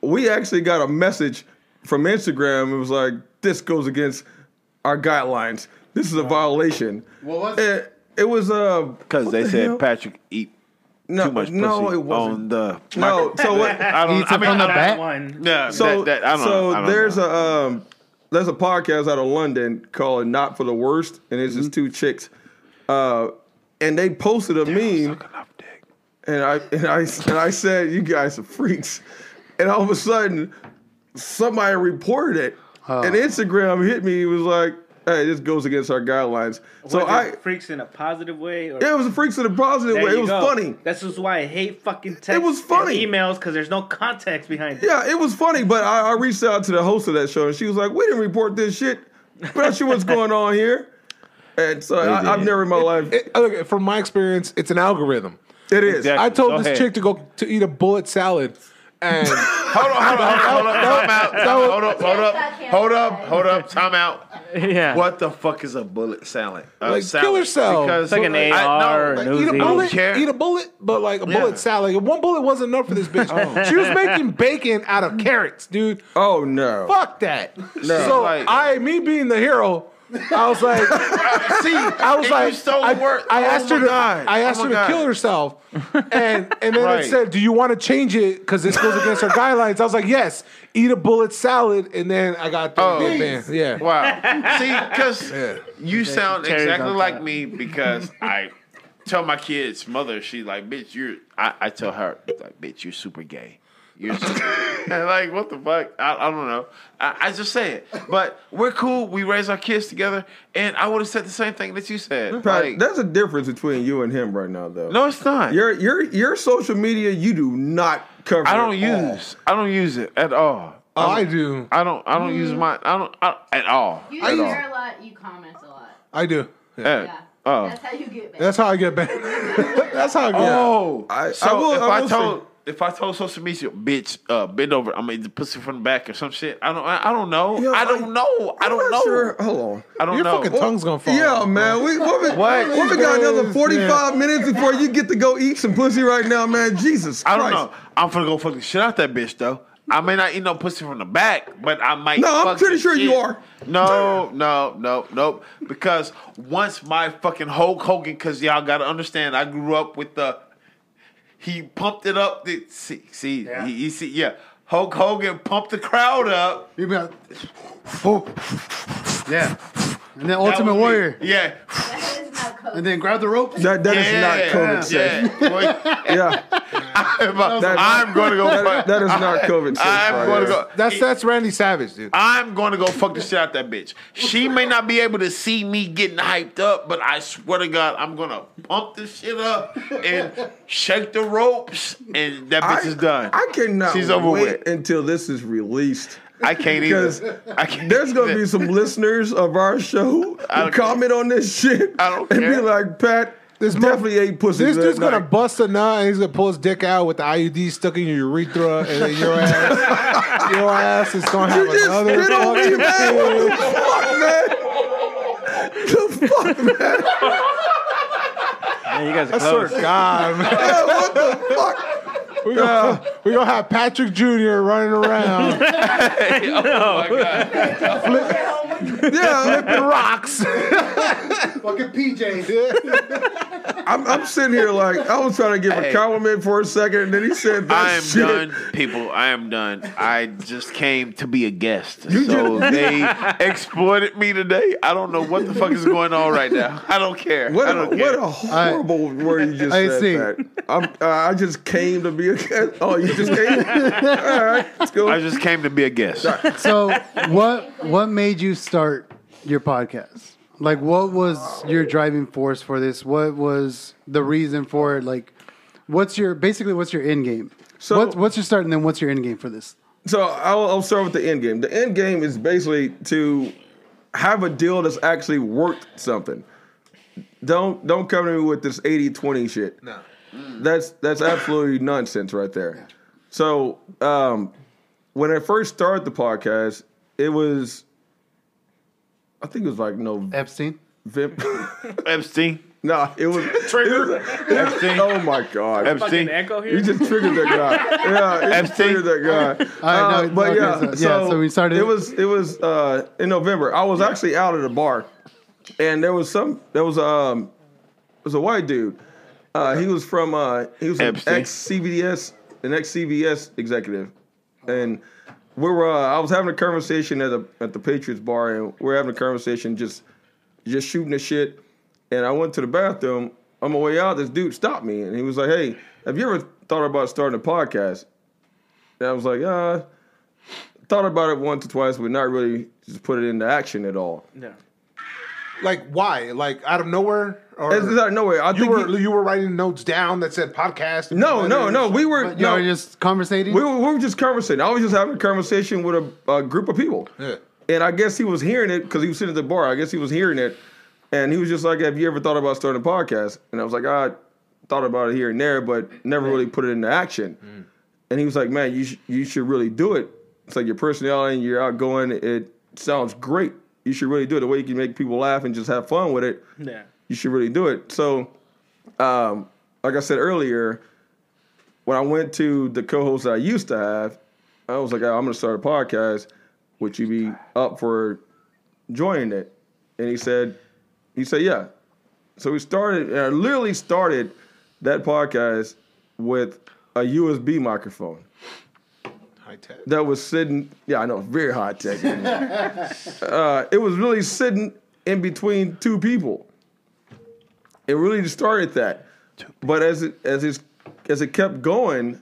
Speaker 7: we actually got a message from Instagram. It was like this goes against our guidelines. This is a violation. What
Speaker 1: was
Speaker 7: it? It was uh
Speaker 5: because they
Speaker 7: the
Speaker 5: said
Speaker 7: hell?
Speaker 5: Patrick eat
Speaker 7: no
Speaker 5: too much
Speaker 7: no
Speaker 5: pussy
Speaker 7: it wasn't
Speaker 5: on the.
Speaker 7: no. So what?
Speaker 5: I don't.
Speaker 1: Eats
Speaker 5: I
Speaker 1: up on
Speaker 5: mean,
Speaker 1: the
Speaker 5: I,
Speaker 1: back.
Speaker 6: one.
Speaker 5: yeah,
Speaker 7: So
Speaker 5: that, that, I don't
Speaker 7: so
Speaker 5: know. I don't
Speaker 7: there's
Speaker 5: know.
Speaker 7: a um, there's a podcast out of London called Not for the Worst, and it's
Speaker 5: Mm-hmm.
Speaker 7: just two chicks, uh, and they posted a meme, and I and I and I said, "You guys are freaks," and all of a sudden, somebody reported it, and Instagram hit me. It was like, "Hey, this goes against our guidelines." So I.
Speaker 6: freaks in a positive way. Or
Speaker 7: It was a freaks in the positive
Speaker 6: There
Speaker 7: way. It
Speaker 6: you
Speaker 7: was
Speaker 6: go.
Speaker 7: funny.
Speaker 6: That's just why I hate fucking text.
Speaker 7: was
Speaker 6: and
Speaker 7: funny.
Speaker 6: emails because there's no context behind it.
Speaker 7: Yeah, it was funny, but I, I reached out to the host of that show, and she was like, "We didn't report this shit. We're not sure what's going on here." And so I, I've
Speaker 5: did.
Speaker 7: never in my life.
Speaker 2: It- uh, look, from my experience, it's an algorithm.
Speaker 7: it is.
Speaker 5: Exactly.
Speaker 2: I told
Speaker 5: Go
Speaker 2: this
Speaker 5: ahead.
Speaker 2: chick to go to eat a bullet salad, and
Speaker 5: Hold on, hold on, hold on, hold on, time out.
Speaker 2: was-
Speaker 5: Hold up, hold up, hold up, hold up, time out.
Speaker 6: Yeah.
Speaker 5: What the fuck is a bullet salad? A
Speaker 2: Like,
Speaker 5: salad.
Speaker 2: kill yourself.
Speaker 5: Because
Speaker 6: It's like an AR
Speaker 5: I, no,
Speaker 6: or
Speaker 2: like,
Speaker 5: like,
Speaker 2: eat a
Speaker 6: Newsies.
Speaker 2: bullet,
Speaker 5: care.
Speaker 2: eat a bullet, but like a
Speaker 5: Yeah. Oh.
Speaker 2: bullet salad. Like, one bullet wasn't enough for this bitch. She was making bacon out of carrots, dude.
Speaker 7: Oh no.
Speaker 2: Fuck that. So
Speaker 5: Like-
Speaker 2: I, me being the hero, I was like, see, I
Speaker 5: And
Speaker 2: was
Speaker 5: you
Speaker 2: like,
Speaker 5: stole
Speaker 2: I,
Speaker 5: the word.
Speaker 2: I
Speaker 5: Oh
Speaker 2: asked
Speaker 5: my
Speaker 2: her to,
Speaker 5: God.
Speaker 2: I asked
Speaker 5: Oh
Speaker 2: her
Speaker 5: my
Speaker 2: to
Speaker 5: God.
Speaker 2: kill herself, and and then
Speaker 5: Right.
Speaker 2: it said, do you want to change it because this goes against our guidelines? I was like, yes, eat a bullet salad, and then I got the
Speaker 5: Oh.
Speaker 2: big man. Yeah.
Speaker 5: Wow. See, because you sound
Speaker 6: cherries
Speaker 5: exactly
Speaker 6: on
Speaker 5: like
Speaker 6: top.
Speaker 5: me because I tell my kids' mother, she like, bitch, you're, I, I tell her, like, bitch, you're super gay. You're super And, like, what the fuck? I, I don't know. I, I just say it. But we're cool. We raise our kids together. And I would have said the same thing that you said.
Speaker 7: Pat,
Speaker 5: Like,
Speaker 7: There's a difference between you and him right now, though.
Speaker 5: no, it's not.
Speaker 7: Your your your social media, you do not cover.
Speaker 5: I don't
Speaker 7: at all.
Speaker 5: use, I don't use it at all.
Speaker 2: Oh, I
Speaker 5: I,
Speaker 2: do.
Speaker 5: I don't, I don't use
Speaker 7: Mm.
Speaker 5: my, I don't, I, at all.
Speaker 8: You
Speaker 5: at all.
Speaker 8: share a lot. You comment a lot.
Speaker 2: I do.
Speaker 5: Yeah.
Speaker 8: Yeah.
Speaker 5: Oh.
Speaker 8: That's how you get back.
Speaker 2: That's how I get back. That's how I get.
Speaker 5: Oh,
Speaker 7: I-
Speaker 5: so
Speaker 7: I will-
Speaker 5: if
Speaker 7: I
Speaker 5: I,
Speaker 7: will
Speaker 5: told if I told social media, bitch, uh, bend over. I'm gonna eat the pussy from the back or some shit. I don't. I, I don't know.
Speaker 7: Yeah,
Speaker 5: I don't
Speaker 7: I-
Speaker 5: know. I
Speaker 7: I'm
Speaker 5: don't
Speaker 7: not
Speaker 5: know.
Speaker 7: Sure. Hold on.
Speaker 5: I don't
Speaker 2: Your
Speaker 5: know.
Speaker 2: fucking tongue's gonna fall.
Speaker 7: Oh, yeah,
Speaker 2: off,
Speaker 7: man. We what we,
Speaker 5: What?
Speaker 7: what we got another
Speaker 2: Yeah.
Speaker 7: 45 minutes before you get to go eat some pussy right now, man. Jesus
Speaker 5: I
Speaker 7: Christ.
Speaker 5: don't know. I'm gonna go fuck the shit out that bitch though. I may not eat no pussy from the back, but I might.
Speaker 7: No, I'm
Speaker 5: fuck
Speaker 7: pretty
Speaker 5: the
Speaker 7: sure you
Speaker 5: shit.
Speaker 7: are.
Speaker 5: No, no, no, nope. Because once my fucking Hulk Hogan, because y'all gotta understand, I grew up with the. He pumped it up. The, see, see, he, he see, yeah. Hulk Hogan pumped the crowd up.
Speaker 4: You'd be like,
Speaker 1: Yeah. And then
Speaker 5: That
Speaker 1: Ultimate
Speaker 5: was me.
Speaker 1: Warrior.
Speaker 5: Yeah.
Speaker 8: That is not COVID.
Speaker 1: And then grab the rope.
Speaker 7: That, that is
Speaker 5: yeah.
Speaker 7: not COVID safe.
Speaker 5: Yeah. Boy,
Speaker 7: Yeah.
Speaker 5: I'm, I'm going to go fuck.
Speaker 7: That is not COVID safe.
Speaker 5: I'm
Speaker 7: right
Speaker 5: going to
Speaker 7: there.
Speaker 5: go.
Speaker 2: That's that's Randy Savage, dude.
Speaker 5: I'm going to go fuck the shit out that bitch. She may not be able to see me getting hyped up, but I swear to God, I'm going to pump this shit up and shake the ropes, and that bitch
Speaker 7: I-
Speaker 5: is done.
Speaker 7: I cannot
Speaker 5: She's over
Speaker 7: wait
Speaker 5: with.
Speaker 7: until this is released.
Speaker 5: I can't
Speaker 7: Because
Speaker 5: either. I can't
Speaker 7: there's gonna be some listeners of our show who
Speaker 5: don't care.
Speaker 7: comment on this shit
Speaker 5: I don't
Speaker 7: and be
Speaker 5: care.
Speaker 7: like, Pat, this definitely ate pussy.
Speaker 2: This
Speaker 7: that
Speaker 2: dude's gonna
Speaker 7: night."
Speaker 2: bust a nut and he's gonna pull his dick out with the IUD stuck in your urethra and then your ass, your ass is gonna have
Speaker 7: You just
Speaker 2: another
Speaker 7: spit on me,
Speaker 2: fucking
Speaker 7: man. What the fuck, man? The fuck, man?
Speaker 6: Man, you guys are
Speaker 2: I swear
Speaker 6: close.
Speaker 2: to God, man.
Speaker 7: What the fuck?
Speaker 2: We gonna, we gonna have Patrick Jr. running around oh
Speaker 7: Yeah,
Speaker 2: flipping rocks.
Speaker 1: Fucking PJ.
Speaker 7: I'm, I'm sitting here like I was trying to give a
Speaker 5: Hey.
Speaker 7: compliment for a second, and then he said, that
Speaker 5: I am
Speaker 7: shit.
Speaker 5: done, people. I am done. I just came to be a guest.
Speaker 7: You
Speaker 5: so
Speaker 7: just-
Speaker 5: they exploited me today. I don't know what the fuck is going on right now. I don't care.
Speaker 7: What
Speaker 5: I
Speaker 7: a,
Speaker 5: don't
Speaker 7: what
Speaker 5: care.
Speaker 7: a horrible word you just
Speaker 4: I
Speaker 7: said.
Speaker 4: see.
Speaker 7: Pat. I'm, uh, I just came to be a Oh, you just came? All right, let's go.
Speaker 5: I just came to be a guest.
Speaker 4: So what what made you start your podcast? Like what was your driving force for this? What was the reason for it? Like what's your basically what's your end game?
Speaker 7: So-
Speaker 4: So what's what's your start and then what's your end game for this?
Speaker 7: so I'll, I'll start with the end game. The end game is basically to have a deal that's actually worth something. Don't don't come to me with this 80-20 shit. No. That's that's absolutely nonsense right there. So um, when I first started the podcast, it was, I think it was like November.
Speaker 4: Epstein.
Speaker 5: Epstein.
Speaker 7: no, it was.
Speaker 5: Trigger. Epstein.
Speaker 7: Oh my god!
Speaker 6: Fucking
Speaker 5: Epstein.
Speaker 6: echo here.
Speaker 7: You just triggered that guy. Yeah, you just
Speaker 5: Epstein.
Speaker 7: triggered that guy.
Speaker 4: All right,
Speaker 7: Uh,
Speaker 4: no,
Speaker 7: but
Speaker 4: okay,
Speaker 7: yeah,
Speaker 4: so-
Speaker 7: so,
Speaker 4: yeah, so we started-
Speaker 7: It was it was uh, in November. I was actually out at a bar, and there was some there was um it was a white dude. Uh, he was from uh, he was an
Speaker 5: Epstein.
Speaker 7: ex CVS an ex CVS executive, and we were uh, I was having a conversation at the at the Patriots bar, and we are having a conversation just just shooting the shit. And I went to the bathroom. On my way out, this dude stopped me, and he was like, "Hey, have you ever thought about starting a podcast?" And I was like, "Uh, thought about it once or twice, but not really just put it into action at all."
Speaker 6: yeah.
Speaker 2: Like why? Like out of nowhere? Or
Speaker 7: It's out of nowhere. I
Speaker 2: you
Speaker 7: think
Speaker 2: were
Speaker 7: he-
Speaker 2: you were writing notes down that said podcast.
Speaker 7: no, no, no. We were
Speaker 4: But you
Speaker 7: no,
Speaker 4: were just conversating.
Speaker 7: we were, we were just conversating. I was just having a conversation with a, a group of people.
Speaker 2: Yeah.
Speaker 7: And I guess he was hearing it because he was sitting at the bar. I guess he was hearing it. And he was just like, Have you ever thought about starting a podcast? And I was like, I thought about it here and there, but never really put it into action. And he was like, Man, you, sh- you should really do it. It's like your personality and you're outgoing. It sounds great. You should really do it. The way you can make people laugh and just have fun with it
Speaker 6: Yeah.
Speaker 7: you should really do it. So, um, like I said earlier, when I went to the co-host that I used to have, I was like, "Oh, I'm going to start a podcast. Would you be up for joining it? And he said, he said, yeah. So we started, and I literally started that podcast with a USB microphone
Speaker 2: High tech.
Speaker 7: that was sitting. Yeah, I know, very high tech. uh, it was really sitting in between two people. It really just started that, but as it as it as it kept going,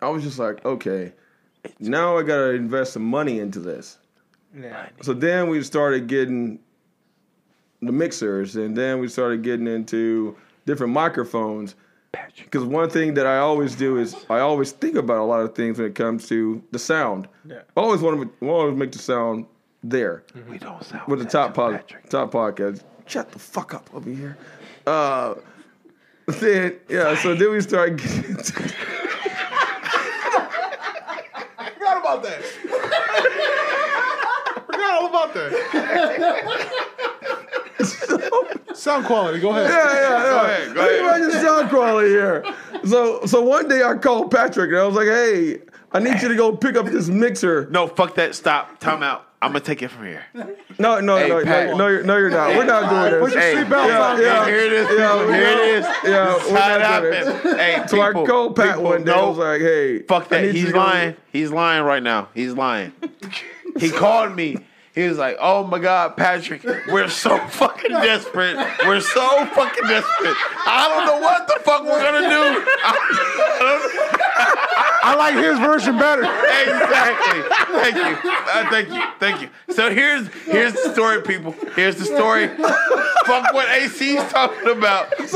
Speaker 7: I was just like, okay, now I gotta invest some money into this.
Speaker 6: Yeah.
Speaker 7: So then we started getting the mixers, and then we started getting into different microphones. Because one thing that I always do is I always think about a lot of things when it comes to the sound.
Speaker 6: Yeah.
Speaker 7: I always want to always make the sound there
Speaker 5: We don't sound
Speaker 7: with the top pod, top podcast. Shut the fuck up over here. Uh, then yeah, so then we start getting.
Speaker 2: Forgot about that. Forgot all about that. Sound quality. Go ahead.
Speaker 7: yeah, yeah, yeah.
Speaker 5: ahead, go
Speaker 7: Let me
Speaker 5: ahead.
Speaker 7: write the sound quality here. So, so one day I called Patrick and I was like, "Hey, I need you to go pick up this mixer."
Speaker 5: No, fuck that. Stop. Time out. I'm gonna take it from here.
Speaker 7: No, no,
Speaker 5: Hey,
Speaker 7: no, no,
Speaker 5: Pat.
Speaker 7: no, you're, no, you're not. We're not doing this.
Speaker 2: Put your
Speaker 5: Hey,
Speaker 2: seatbelt
Speaker 7: yeah,
Speaker 2: on.
Speaker 7: yeah.
Speaker 5: Here it is.
Speaker 7: Yeah,
Speaker 5: people.
Speaker 7: we
Speaker 5: here
Speaker 7: know.
Speaker 5: it is.
Speaker 7: Yeah, we're
Speaker 5: Tied
Speaker 7: not
Speaker 5: up.
Speaker 7: doing it.
Speaker 5: and- Hey,
Speaker 7: So I
Speaker 5: people,
Speaker 7: called Pat
Speaker 5: people,
Speaker 7: one day. I
Speaker 5: no,
Speaker 7: was like, "Hey,
Speaker 5: Fuck
Speaker 7: I
Speaker 5: that.
Speaker 7: need you
Speaker 5: He's
Speaker 7: to go-
Speaker 5: lying. He's lying right now. He's lying. he called me. He was like, "Oh my God, Patrick, we're so fucking desperate. We're so fucking desperate. I don't know what the fuck we're gonna do."
Speaker 2: I like his version better.
Speaker 5: exactly. Thank you. Uh, thank you. Thank you. So here's here's the story, people. Here's the story. Fuck what AC's talking about. Because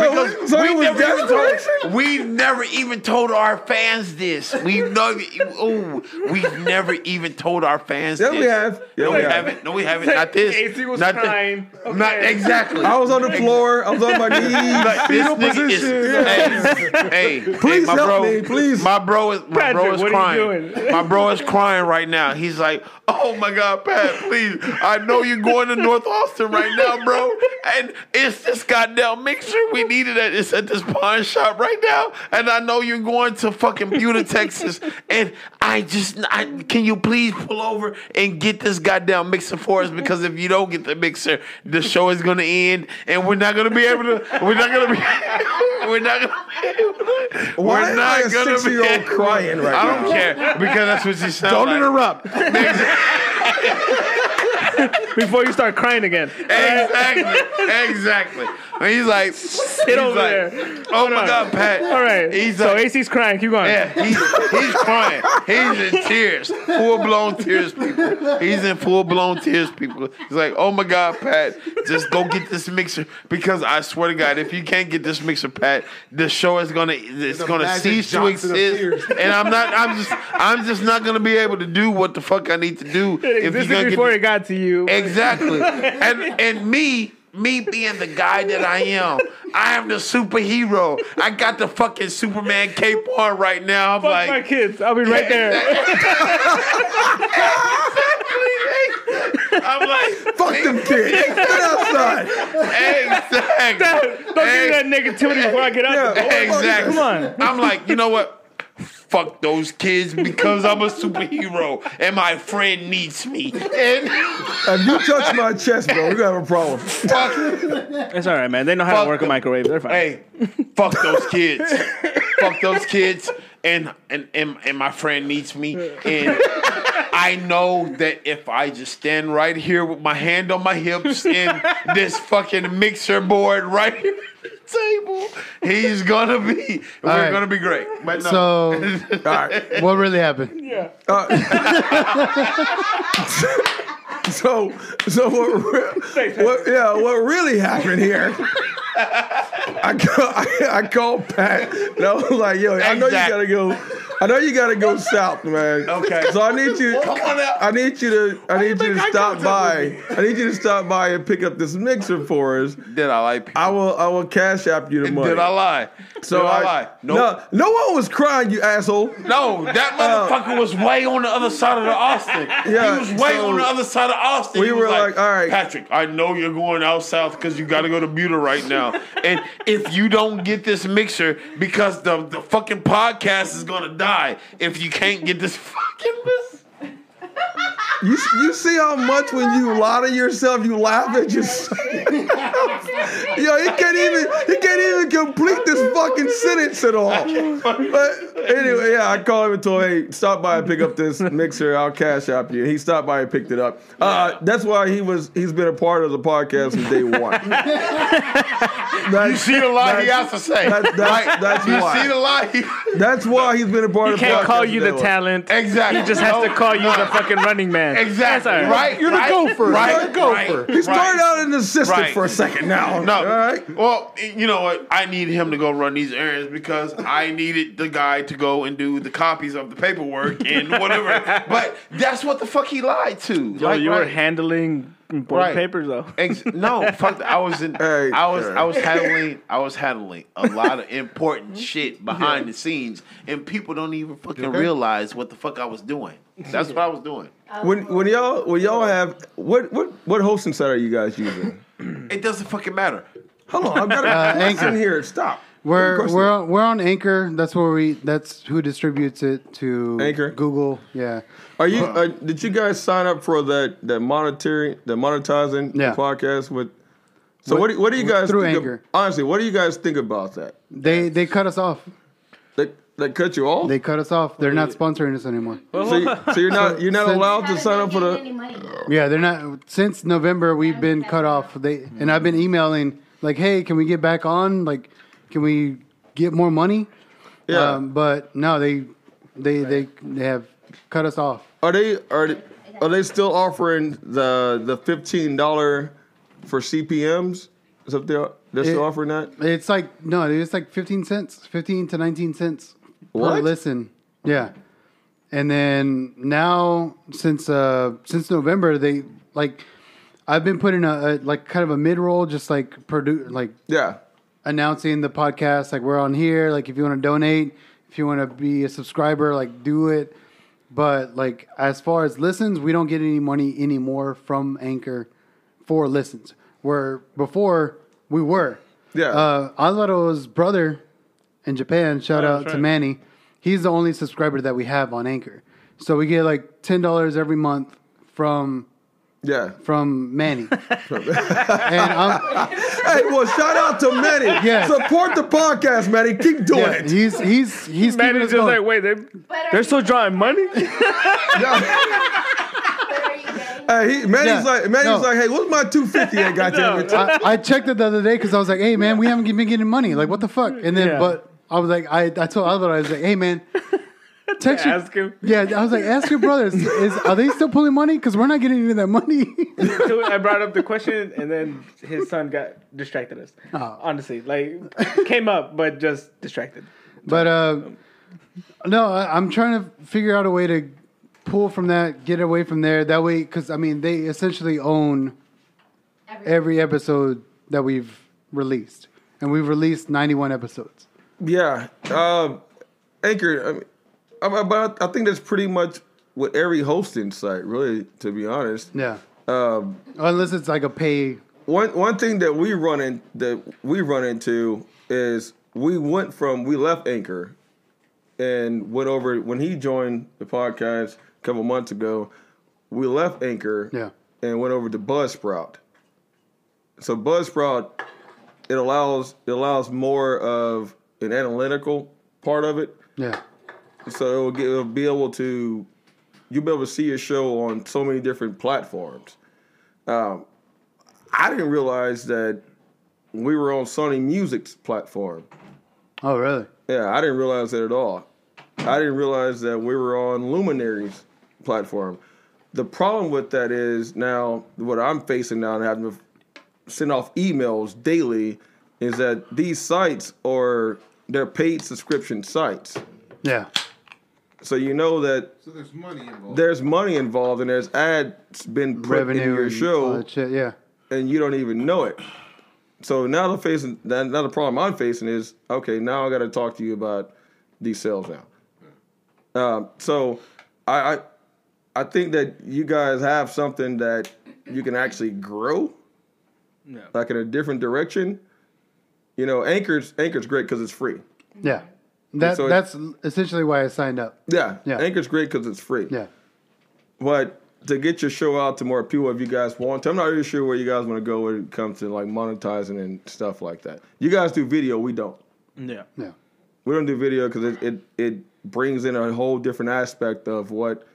Speaker 7: so it
Speaker 5: we,
Speaker 7: was
Speaker 5: never even
Speaker 7: desperation?
Speaker 5: told, we never even told our fans this. We know ooh, we've never even told our fans
Speaker 7: Yeah,
Speaker 5: this.
Speaker 7: we have. Yeah,
Speaker 5: no,
Speaker 7: we
Speaker 5: we
Speaker 7: have.
Speaker 5: haven't. No, we haven't. Not this.
Speaker 6: AC was
Speaker 5: Not thi-
Speaker 6: crying.
Speaker 5: Not exactly.
Speaker 7: I was on the floor. I was on my knees.
Speaker 5: Like, this nigga is, hey, hey, hey,
Speaker 7: Please
Speaker 5: my
Speaker 7: help
Speaker 5: bro,
Speaker 7: me, please.
Speaker 5: My bro is, my
Speaker 6: Patrick,
Speaker 5: bro is
Speaker 6: what are
Speaker 5: crying.
Speaker 6: you doing?
Speaker 5: My bro is crying right now. He's like, "Oh my god, Pat, please! I know you're going to North Austin right now, bro, and it's this goddamn mixture we needed at it's at this pawn shop right now, and I know you're going to fucking Buda, Texas, and I just, I, can you please pull over and get this goddamn mixer for us because if you don't get the mixer, the show is gonna end, and we're not gonna be able to, we're not gonna be, we're not gonna be able to,
Speaker 7: Why
Speaker 5: we're
Speaker 7: am
Speaker 5: not
Speaker 7: I a
Speaker 5: gonna be
Speaker 7: six-year-old
Speaker 5: able-
Speaker 7: crying right
Speaker 5: I
Speaker 7: now?
Speaker 5: don't care because that's what she sounds.
Speaker 2: Don't
Speaker 5: like.
Speaker 2: interrupt.
Speaker 6: Before you start crying again.
Speaker 5: Exactly, exactly. And he's like, sit
Speaker 6: over there.
Speaker 5: Oh my god, Pat.
Speaker 6: All right.
Speaker 5: He's
Speaker 6: so
Speaker 5: like,
Speaker 6: AC's crying. Keep going.
Speaker 5: yeah, he's, he's crying. He's in tears. Full blown tears, people. He's in full blown tears, people. He's like, oh my God, Pat, just go get this mixer. Because I swear to God, if you can't get this mixer, Pat, the show is gonna it's
Speaker 2: The
Speaker 5: gonna
Speaker 2: Magic
Speaker 5: cease to
Speaker 2: Johnson of
Speaker 5: exist.
Speaker 2: tears.
Speaker 5: And I'm not I'm just I'm just not gonna be able to do what the fuck I need to do if
Speaker 6: It
Speaker 5: you're
Speaker 6: existed
Speaker 5: gonna Eh,
Speaker 6: before
Speaker 5: get
Speaker 6: it got to you.
Speaker 5: Exactly. and and me me being the guy that I am, I am the superhero. I got the fucking Superman cape on right now. I'm
Speaker 6: Fuck
Speaker 5: like,
Speaker 6: my kids. I'll be right there.
Speaker 5: I'm like,
Speaker 1: Fuck them kids. Get outside.
Speaker 5: exactly.
Speaker 6: Don't give me that negativity before I get out the door.
Speaker 5: Exactly.
Speaker 6: Come on.
Speaker 5: I'm like, you know what? Fuck those kids because I'm a superhero and my friend needs me. And
Speaker 7: If you touch my chest, bro, we're gonna have a problem.
Speaker 5: fuck,
Speaker 6: It's all right, man. They know how
Speaker 5: Fuck
Speaker 6: to work a
Speaker 5: them.
Speaker 6: microwave. They're fine.
Speaker 5: hey, fuck those kids. fuck those kids. And, and and and my friend needs me. And I know that if I just stand right here with my hand on my hips and this fucking mixer board right here at the table, he's gonna be we're
Speaker 1: right.
Speaker 5: gonna be great. But no.
Speaker 1: So,
Speaker 7: All right.
Speaker 1: what really happened?
Speaker 7: So, so what, re- what? Yeah, what really happened here? I call, I, I called Pat. And I was like, "Yo, I know you
Speaker 5: Exact-
Speaker 7: gotta go. I know you gotta go south, man.
Speaker 5: Okay.
Speaker 7: So I need you.
Speaker 5: Come on out.
Speaker 7: I need you to. I need you
Speaker 5: think
Speaker 7: to
Speaker 5: I
Speaker 7: stop
Speaker 5: come to
Speaker 7: by. I need you to stop by and pick up this mixer for us.
Speaker 5: Did I like
Speaker 7: I will. I will cash app you the money.
Speaker 5: Did I lie?
Speaker 7: So
Speaker 5: Did I,
Speaker 7: I,
Speaker 5: lie?
Speaker 7: no,
Speaker 5: No.
Speaker 7: no one was crying, you asshole.
Speaker 5: No, that motherfucker was way on the other side of the Austin.
Speaker 7: Oh. Yeah,
Speaker 5: he was way
Speaker 7: so
Speaker 5: on the other side of Austin.
Speaker 7: we
Speaker 5: He was
Speaker 7: were like, all right.
Speaker 5: Patrick, I know you're going out south because you got to go to Buda right now. and if you don't get this mixer, because the, the fucking podcast is going to die if you can't get this fucking mixer.
Speaker 7: You, you see how much when you lie to yourself, you laugh at yourself. Yo, he can't even he can't even complete this fucking sentence at all. But anyway, yeah, I called him and told him, hey, stop by and pick up this mixer. I'll cash app you. He stopped by and picked it up. Uh, that's why he was he's been a part of the podcast from day one.
Speaker 5: You see the lie he has to say.
Speaker 7: That's, that's, that's
Speaker 5: you
Speaker 7: why.
Speaker 5: see the lie he...
Speaker 7: that's why he's been a part
Speaker 6: He
Speaker 7: of the podcast.
Speaker 6: can't call you
Speaker 7: from
Speaker 6: the
Speaker 7: day one.
Speaker 6: talent.
Speaker 5: Exactly.
Speaker 6: He just has to call you the fucking running man. That's
Speaker 5: Eh, Exactly.
Speaker 6: all
Speaker 5: Right.
Speaker 2: You're the
Speaker 5: right,
Speaker 2: gopher. You're
Speaker 5: Right.
Speaker 2: the gopher.
Speaker 5: Right.
Speaker 7: He started
Speaker 5: right.
Speaker 7: out an assistant
Speaker 5: Right.
Speaker 7: for a second now.
Speaker 5: No.
Speaker 7: All right.
Speaker 5: Well, you know what? I need him to go run these errands because I needed the guy to go and do the copies of the paperwork and whatever. but that's what the fuck he lied to.
Speaker 6: Yo,
Speaker 5: Like,
Speaker 6: you were
Speaker 5: right.
Speaker 6: handling board
Speaker 5: Right. Eh,
Speaker 6: papers though.
Speaker 5: Ex- no, fuck. that. I was in.
Speaker 7: Hey,
Speaker 5: I was.
Speaker 7: sure.
Speaker 5: I was handling. I was handling a lot of important shit behind the scenes, and people don't even fucking realize what the fuck I was doing. That's what I was doing.
Speaker 7: When when y'all when y'all have what what what hosting site are you guys using?
Speaker 5: It doesn't fucking matter.
Speaker 7: Hold on, I've got a
Speaker 1: Uh,
Speaker 7: question
Speaker 1: Anchor.
Speaker 7: here. Stop.
Speaker 1: We're
Speaker 7: Question.
Speaker 1: we're on, we're on Anchor. That's where we. That's who distributes it to
Speaker 7: Anchor?
Speaker 1: Google. Yeah.
Speaker 7: Are you uh, did you guys sign up for that that monetary the monetizing
Speaker 1: Yeah.
Speaker 7: podcast with? So what do, what do you guys
Speaker 1: through
Speaker 7: think of-
Speaker 1: Anchor.
Speaker 7: honestly? What do you guys think about that?
Speaker 1: They they cut us off.
Speaker 7: They they cut you off.
Speaker 1: They cut us off. They're not sponsoring us anymore.
Speaker 7: so, you, so you're not you're not
Speaker 1: So-
Speaker 7: allowed to sign up for the.
Speaker 1: Yeah, they're not. Since November, we've been cut off. They and I've been emailing like, "Hey, can we get back on? Like, can we get more money?" Um,
Speaker 7: Yeah.
Speaker 1: Oh. but no, they they they they have cut us off.
Speaker 7: Are they are they, are they still offering the the fifteen dollar for CPMS? Is that they they're still
Speaker 1: It-
Speaker 7: offering that?
Speaker 1: It's like no, it's like fifteen cents, fifteen to nineteen cents per
Speaker 7: What?
Speaker 1: listen. Yeah, and then now since uh since November they like I've been putting a, a like kind of a mid roll, just like produ like
Speaker 7: Yeah.
Speaker 1: announcing the podcast. Like we're on here. Like if you want to donate, if you want to be a subscriber, like do it. But like as far as listens, we don't get any money anymore from Anchor for listens. Where before we were.
Speaker 7: Yeah.
Speaker 1: Uh, Alvaro's brother in Japan. Shout out to Manny. He's the only subscriber that we have on Anchor. So we get like ten dollars every month from
Speaker 7: Yeah.
Speaker 1: from Manny. and I'm,
Speaker 7: Hey, well, shout out to Manny.
Speaker 1: Yes.
Speaker 7: Support the podcast, Manny. Keep doing
Speaker 1: yeah,
Speaker 7: it.
Speaker 1: he's he's he's keeping
Speaker 6: Manny's
Speaker 1: us
Speaker 6: just
Speaker 1: going.
Speaker 6: like, wait, they they're still drawing money.
Speaker 7: Hey, he, Manny's
Speaker 1: Yeah.
Speaker 7: like, Manny's
Speaker 1: No.
Speaker 7: like, hey, what's my two fifty? I got
Speaker 6: No.
Speaker 7: you.
Speaker 1: I, I checked it the other day because I was like, "Hey man, we haven't been getting money. Like, what the fuck?" And then,
Speaker 6: Yeah.
Speaker 1: but I was like, I, I told Alvaro, I was like, "Hey man, text your-
Speaker 6: Ask him.
Speaker 1: Yeah, I was like, ask your brothers. Is are they still pulling money? Because we're not getting any of that money.
Speaker 6: So I brought up the question, and then his son got distracted us.
Speaker 5: Oh.
Speaker 6: Honestly, like came up, but just distracted.
Speaker 1: but uh, no, I, I'm trying to figure out a way to pull from that, get away from there. That way, because I mean, they essentially own every episode that we've released, and we've released 91 episodes.
Speaker 7: Yeah, um, Anchor. I mean, I- I- but I think that's pretty much what every hosting site, really, to be honest.
Speaker 1: Yeah,
Speaker 7: Um,
Speaker 1: unless it's like a pay.
Speaker 7: one one thing that we run in that we run into is we went from we left Anchor and went over when he joined the podcast a couple months ago. We left Anchor
Speaker 1: Yeah,
Speaker 7: and went over to Buzzsprout. So Buzzsprout, it allows it allows more of an analytical part of it.
Speaker 1: yeah,
Speaker 7: So it'll, get, it'll be able to you'll be able to see your show on so many different platforms. Um, I didn't realize that we were on Sony Music's platform.
Speaker 1: oh, really?
Speaker 7: Yeah, I didn't realize that at all. I didn't realize that we were on Luminary's platform. The problem with that is now what I'm facing now and having to send off emails daily is that these sites are they're paid subscription sites.
Speaker 1: Yeah,
Speaker 7: So you know that
Speaker 2: So there's money involved.
Speaker 7: there's money involved and there's ads been put
Speaker 1: revenue
Speaker 7: in your
Speaker 1: and all
Speaker 7: show
Speaker 1: that shit. Yeah,
Speaker 7: and you don't even know it. So now the facing now now the problem I'm facing is okay. Now I got to talk to you about these sales now. Um, so I, I I think that you guys have something that you can actually grow,
Speaker 6: Yeah.
Speaker 7: like in a different direction. You know, anchors anchors great because it's free.
Speaker 1: yeah. That
Speaker 7: So it-
Speaker 1: that's essentially why I signed up.
Speaker 7: Yeah,
Speaker 1: Yeah.
Speaker 7: anchor's great because it's free.
Speaker 1: Yeah,
Speaker 7: But to get your show out to more people if you guys want to. I'm not really sure where you guys want to go when it comes to like monetizing and stuff like that. You guys do video, we don't.
Speaker 6: Yeah.
Speaker 1: yeah,
Speaker 7: We don't do video because it, it it brings in a whole different aspect of what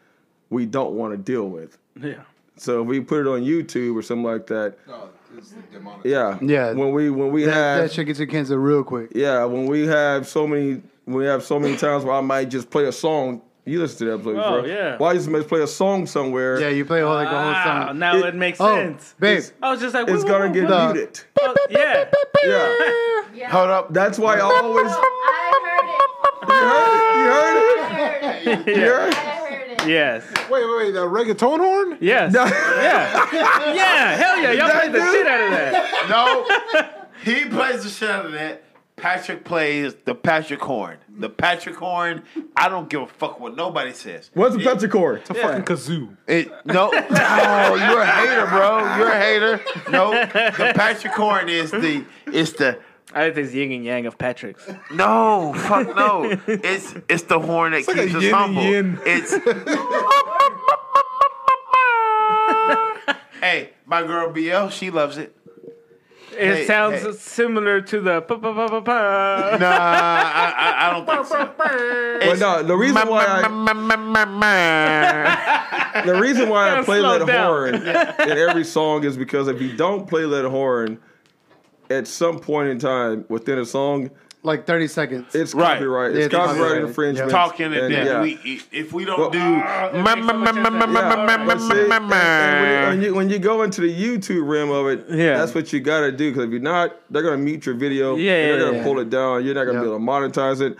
Speaker 7: we don't want to deal with.
Speaker 6: Yeah.
Speaker 7: So if we put it on YouTube or something like that,
Speaker 2: No, it's the demonic.
Speaker 7: yeah,
Speaker 1: Yeah.
Speaker 7: When we when we have
Speaker 1: that shit gets you canceled real quick.
Speaker 7: yeah when we have so many we have so many times where I might just play a song. You listen to that episode,
Speaker 6: Oh,
Speaker 7: bro.
Speaker 6: yeah.
Speaker 7: Why just play a song somewhere?
Speaker 1: Yeah, you play a whole, like a whole
Speaker 6: Wow,
Speaker 1: song.
Speaker 6: Ah, now
Speaker 7: It-
Speaker 6: it, makes
Speaker 1: Oh,
Speaker 6: sense.
Speaker 1: babe,
Speaker 6: I was just like,
Speaker 7: Ah, it's
Speaker 6: woo,
Speaker 7: gonna
Speaker 6: woo,
Speaker 7: get
Speaker 6: woo.
Speaker 7: muted.
Speaker 6: Oh, yeah.
Speaker 7: Yeah.
Speaker 8: Yeah.
Speaker 5: Hold up.
Speaker 7: That's why I always.
Speaker 8: I
Speaker 7: You
Speaker 8: heard it.
Speaker 7: heard
Speaker 8: I heard it.
Speaker 7: it? You heard it?
Speaker 8: I heard it.
Speaker 6: Yes.
Speaker 2: Wait, wait, wait. That reggaeton horn?
Speaker 6: Yes.
Speaker 7: You
Speaker 6: yeah.
Speaker 7: heard it?
Speaker 6: Yeah. Hell yeah. Y'all played the shit out of that.
Speaker 5: No, he plays the shit out of that. Patrick plays the Patrick Horn. The Patrick Horn. I don't give a fuck what nobody says.
Speaker 7: What's a petrichor?
Speaker 2: Fucking kazoo.
Speaker 5: It, no, oh, you're a hater, bro. You're a hater. No, the Patrick Horn is the it's the
Speaker 6: I think it's yin and yang of Patrick's.
Speaker 5: no fuck no. It's it's the horn that
Speaker 2: like a
Speaker 5: keeps us
Speaker 2: yin and
Speaker 5: humble.
Speaker 2: yin.
Speaker 5: It's hey, my girl BL, she loves it.
Speaker 6: It
Speaker 5: Hey,
Speaker 6: sounds
Speaker 5: hey.
Speaker 6: similar to the pa pa pa pa pa.
Speaker 5: Nah, I, I, I don't think so.
Speaker 7: But no, the reason why I, the reason why I
Speaker 6: Gotta
Speaker 7: play
Speaker 6: slow
Speaker 7: that
Speaker 6: down.
Speaker 7: horn in every song is because if you don't play that horn at some point in time within a song,
Speaker 1: like thirty seconds.
Speaker 7: it's
Speaker 5: Right.
Speaker 7: copyright.
Speaker 1: Yeah,
Speaker 7: It's
Speaker 1: it's
Speaker 7: copyright
Speaker 1: copyrighted.
Speaker 7: infringement.
Speaker 5: talking and then
Speaker 7: yeah. uh,
Speaker 5: we if we don't do
Speaker 7: Yeah, but see, and- and when, you, when you when you go into the YouTube realm of it,
Speaker 6: Yeah.
Speaker 7: that's what you gotta do. Because if you're not, they're gonna mute your video.
Speaker 6: Yeah,
Speaker 7: and they're
Speaker 6: yeah,
Speaker 7: gonna
Speaker 6: yeah.
Speaker 7: pull it down. You're not gonna be
Speaker 1: Yeah.
Speaker 7: able to monetize it.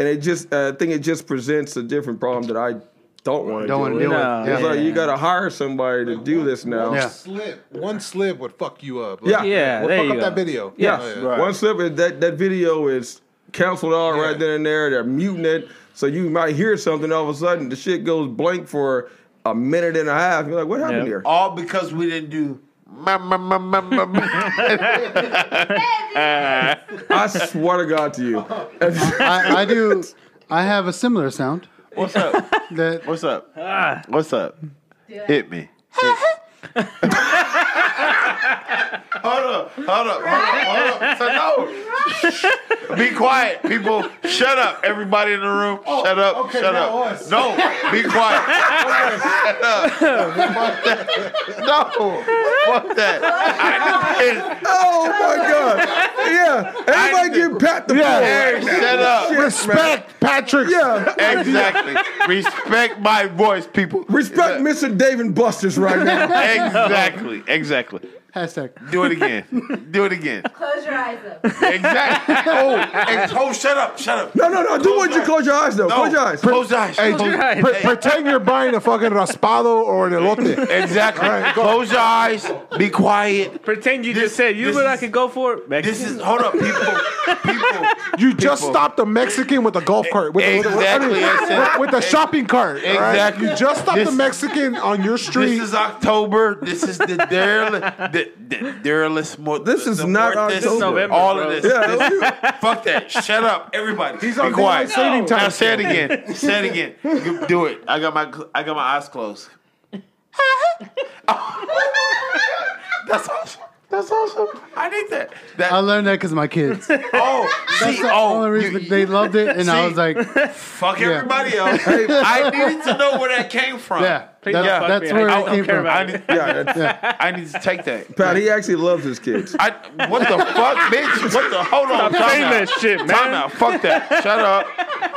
Speaker 7: And it just, uh, I think it just presents a different problem that I don't want to
Speaker 1: Don't
Speaker 7: deal
Speaker 1: wanna
Speaker 7: with.
Speaker 1: deal with.
Speaker 6: No,
Speaker 1: Yeah.
Speaker 7: It's like you gotta hire somebody to do this now.
Speaker 2: One
Speaker 1: Yeah.
Speaker 2: slip. One slip would fuck you up.
Speaker 7: Yeah.
Speaker 6: Yeah,
Speaker 2: Would
Speaker 6: there
Speaker 2: fuck
Speaker 6: you
Speaker 2: up
Speaker 6: go.
Speaker 2: that video.
Speaker 7: Yeah.
Speaker 2: Oh,
Speaker 7: Right. One slip and that, that video is canceled out right
Speaker 2: Yeah.
Speaker 7: then and there. They're muting it. So you might hear something all of a sudden the shit goes blank for a minute and a half. You're like, what happened
Speaker 6: Yeah.
Speaker 7: here?
Speaker 5: all because we didn't do
Speaker 7: I swear to God to you.
Speaker 5: Oh,
Speaker 1: I, I do. I have a similar sound.
Speaker 5: What's up?
Speaker 1: That
Speaker 5: What's up?
Speaker 7: Ah.
Speaker 5: What's up? Hit me. hold up, hold up, hold up, hold up. So, no. Be quiet, people. Shut up. Everybody in the room,
Speaker 7: Oh,
Speaker 5: shut up,
Speaker 2: okay,
Speaker 5: shut
Speaker 2: now
Speaker 5: up.
Speaker 2: us.
Speaker 5: No, be quiet. shut up. no, fuck that. I didn't-
Speaker 7: Oh my God! Yeah, everybody give Pat the
Speaker 5: Eric,
Speaker 7: ball.
Speaker 5: shut up.
Speaker 7: Respect, Patrick. Yeah,
Speaker 5: Exactly. Respect my voice, people.
Speaker 7: respect Mr. Dave and Buster's right now.
Speaker 5: Exactly. Exactly.
Speaker 4: Hashtag.
Speaker 5: Do it again. Do it again.
Speaker 8: Close your eyes up.
Speaker 5: Exactly. Oh, and, oh, shut up. Shut up.
Speaker 7: No, no, no. Do what you close your eyes though.
Speaker 5: No.
Speaker 7: Close your eyes.
Speaker 5: Close your eyes.
Speaker 2: Hey, dude,
Speaker 6: right.
Speaker 2: pre- pretend you're buying a fucking raspado or an elote.
Speaker 5: Exactly. Close your eyes. Be quiet.
Speaker 6: Pretend you just said you
Speaker 5: this
Speaker 6: know what I
Speaker 5: is-
Speaker 6: could go for. Back
Speaker 5: This is hold up, people. People.
Speaker 2: You just stopped a Mexican with a golf cart. With, a- with a-
Speaker 5: Exactly, I said-
Speaker 2: With a shopping cart. all right?
Speaker 5: Exactly.
Speaker 2: You just stopped
Speaker 5: This-
Speaker 2: a Mexican on your street.
Speaker 5: This is October. This is the derelict. The, the derelict. Mo-
Speaker 7: This
Speaker 5: the-
Speaker 7: is
Speaker 5: the
Speaker 7: not
Speaker 5: Mortis,
Speaker 7: October. This is
Speaker 6: November,
Speaker 5: all
Speaker 6: bro.
Speaker 5: of this.
Speaker 7: Yeah,
Speaker 5: This-
Speaker 7: you-
Speaker 5: fuck that. Shut up, everybody. He's
Speaker 2: on
Speaker 5: Be quiet.
Speaker 2: daylight saving time
Speaker 5: Now say it again. Say it again. You- Do it. I got my. cl- I got my eyes closed. That's awesome. That's awesome. I need that. That
Speaker 4: I learned that because of my kids. That's
Speaker 5: oh, see,
Speaker 4: the
Speaker 5: oh,
Speaker 4: only reason
Speaker 5: you-
Speaker 4: they loved it, and I
Speaker 5: See?
Speaker 4: was like,
Speaker 5: fuck everybody else. I needed to know where that came from.
Speaker 4: yeah, that,
Speaker 6: don't fuck
Speaker 4: that's
Speaker 6: me.
Speaker 4: where
Speaker 6: I
Speaker 4: it
Speaker 6: don't
Speaker 4: came
Speaker 6: care
Speaker 4: from.
Speaker 6: about
Speaker 5: I
Speaker 6: it.
Speaker 5: need,
Speaker 7: Yeah, that's-
Speaker 5: I need to take that.
Speaker 7: Pat, he actually loves his kids.
Speaker 5: I, what the fuck, bitch? What the? Hold on.
Speaker 6: Stop
Speaker 5: Time
Speaker 6: saying
Speaker 5: out.
Speaker 6: that shit, man.
Speaker 5: Time out. Fuck that. Shut up.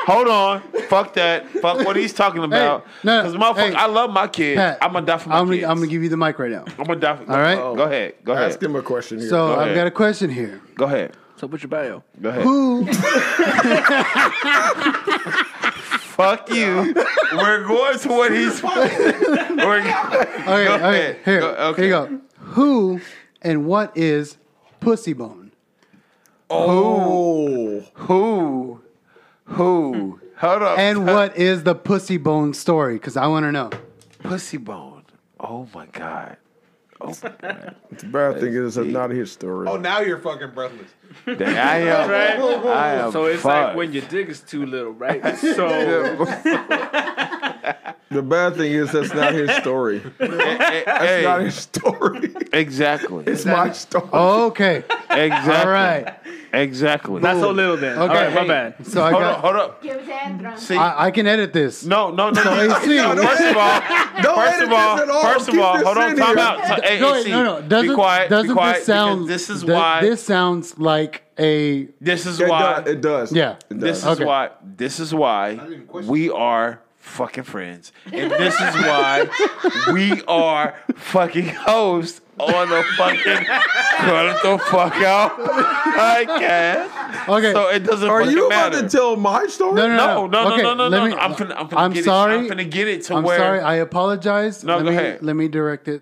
Speaker 5: Hold on. Fuck that. Fuck what he's talking about.
Speaker 4: no,
Speaker 5: Because motherfucker,
Speaker 4: hey,
Speaker 5: I love my kids.
Speaker 4: Pat,
Speaker 5: I'm gonna die for my
Speaker 4: I'm gonna,
Speaker 5: kids.
Speaker 4: I'm gonna give you the mic right now.
Speaker 5: I'm gonna die for.
Speaker 4: All right.
Speaker 5: Go ahead. Go ahead.
Speaker 7: Ask him a question here.
Speaker 4: So
Speaker 5: Go
Speaker 4: I've
Speaker 5: ahead.
Speaker 4: got a question here.
Speaker 5: Go ahead.
Speaker 6: So put your bio.
Speaker 5: Go ahead.
Speaker 4: Who?
Speaker 5: Fuck you. We're going to what he's. We're,
Speaker 4: Okay,
Speaker 5: Go
Speaker 4: okay,
Speaker 5: ahead.
Speaker 4: here,
Speaker 5: Go- okay.
Speaker 4: here you go. Who and what is pussy bone?
Speaker 5: oh. Who? Who? Hold up.
Speaker 4: And what is the pussy bone story? Because I want to know.
Speaker 5: pussy bone. Oh my god. Oh my god.
Speaker 7: Bro, I think it's a, not his story.
Speaker 2: Oh, now you're fucking breathless.
Speaker 5: I am. I am
Speaker 6: So it's
Speaker 5: fucked.
Speaker 6: like when your dick is too little, right? So
Speaker 7: The bad thing is that's not his story.
Speaker 5: Hey,
Speaker 7: That's
Speaker 5: Eh, hey,
Speaker 7: not his story.
Speaker 5: exactly.
Speaker 7: It's my story.
Speaker 2: Oh.
Speaker 4: Okay,
Speaker 5: Exactly.
Speaker 4: all right.
Speaker 5: Exactly.
Speaker 6: not so little then. Okay,
Speaker 4: Okay,
Speaker 6: my bad.
Speaker 4: So I
Speaker 5: hold
Speaker 4: got.
Speaker 5: up. Hold up.
Speaker 8: Give it to Andrew.
Speaker 5: See,
Speaker 4: I, I can edit this.
Speaker 5: no, no, no, no.
Speaker 4: AC,
Speaker 5: no, no, First of all, first
Speaker 7: edit
Speaker 5: of all,
Speaker 7: this at all.
Speaker 5: first of
Speaker 7: Keep
Speaker 5: all,
Speaker 7: this
Speaker 5: hold on.
Speaker 7: in
Speaker 5: Time
Speaker 7: here.
Speaker 5: out. T- Hey,
Speaker 4: No, wait,
Speaker 5: AC,
Speaker 4: no, no. Doesn't,
Speaker 5: be quiet.
Speaker 4: doesn't
Speaker 5: be quiet.
Speaker 4: this sound?
Speaker 5: because This is
Speaker 4: th-
Speaker 5: why.
Speaker 4: This sounds like a.
Speaker 5: this is
Speaker 7: It
Speaker 2: Uh,
Speaker 5: why.
Speaker 7: does. It does.
Speaker 4: Yeah.
Speaker 7: It
Speaker 5: This
Speaker 7: does.
Speaker 5: is
Speaker 4: Okay.
Speaker 5: why. This is why we are fucking friends, and this is why we are fucking hosts on the fucking cut the fuck out podcast.
Speaker 4: Okay.
Speaker 5: So it doesn't.
Speaker 7: Are
Speaker 5: fucking
Speaker 7: you about
Speaker 5: matter.
Speaker 7: to tell my story?
Speaker 4: no, no, no,
Speaker 5: No, no, no,
Speaker 4: Okay,
Speaker 5: no, no,
Speaker 4: let
Speaker 5: no.
Speaker 4: me-
Speaker 5: I'm finna, I'm finna
Speaker 4: I'm
Speaker 5: get
Speaker 4: sorry.
Speaker 5: It. I'm finna get it to
Speaker 4: I'm
Speaker 5: where.
Speaker 4: sorry. I apologize.
Speaker 5: No,
Speaker 4: let
Speaker 5: go
Speaker 4: me,
Speaker 5: ahead.
Speaker 4: Let me direct it.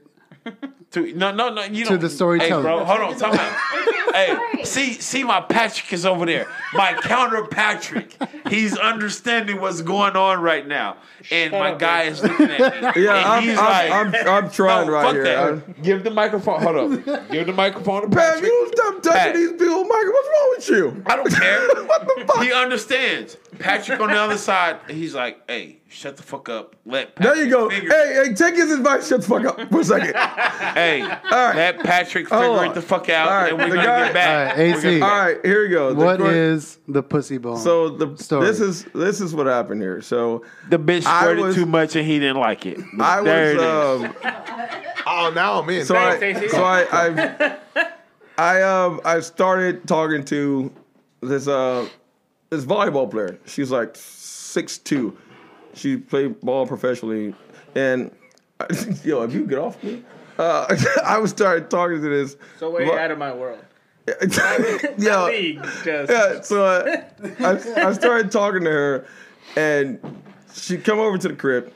Speaker 5: to, no, no, no. You
Speaker 4: To
Speaker 5: don't-
Speaker 4: the storyteller.
Speaker 5: Hey, bro, hold on. Time out. hey,
Speaker 8: story.
Speaker 5: see, see, my Patrick is over there. My counter Patrick. He's understanding what's going on right now, and my guy is looking at me.
Speaker 7: Yeah,
Speaker 5: and
Speaker 7: I'm,
Speaker 5: he's like,
Speaker 7: I'm, I'm, I'm trying
Speaker 5: no,
Speaker 7: right
Speaker 5: fuck
Speaker 7: here.
Speaker 5: that.
Speaker 7: I'm-
Speaker 5: Give the microphone. Hold up. Give the microphone to
Speaker 7: Pat,
Speaker 5: Patrick.
Speaker 7: you don't stop touching
Speaker 5: Pat.
Speaker 7: these people, Michael. What's wrong with you?
Speaker 5: I don't care.
Speaker 7: What the fuck?
Speaker 5: He understands. Patrick on the other side, he's like, "Hey, shut the fuck up. Let Patrick
Speaker 7: There you go.
Speaker 5: figure
Speaker 7: Hey, hey, take his advice. Shut the fuck up for a second.
Speaker 5: Hey,
Speaker 7: right.
Speaker 5: let Patrick
Speaker 7: Hold
Speaker 5: figure
Speaker 7: on.
Speaker 5: it the fuck out,
Speaker 7: All right,
Speaker 5: and we're
Speaker 7: the
Speaker 5: gonna
Speaker 7: guy-
Speaker 5: get back.
Speaker 4: All right, AC.
Speaker 5: We're gonna get
Speaker 7: All
Speaker 5: back.
Speaker 7: right, here we go. The
Speaker 4: What is
Speaker 7: que-
Speaker 4: the pussy bone?
Speaker 7: so the
Speaker 4: story?
Speaker 7: this is this is what happened here. So
Speaker 5: The bitch
Speaker 7: I
Speaker 5: squirted
Speaker 7: was-
Speaker 5: too much, and he didn't like it.
Speaker 7: I
Speaker 5: there it is.
Speaker 7: was um,
Speaker 2: Oh, now I'm in.
Speaker 7: so
Speaker 6: Thanks,
Speaker 7: I
Speaker 6: Stacey.
Speaker 7: so I I, I um I started talking to this uh this volleyball player. She's like six two. She played ball professionally, and yo, if you get off me, uh, I was started talking to this.
Speaker 6: So way
Speaker 7: vo-
Speaker 6: out of my world.
Speaker 7: yo,
Speaker 6: League just
Speaker 7: yeah, so I, I, I started talking to her, and she come over to the crib,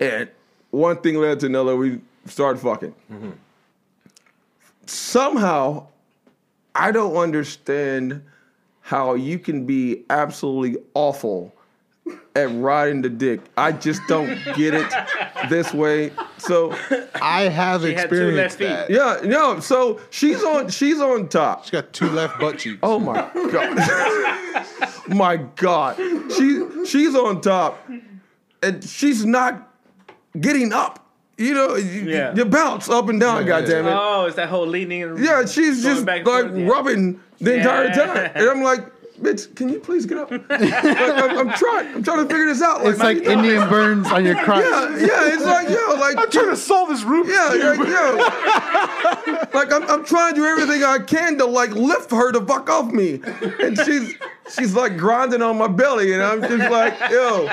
Speaker 7: and one thing led to another. We started fucking. Somehow, I don't understand how you can be absolutely awful at riding the dick. I just don't get it this way. So
Speaker 2: I have
Speaker 6: had two
Speaker 2: experienced
Speaker 6: left feet.
Speaker 2: that.
Speaker 7: yeah, no. So she's on. She's on top.
Speaker 2: She got two left butt cheeks.
Speaker 7: Oh my god. my god. She she's on top and she's not getting up. You know, you,
Speaker 6: Yeah.
Speaker 7: you bounce up and down,
Speaker 2: Yeah.
Speaker 7: goddamn it.
Speaker 6: Oh, it's that whole leaning and
Speaker 7: Yeah, she's
Speaker 6: going
Speaker 7: just
Speaker 6: back and
Speaker 7: like
Speaker 6: forth, yeah.
Speaker 7: rubbing the entire
Speaker 6: Yeah.
Speaker 7: time. And I'm like, bitch, can you please get up? like, I'm, I'm trying. I'm trying to figure this out.
Speaker 4: it's
Speaker 7: how
Speaker 4: like
Speaker 7: you doing?
Speaker 4: Indian burns on your crotch.
Speaker 7: Yeah, yeah, it's like, yo, like I'm
Speaker 2: trying to solve this room.
Speaker 7: yeah, like, yo. like I'm, I'm trying to do everything I can to like lift her to fuck off me, and she's She's like grinding on my belly, and I'm just like, yo,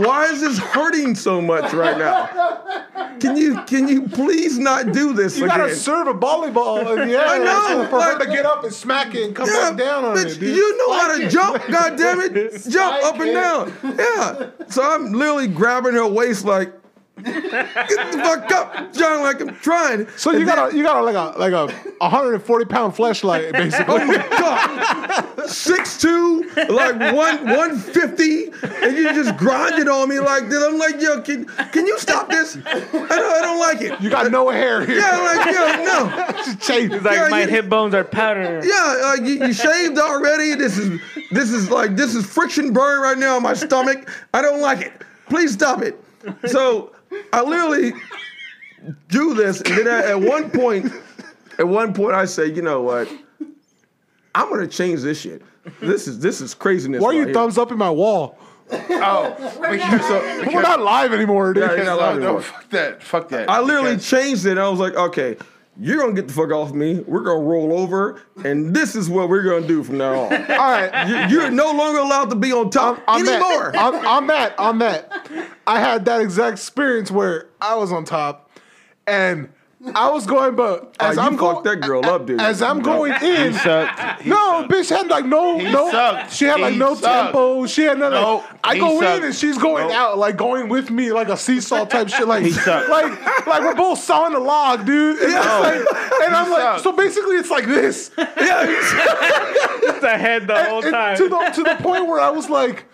Speaker 7: why is this hurting so much right now? Can you can you please not do this
Speaker 2: You
Speaker 7: again?
Speaker 2: gotta serve a volleyball in the air.
Speaker 7: I know,
Speaker 2: For
Speaker 7: like-
Speaker 2: her to get up and smack it and come
Speaker 7: Yeah,
Speaker 2: back down on
Speaker 7: bitch,
Speaker 2: it, dude.
Speaker 7: You know how to jump, God damn it, jump up
Speaker 2: it.
Speaker 7: and down. Yeah. So I'm literally grabbing her waist like, get the fuck up, John, like I'm trying.
Speaker 2: So you got a you got a, like a like a 140 pound flashlight basically.
Speaker 7: Oh my god. Six two, like one one fifty, and you just grinded on me like this. I'm like, yo, can can you stop this? I don't, I don't like it.
Speaker 2: You got no hair here.
Speaker 7: Yeah, like yo, no.
Speaker 2: Chase.
Speaker 6: Like
Speaker 7: Yeah,
Speaker 6: my
Speaker 7: you-
Speaker 6: hip bones are powder.
Speaker 7: Yeah, like you, you shaved already. This is this is like this is friction burn right now on my stomach. I don't like it. Please stop it. So I literally do this, and then at, at one point, at one point, I say, you know what? I'm gonna change this shit. This is this is craziness.
Speaker 2: Why are
Speaker 7: right
Speaker 2: you
Speaker 7: here.
Speaker 2: thumbs up in my wall?
Speaker 5: Oh, because,
Speaker 7: So-
Speaker 2: We're not live anymore, dude.
Speaker 7: Yeah, yeah, no,
Speaker 5: no,
Speaker 7: no,
Speaker 5: no, fuck that. Fuck that.
Speaker 7: I literally
Speaker 5: Because-
Speaker 7: changed it. I was like, okay, you're gonna get the fuck off me. We're gonna roll over, and this is what we're gonna do from now on.
Speaker 2: All right.
Speaker 7: You- You're no longer allowed to be on top
Speaker 2: on
Speaker 7: anymore.
Speaker 2: That, on, on that, on that, I had that exact experience where I was on top, and I was going, but as
Speaker 7: Oh, you
Speaker 2: I'm going,
Speaker 7: fucked that girl up, dude.
Speaker 2: as I'm going in,
Speaker 5: sucked. He
Speaker 2: no, bitch had like no,
Speaker 5: He
Speaker 2: no,
Speaker 5: sucked.
Speaker 2: she had like
Speaker 5: He
Speaker 2: no
Speaker 5: sucked.
Speaker 2: tempo. She had nothing.
Speaker 5: Nope.
Speaker 2: I
Speaker 5: He
Speaker 2: go in
Speaker 5: sucked.
Speaker 2: and she's going
Speaker 5: Nope.
Speaker 2: out, like going with me, like a seesaw type shit. Like,
Speaker 5: sucked.
Speaker 2: like, like we're both sawing the log, dude. And, it's like- and I'm like,
Speaker 5: sucked.
Speaker 2: so basically, it's like this.
Speaker 6: It's the head the whole
Speaker 2: And
Speaker 6: time.
Speaker 2: To the to the point where I was like,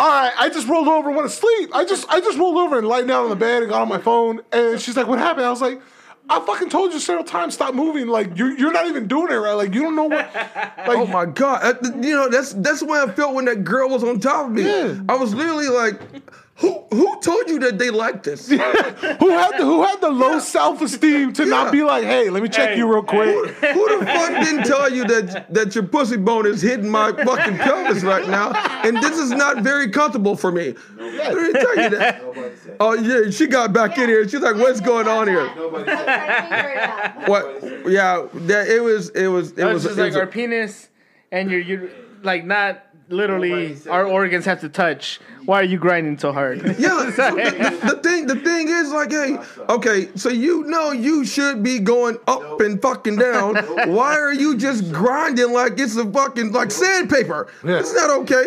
Speaker 2: all right, I just rolled over and went to sleep. I just I just rolled over and laid down on the bed and got on my phone. And she's like, what happened? I was like, I fucking told you several times, stop moving. Like you're you're not even doing it right. Like you don't know what. Like
Speaker 7: Oh my god! I- th- you know that's that's why I felt when that girl was on top of me.
Speaker 2: Yeah.
Speaker 7: I was literally like, "Who who told you that they like this?
Speaker 2: who had the who had the low self esteem to
Speaker 7: Yeah.
Speaker 2: not be like, hey, let me check you real quick.
Speaker 7: Who the fuck didn't tell you that that your pussy bone is hitting my fucking pelvis right now? And this is not very comfortable for me. Who didn't tell you that? Oh yeah, she got back in here. She's like, "What's going on here?" What? Yeah, that it was it was it
Speaker 10: It
Speaker 7: was,
Speaker 10: was just
Speaker 7: it
Speaker 10: like
Speaker 7: was
Speaker 10: our penis and your, your like not
Speaker 7: Oh,
Speaker 10: literally our organs have to touch. Why are you grinding so hard?
Speaker 7: Yeah, so the, the thing the thing is like, hey, okay, so you know you should be going up and fucking down. Why are you just grinding like it's a fucking like sandpaper?
Speaker 2: Yeah.
Speaker 7: It's not okay.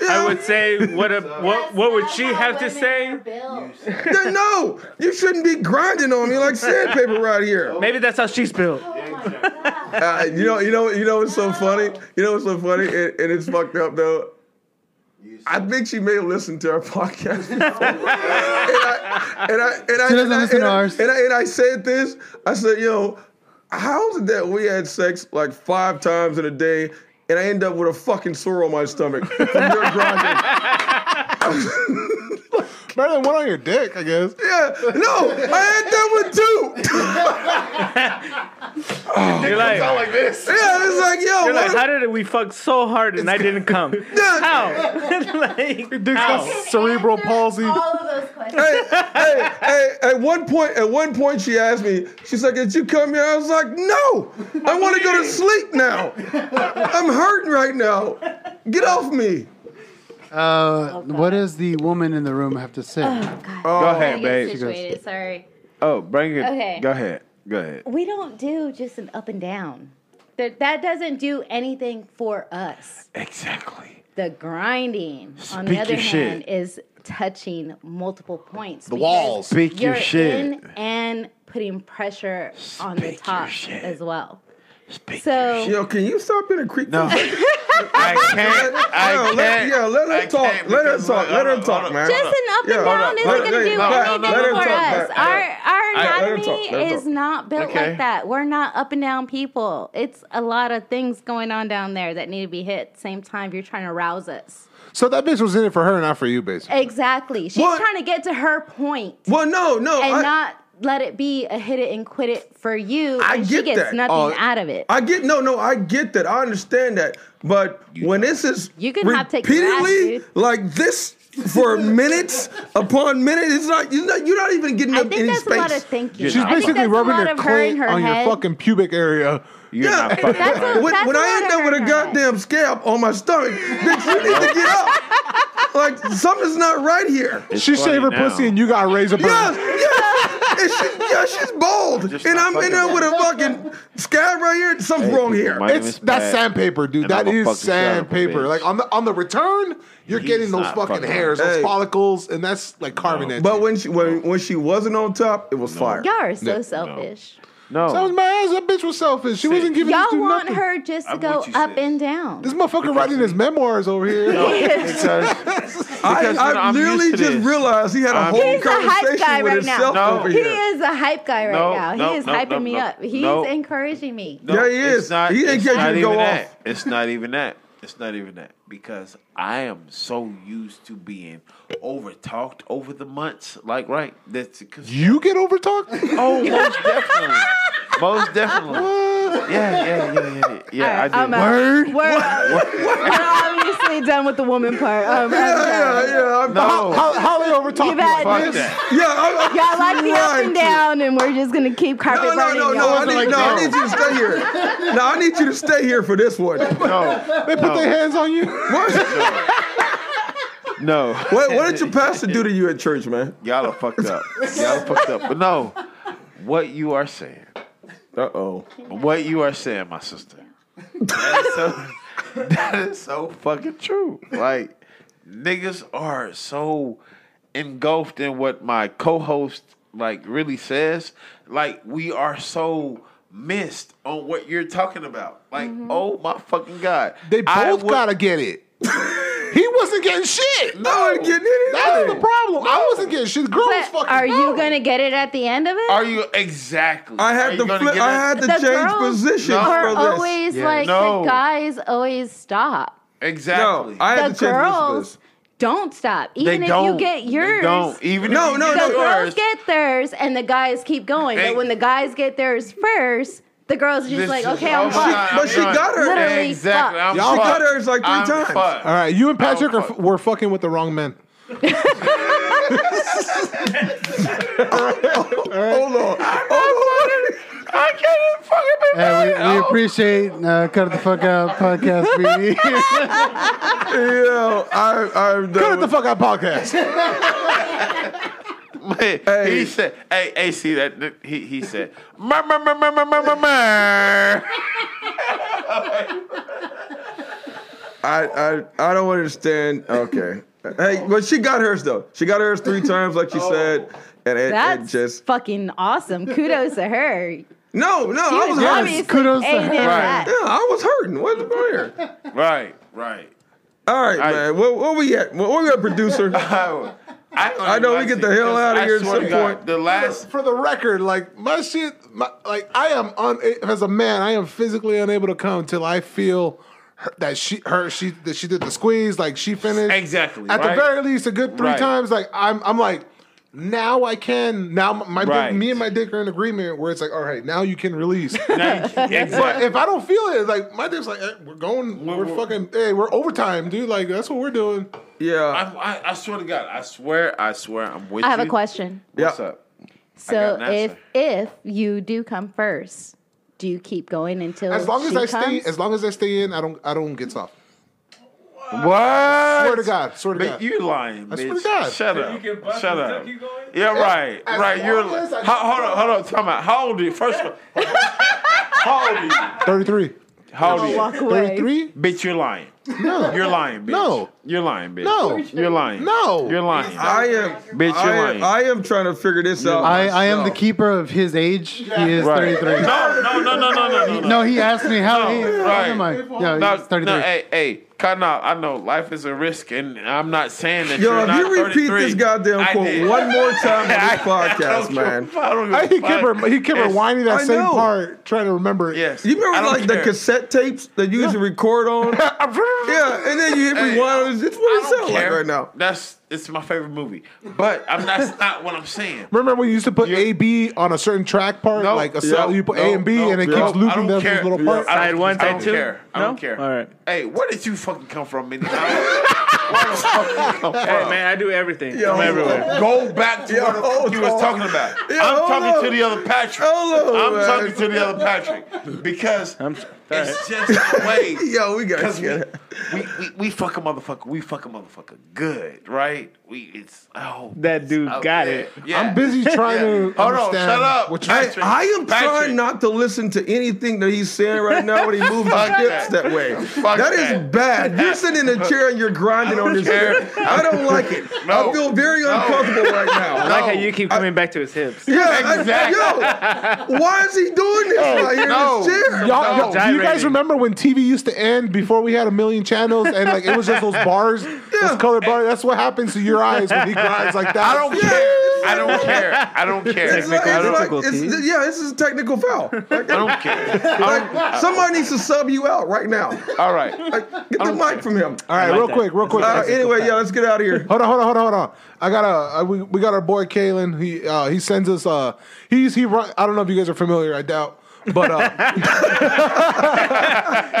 Speaker 7: Yeah,
Speaker 6: I would say what a, what what would she have to say?
Speaker 7: then no, you shouldn't be grinding on me like sandpaper right here.
Speaker 6: Maybe that's how she's built.
Speaker 7: Uh, you know, you know, you know what's so funny? You know what's so funny? And, and it's fucked up though. I think she may have listened to our podcast. before. and I and I and I
Speaker 4: She doesn't
Speaker 7: and I-
Speaker 4: listen
Speaker 7: and
Speaker 4: to
Speaker 7: I-
Speaker 4: ours.
Speaker 7: And I, and I said this. I said, yo, how is it that we had sex like five times in a day? And I end up with a fucking sore on my stomach from your grinding.
Speaker 2: Better than one on your dick, I guess.
Speaker 7: Yeah, no, I had that with two.
Speaker 6: You're like,
Speaker 5: like this.
Speaker 7: Yeah, it's like, yo,
Speaker 6: you're like,
Speaker 7: what
Speaker 6: how did we fuck so hard and I didn't come?
Speaker 7: the-
Speaker 6: How? like, how?
Speaker 2: Cerebral palsy.
Speaker 8: All of those questions.
Speaker 7: hey, hey, hey, at one point, at one point, she asked me, she's like, "Did you come here?" I was like, "No, I want to go to sleep now. I'm hurting right now. Get off me."
Speaker 4: Uh, what does the woman in the room have to say?
Speaker 5: Go ahead,
Speaker 11: She
Speaker 5: babe.
Speaker 11: goes- Situated, sorry.
Speaker 5: Oh, bring it.
Speaker 11: Okay.
Speaker 5: Go ahead. Go ahead.
Speaker 11: We don't do just an up and down. That that doesn't do anything for us.
Speaker 5: Exactly.
Speaker 11: The grinding, on
Speaker 5: Speak
Speaker 11: the other
Speaker 5: your shit.
Speaker 11: hand, is touching multiple points. The
Speaker 5: walls. Speak your shit.
Speaker 11: In and putting pressure on
Speaker 5: Speak
Speaker 11: the
Speaker 5: your
Speaker 11: top
Speaker 5: shit.
Speaker 11: as well.
Speaker 5: Speak
Speaker 11: So-
Speaker 5: your shit.
Speaker 7: Yo, can you stop being a creep?
Speaker 5: No. I can't.
Speaker 7: Yeah,
Speaker 5: I
Speaker 7: let-
Speaker 5: can't.
Speaker 7: yeah, let her
Speaker 5: I
Speaker 7: talk.
Speaker 5: can't
Speaker 7: Let her
Speaker 5: because-
Speaker 7: talk. Let her
Speaker 5: hold on,
Speaker 7: talk,
Speaker 5: hold on.
Speaker 7: man.
Speaker 11: Just an up
Speaker 7: Yeah,
Speaker 11: and
Speaker 7: hold on.
Speaker 11: down isn't
Speaker 7: Let-
Speaker 11: going to
Speaker 7: let-
Speaker 11: do
Speaker 7: no, no,
Speaker 11: anything
Speaker 7: no, let her
Speaker 11: for
Speaker 7: talk,
Speaker 11: us.
Speaker 7: let-
Speaker 11: Our,
Speaker 7: let-
Speaker 11: our
Speaker 7: let her
Speaker 11: anatomy
Speaker 7: talk, let her
Speaker 11: is
Speaker 7: talk.
Speaker 11: not built
Speaker 5: Okay.
Speaker 11: like that. We're not up and down people. It's a lot of things going on down there that need to be hit. at the Same time, you're trying to rouse us.
Speaker 2: So that bitch was in it for her, not for you, basically.
Speaker 11: Exactly. She's
Speaker 7: What?
Speaker 11: trying to get to her point
Speaker 7: Well, no, no.
Speaker 11: and
Speaker 7: I,
Speaker 11: not let it be a hit it and quit it for you.
Speaker 7: I
Speaker 11: and she
Speaker 7: get
Speaker 11: gets
Speaker 7: that.
Speaker 11: nothing
Speaker 7: Oh,
Speaker 11: out of it.
Speaker 7: I get no, no. I get that. I understand that. But when this is
Speaker 11: You can have taken your ass,
Speaker 7: repeatedly
Speaker 11: dude.
Speaker 7: like this for minutes upon minutes. It's not you're not, you're not even getting
Speaker 11: I
Speaker 7: up
Speaker 11: think
Speaker 7: in
Speaker 11: that's a lot of
Speaker 7: space.
Speaker 11: thinking.
Speaker 5: She's
Speaker 2: She's
Speaker 11: I think
Speaker 2: basically
Speaker 11: that's a
Speaker 2: rubbing
Speaker 11: lot
Speaker 2: her
Speaker 11: of her in
Speaker 2: clit
Speaker 11: her
Speaker 2: on
Speaker 11: head.
Speaker 2: your fucking pubic area.
Speaker 5: You're
Speaker 7: Yeah.
Speaker 5: not fucking
Speaker 11: That's
Speaker 5: right.
Speaker 11: a-
Speaker 7: when,
Speaker 11: that's
Speaker 7: when
Speaker 11: a
Speaker 7: I
Speaker 11: lot of
Speaker 7: end up with a
Speaker 11: her head.
Speaker 7: goddamn scab on my stomach, bitch, you need to get up. Like something's not right here.
Speaker 5: It's
Speaker 2: She
Speaker 5: funny
Speaker 2: shaved her
Speaker 5: now.
Speaker 2: pussy and you got a razor burn.
Speaker 7: Yes, yes. And she, yeah, she's bald,
Speaker 5: Just
Speaker 7: and
Speaker 5: not
Speaker 7: I'm
Speaker 5: fucking
Speaker 7: in there with a fucking scab right here. Something's
Speaker 5: Hey,
Speaker 7: wrong
Speaker 5: people,
Speaker 7: here.
Speaker 5: my- name
Speaker 2: It's
Speaker 5: is
Speaker 2: that's
Speaker 5: Pat,
Speaker 2: sandpaper, dude.
Speaker 5: and I'm
Speaker 2: That
Speaker 5: a
Speaker 2: is
Speaker 5: fucking son of a
Speaker 2: sandpaper.
Speaker 5: bitch.
Speaker 2: Like on the on the return, you're
Speaker 5: He's
Speaker 2: getting those
Speaker 5: not
Speaker 2: fucking
Speaker 5: fucking-
Speaker 2: hairs,
Speaker 7: Hey.
Speaker 2: those follicles, and that's like carving at
Speaker 7: But
Speaker 2: you.
Speaker 7: when she when, when she wasn't on top, it was fire.
Speaker 11: Y'all are so
Speaker 2: No.
Speaker 11: selfish.
Speaker 5: No.
Speaker 2: that was my ass. That bitch was selfish. She wasn't giving this
Speaker 11: Y'all
Speaker 2: dude
Speaker 11: want
Speaker 2: nothing.
Speaker 11: her just to
Speaker 5: I'm
Speaker 11: go
Speaker 5: with you,
Speaker 11: up
Speaker 5: sis.
Speaker 11: and down.
Speaker 2: This motherfucker writing his memoirs over here.
Speaker 5: because
Speaker 7: I,
Speaker 5: Because, you know,
Speaker 7: I
Speaker 5: I'm used
Speaker 7: literally
Speaker 5: to
Speaker 7: just
Speaker 5: this.
Speaker 7: realized he had a
Speaker 5: I'm-
Speaker 7: whole
Speaker 11: He's a hype
Speaker 7: conversation
Speaker 11: guy
Speaker 7: with
Speaker 11: right now.
Speaker 7: himself
Speaker 5: No.
Speaker 7: over
Speaker 11: he
Speaker 7: here.
Speaker 11: is a hype guy right
Speaker 5: No,
Speaker 11: now.
Speaker 5: no,
Speaker 11: he is
Speaker 5: no,
Speaker 11: hyping
Speaker 5: no,
Speaker 11: me
Speaker 5: no,
Speaker 11: up. He's
Speaker 5: no.
Speaker 11: encouraging me.
Speaker 5: no,
Speaker 7: Yeah, he
Speaker 5: it's
Speaker 7: is.
Speaker 5: Not,
Speaker 7: He didn't
Speaker 5: it's
Speaker 7: catch you
Speaker 5: not
Speaker 7: to
Speaker 5: even
Speaker 7: go
Speaker 5: that.
Speaker 7: off.
Speaker 5: It's not even that. It's not even that because I am so used to being over talked over the months. Like right, that's because
Speaker 2: You get overtalked?
Speaker 5: Oh, most definitely. Most definitely. Yeah, yeah, yeah, yeah. Yeah, I do.
Speaker 11: I'm out. We're, uh, we're obviously done with the woman part. Um, I'm
Speaker 7: Yeah,
Speaker 11: done.
Speaker 7: yeah, I'm,
Speaker 2: How, how, how they overtalk
Speaker 11: You've
Speaker 2: you
Speaker 11: had-
Speaker 2: like
Speaker 5: Fuck
Speaker 2: this?
Speaker 5: that.
Speaker 7: yeah. I, I,
Speaker 11: Y'all like the up and
Speaker 7: Right.
Speaker 11: down, and we're just gonna keep carpet
Speaker 7: No, no,
Speaker 11: burning.
Speaker 7: no, no!
Speaker 11: y'all.
Speaker 7: I need, no, I need you to stay here. No, I need you to stay here for this one. What,
Speaker 5: No,
Speaker 2: They put their hands on you.
Speaker 5: no.
Speaker 7: what, what did your pastor do to you at church, man?
Speaker 5: Y'all are fucked up. Y'all are fucked up. But no, what you are saying,
Speaker 7: Uh oh.
Speaker 5: what you are saying, my sister, that is so, that is so fucking true. Like, niggas are so engulfed in what my co-host like really says. Like, we are so missed on what you're talking about. Like, oh my fucking god,
Speaker 2: They
Speaker 5: I
Speaker 2: both
Speaker 5: would-
Speaker 2: gotta get it. he wasn't getting shit.
Speaker 7: No, I didn't get anything.
Speaker 2: That was the problem. I wasn't getting shit. The girl was
Speaker 11: But
Speaker 2: fucking.
Speaker 11: are you
Speaker 2: dumb.
Speaker 11: gonna get it at the end of it?
Speaker 5: Are you exactly?
Speaker 7: I
Speaker 5: Are
Speaker 7: had
Speaker 5: you
Speaker 7: to
Speaker 5: gonna
Speaker 7: flip.
Speaker 5: get
Speaker 7: I
Speaker 5: it?
Speaker 7: had to
Speaker 11: The
Speaker 7: change
Speaker 11: girls
Speaker 7: positions
Speaker 5: No.
Speaker 11: Or
Speaker 7: for this.
Speaker 11: always like
Speaker 5: No.
Speaker 2: Oh.
Speaker 11: the guys always stop.
Speaker 5: exactly.
Speaker 7: no, I
Speaker 11: The
Speaker 7: had to change this.
Speaker 11: girls
Speaker 7: for this.
Speaker 11: don't stop.
Speaker 5: They
Speaker 11: Even if
Speaker 5: don't.
Speaker 11: you get yours,
Speaker 5: They don't. Even
Speaker 7: No,
Speaker 5: if
Speaker 7: no,
Speaker 5: you
Speaker 11: the
Speaker 5: get
Speaker 7: no.
Speaker 11: girls
Speaker 5: yours,
Speaker 11: get theirs and the guys keep going.
Speaker 5: Hey.
Speaker 11: But when the guys get theirs first, the girls are just
Speaker 5: this
Speaker 11: like,
Speaker 5: is
Speaker 11: okay, I'm
Speaker 5: all
Speaker 11: fucked.
Speaker 5: I'm
Speaker 7: But she
Speaker 5: done.
Speaker 7: got her.
Speaker 11: Literally
Speaker 5: Exactly.
Speaker 11: fucked.
Speaker 5: I'm
Speaker 7: Y'all
Speaker 5: fucked.
Speaker 7: got hers like three
Speaker 5: I'm
Speaker 7: times.
Speaker 5: fucked.
Speaker 2: All right, you and Patrick
Speaker 5: Oh,
Speaker 2: are,
Speaker 5: fuck.
Speaker 2: were fucking with the wrong men.
Speaker 7: Hold on. Hold on.
Speaker 5: I can't fucking be
Speaker 2: Oh,
Speaker 4: Hey, we, we
Speaker 5: mad.
Speaker 4: appreciate uh, Cut the Fuck Out podcast being here.
Speaker 7: Yeah, I, I'm done.
Speaker 2: Cut it the
Speaker 7: with-
Speaker 2: fuck out podcast.
Speaker 5: Hey. Oh. He said, "Hey, hey, see that?" that- He he said, "Mer, mer, mer, mer, mer, mer, mer, mer."
Speaker 7: I, I, I don't understand. Okay. hey, but she got hers though. She got hers three times, like she said, and it, it
Speaker 11: Oh. That's
Speaker 7: just
Speaker 11: fucking awesome. Kudos to her. She
Speaker 7: no, no. I was
Speaker 11: was
Speaker 7: hurting.
Speaker 11: obviously
Speaker 4: Kudos to
Speaker 11: aiding
Speaker 4: her.
Speaker 11: that.
Speaker 7: Yeah, I was hurting. What's the matter?
Speaker 5: Right, right.
Speaker 7: All right,
Speaker 5: I-
Speaker 7: man. What, what we at? What we at, producer?
Speaker 5: I,
Speaker 7: I know we get the hell outta here at
Speaker 5: swear
Speaker 7: some
Speaker 5: to God,
Speaker 7: point.
Speaker 5: The last
Speaker 2: For the record, like my shit, my, like I am un, as a man, I am physically unable to come till I feel her, that she her she that she did the squeeze, like she finished
Speaker 5: Exactly,
Speaker 2: At
Speaker 5: right.
Speaker 2: the very least, a good three
Speaker 5: Right.
Speaker 2: times. Like I'm I'm like. Now I can. Now my
Speaker 5: Right.
Speaker 2: dick, me and my dick are in agreement where it's like, all right, now you can release. But
Speaker 5: exactly.
Speaker 2: if I don't feel it, like my dick's like, eh, we're going, we're, fucking, hey, we're overtime, dude. Like that's what we're doing.
Speaker 5: I,
Speaker 7: Yeah.
Speaker 5: I, I swear to God, I swear, I swear, I'm with
Speaker 11: I have
Speaker 5: you.
Speaker 11: a question.
Speaker 5: What's
Speaker 7: Yeah.
Speaker 5: up?
Speaker 11: So
Speaker 5: got an
Speaker 11: if
Speaker 5: answer.
Speaker 11: if you do come first, do you keep going until
Speaker 2: As long as
Speaker 11: she
Speaker 2: I stay,
Speaker 11: comes?
Speaker 2: as long as I stay in, I don't, I don't get soft.
Speaker 5: What?
Speaker 2: Swear to God, swear to
Speaker 5: But
Speaker 2: God.
Speaker 5: you lying,
Speaker 2: I
Speaker 5: bitch.
Speaker 2: swear to God.
Speaker 5: Shut
Speaker 2: And
Speaker 5: up.
Speaker 6: you can bust
Speaker 5: Shut
Speaker 6: and
Speaker 5: up.
Speaker 6: keep going?
Speaker 5: Yeah, right.
Speaker 2: as
Speaker 5: right. You're
Speaker 2: long as I
Speaker 5: how, hold on,
Speaker 2: keep
Speaker 5: hold on. Tell me. How old are you? First of all, how old are you?
Speaker 2: Thirty-three.
Speaker 5: How old
Speaker 11: I'll
Speaker 5: are
Speaker 11: walk
Speaker 5: you?
Speaker 11: away.
Speaker 2: Thirty-three.
Speaker 5: Bitch, you're lying. No. You're lying, bitch.
Speaker 2: No.
Speaker 5: You're lying, bitch.
Speaker 2: No.
Speaker 5: You're lying.
Speaker 2: No.
Speaker 5: You're lying.
Speaker 7: I am.
Speaker 5: Bitch, you're
Speaker 7: I
Speaker 5: lying.
Speaker 7: am, I am trying to figure this out.
Speaker 4: I, I am the
Speaker 7: myself.
Speaker 4: keeper of his age. He is
Speaker 5: Right.
Speaker 4: 33.
Speaker 5: no, no, no, no, no, no, no, no.
Speaker 4: No, he asked me how he, how
Speaker 5: right.
Speaker 4: am I? Yeah,
Speaker 5: No,
Speaker 4: he's 33.
Speaker 5: no,
Speaker 7: eh.
Speaker 5: hey, hey, cut out. I know life is a risk, and I'm not saying that
Speaker 7: Yo,
Speaker 5: you're
Speaker 7: if
Speaker 5: not
Speaker 7: you repeat
Speaker 5: 33.
Speaker 7: this goddamn
Speaker 5: I
Speaker 7: quote
Speaker 5: did.
Speaker 7: one more time on
Speaker 5: I-
Speaker 7: this
Speaker 5: I don't
Speaker 7: podcast, man.
Speaker 5: give a- I don't give a
Speaker 2: I, he kept her,
Speaker 5: fuck.
Speaker 2: he kept her
Speaker 5: It's-
Speaker 2: whining that
Speaker 7: I
Speaker 2: same
Speaker 7: know.
Speaker 2: part, trying to remember. it.
Speaker 5: Yes. I
Speaker 7: You remember
Speaker 5: don't
Speaker 7: like the
Speaker 5: care.
Speaker 7: cassette tapes that you used to record on? yeah, and then you hit
Speaker 5: Hey,
Speaker 7: rewind.
Speaker 5: I
Speaker 7: It's what it
Speaker 5: don't
Speaker 7: sounds like
Speaker 5: care.
Speaker 7: right now.
Speaker 5: That's it's my favorite movie, but I'm, that's not what I'm saying.
Speaker 2: Remember when you used to put
Speaker 5: You-
Speaker 2: A B on a certain track part,
Speaker 5: No.
Speaker 2: like a
Speaker 5: Yeah.
Speaker 2: cell, you put A
Speaker 5: No,
Speaker 2: and B,
Speaker 5: no,
Speaker 2: and it
Speaker 5: no.
Speaker 2: keeps
Speaker 5: I
Speaker 2: looping
Speaker 5: don't
Speaker 2: that
Speaker 5: care.
Speaker 2: those little
Speaker 5: Yeah.
Speaker 2: parts.
Speaker 5: I
Speaker 6: Side
Speaker 5: don't-
Speaker 6: one,
Speaker 5: I
Speaker 6: side
Speaker 5: don't
Speaker 6: two.
Speaker 5: care. I
Speaker 6: No?
Speaker 5: don't care.
Speaker 6: All right.
Speaker 5: Hey, where did you fucking come from, anyhow?
Speaker 6: Hey man, I do everything.
Speaker 5: Yo,
Speaker 6: I'm everywhere.
Speaker 5: Go back to what the fuck you was talking about. I'm
Speaker 7: hold
Speaker 5: talking
Speaker 7: on.
Speaker 5: to the other Patrick.
Speaker 7: Hold on,
Speaker 5: I'm
Speaker 7: man.
Speaker 5: talking to the other Patrick because
Speaker 6: I'm s-
Speaker 5: it's just the way.
Speaker 7: Yo, we got
Speaker 5: Because we,
Speaker 7: to
Speaker 5: we, we, we fuck a motherfucker. We fuck a motherfucker good, right? We it's oh
Speaker 6: That dude
Speaker 5: oh,
Speaker 6: got
Speaker 5: yeah,
Speaker 6: it.
Speaker 5: Yeah.
Speaker 2: I'm busy trying
Speaker 5: Yeah.
Speaker 2: to.
Speaker 5: Hold on,
Speaker 2: understand
Speaker 5: shut up.
Speaker 2: What you're
Speaker 7: I,
Speaker 5: Patrick.
Speaker 7: I am
Speaker 5: Patrick.
Speaker 7: trying not to listen to anything that he's saying right now when he moves his
Speaker 5: Fuck
Speaker 7: hips
Speaker 5: that.
Speaker 7: that way.
Speaker 5: Fuck
Speaker 7: that is
Speaker 5: that.
Speaker 7: bad. You're sitting in a chair and you're grinding on this chair. I don't like it. I
Speaker 5: No.
Speaker 7: feel very uncomfortable right now.
Speaker 6: I like how you keep coming back to his hips.
Speaker 7: Yeah,
Speaker 5: Exactly.
Speaker 7: I, yo, why is he doing this right here
Speaker 5: No.
Speaker 7: in this chair?
Speaker 2: Oh, Y'all,
Speaker 5: No.
Speaker 2: y'all- do you guys
Speaker 6: Gyrating.
Speaker 2: remember when TV used to end before we had a million channels and like it was just those bars, those colored bars? That's what happens to your eyes when he grinds like that.
Speaker 5: I don't
Speaker 7: Yeah.
Speaker 5: care. I don't care. I don't care.
Speaker 7: It's like,
Speaker 5: I
Speaker 7: it's
Speaker 5: don't,
Speaker 7: like,
Speaker 6: Technical
Speaker 7: it's,
Speaker 5: Mm-hmm.
Speaker 6: difficulties.
Speaker 7: yeah, this is a technical foul. Like,
Speaker 5: I don't care.
Speaker 7: like, somebody needs to sub you out right now.
Speaker 5: All right.
Speaker 7: Like, get the mic from him.
Speaker 2: All right, real quick, real quick.
Speaker 7: Uh, anyway, yeah, let's get out of here.
Speaker 2: Hold on, hold on, hold on, hold on. I got a uh, we, we got our boy Kalen. He uh, he sends us uh he's he run, I don't know if you guys are familiar. I doubt, but uh,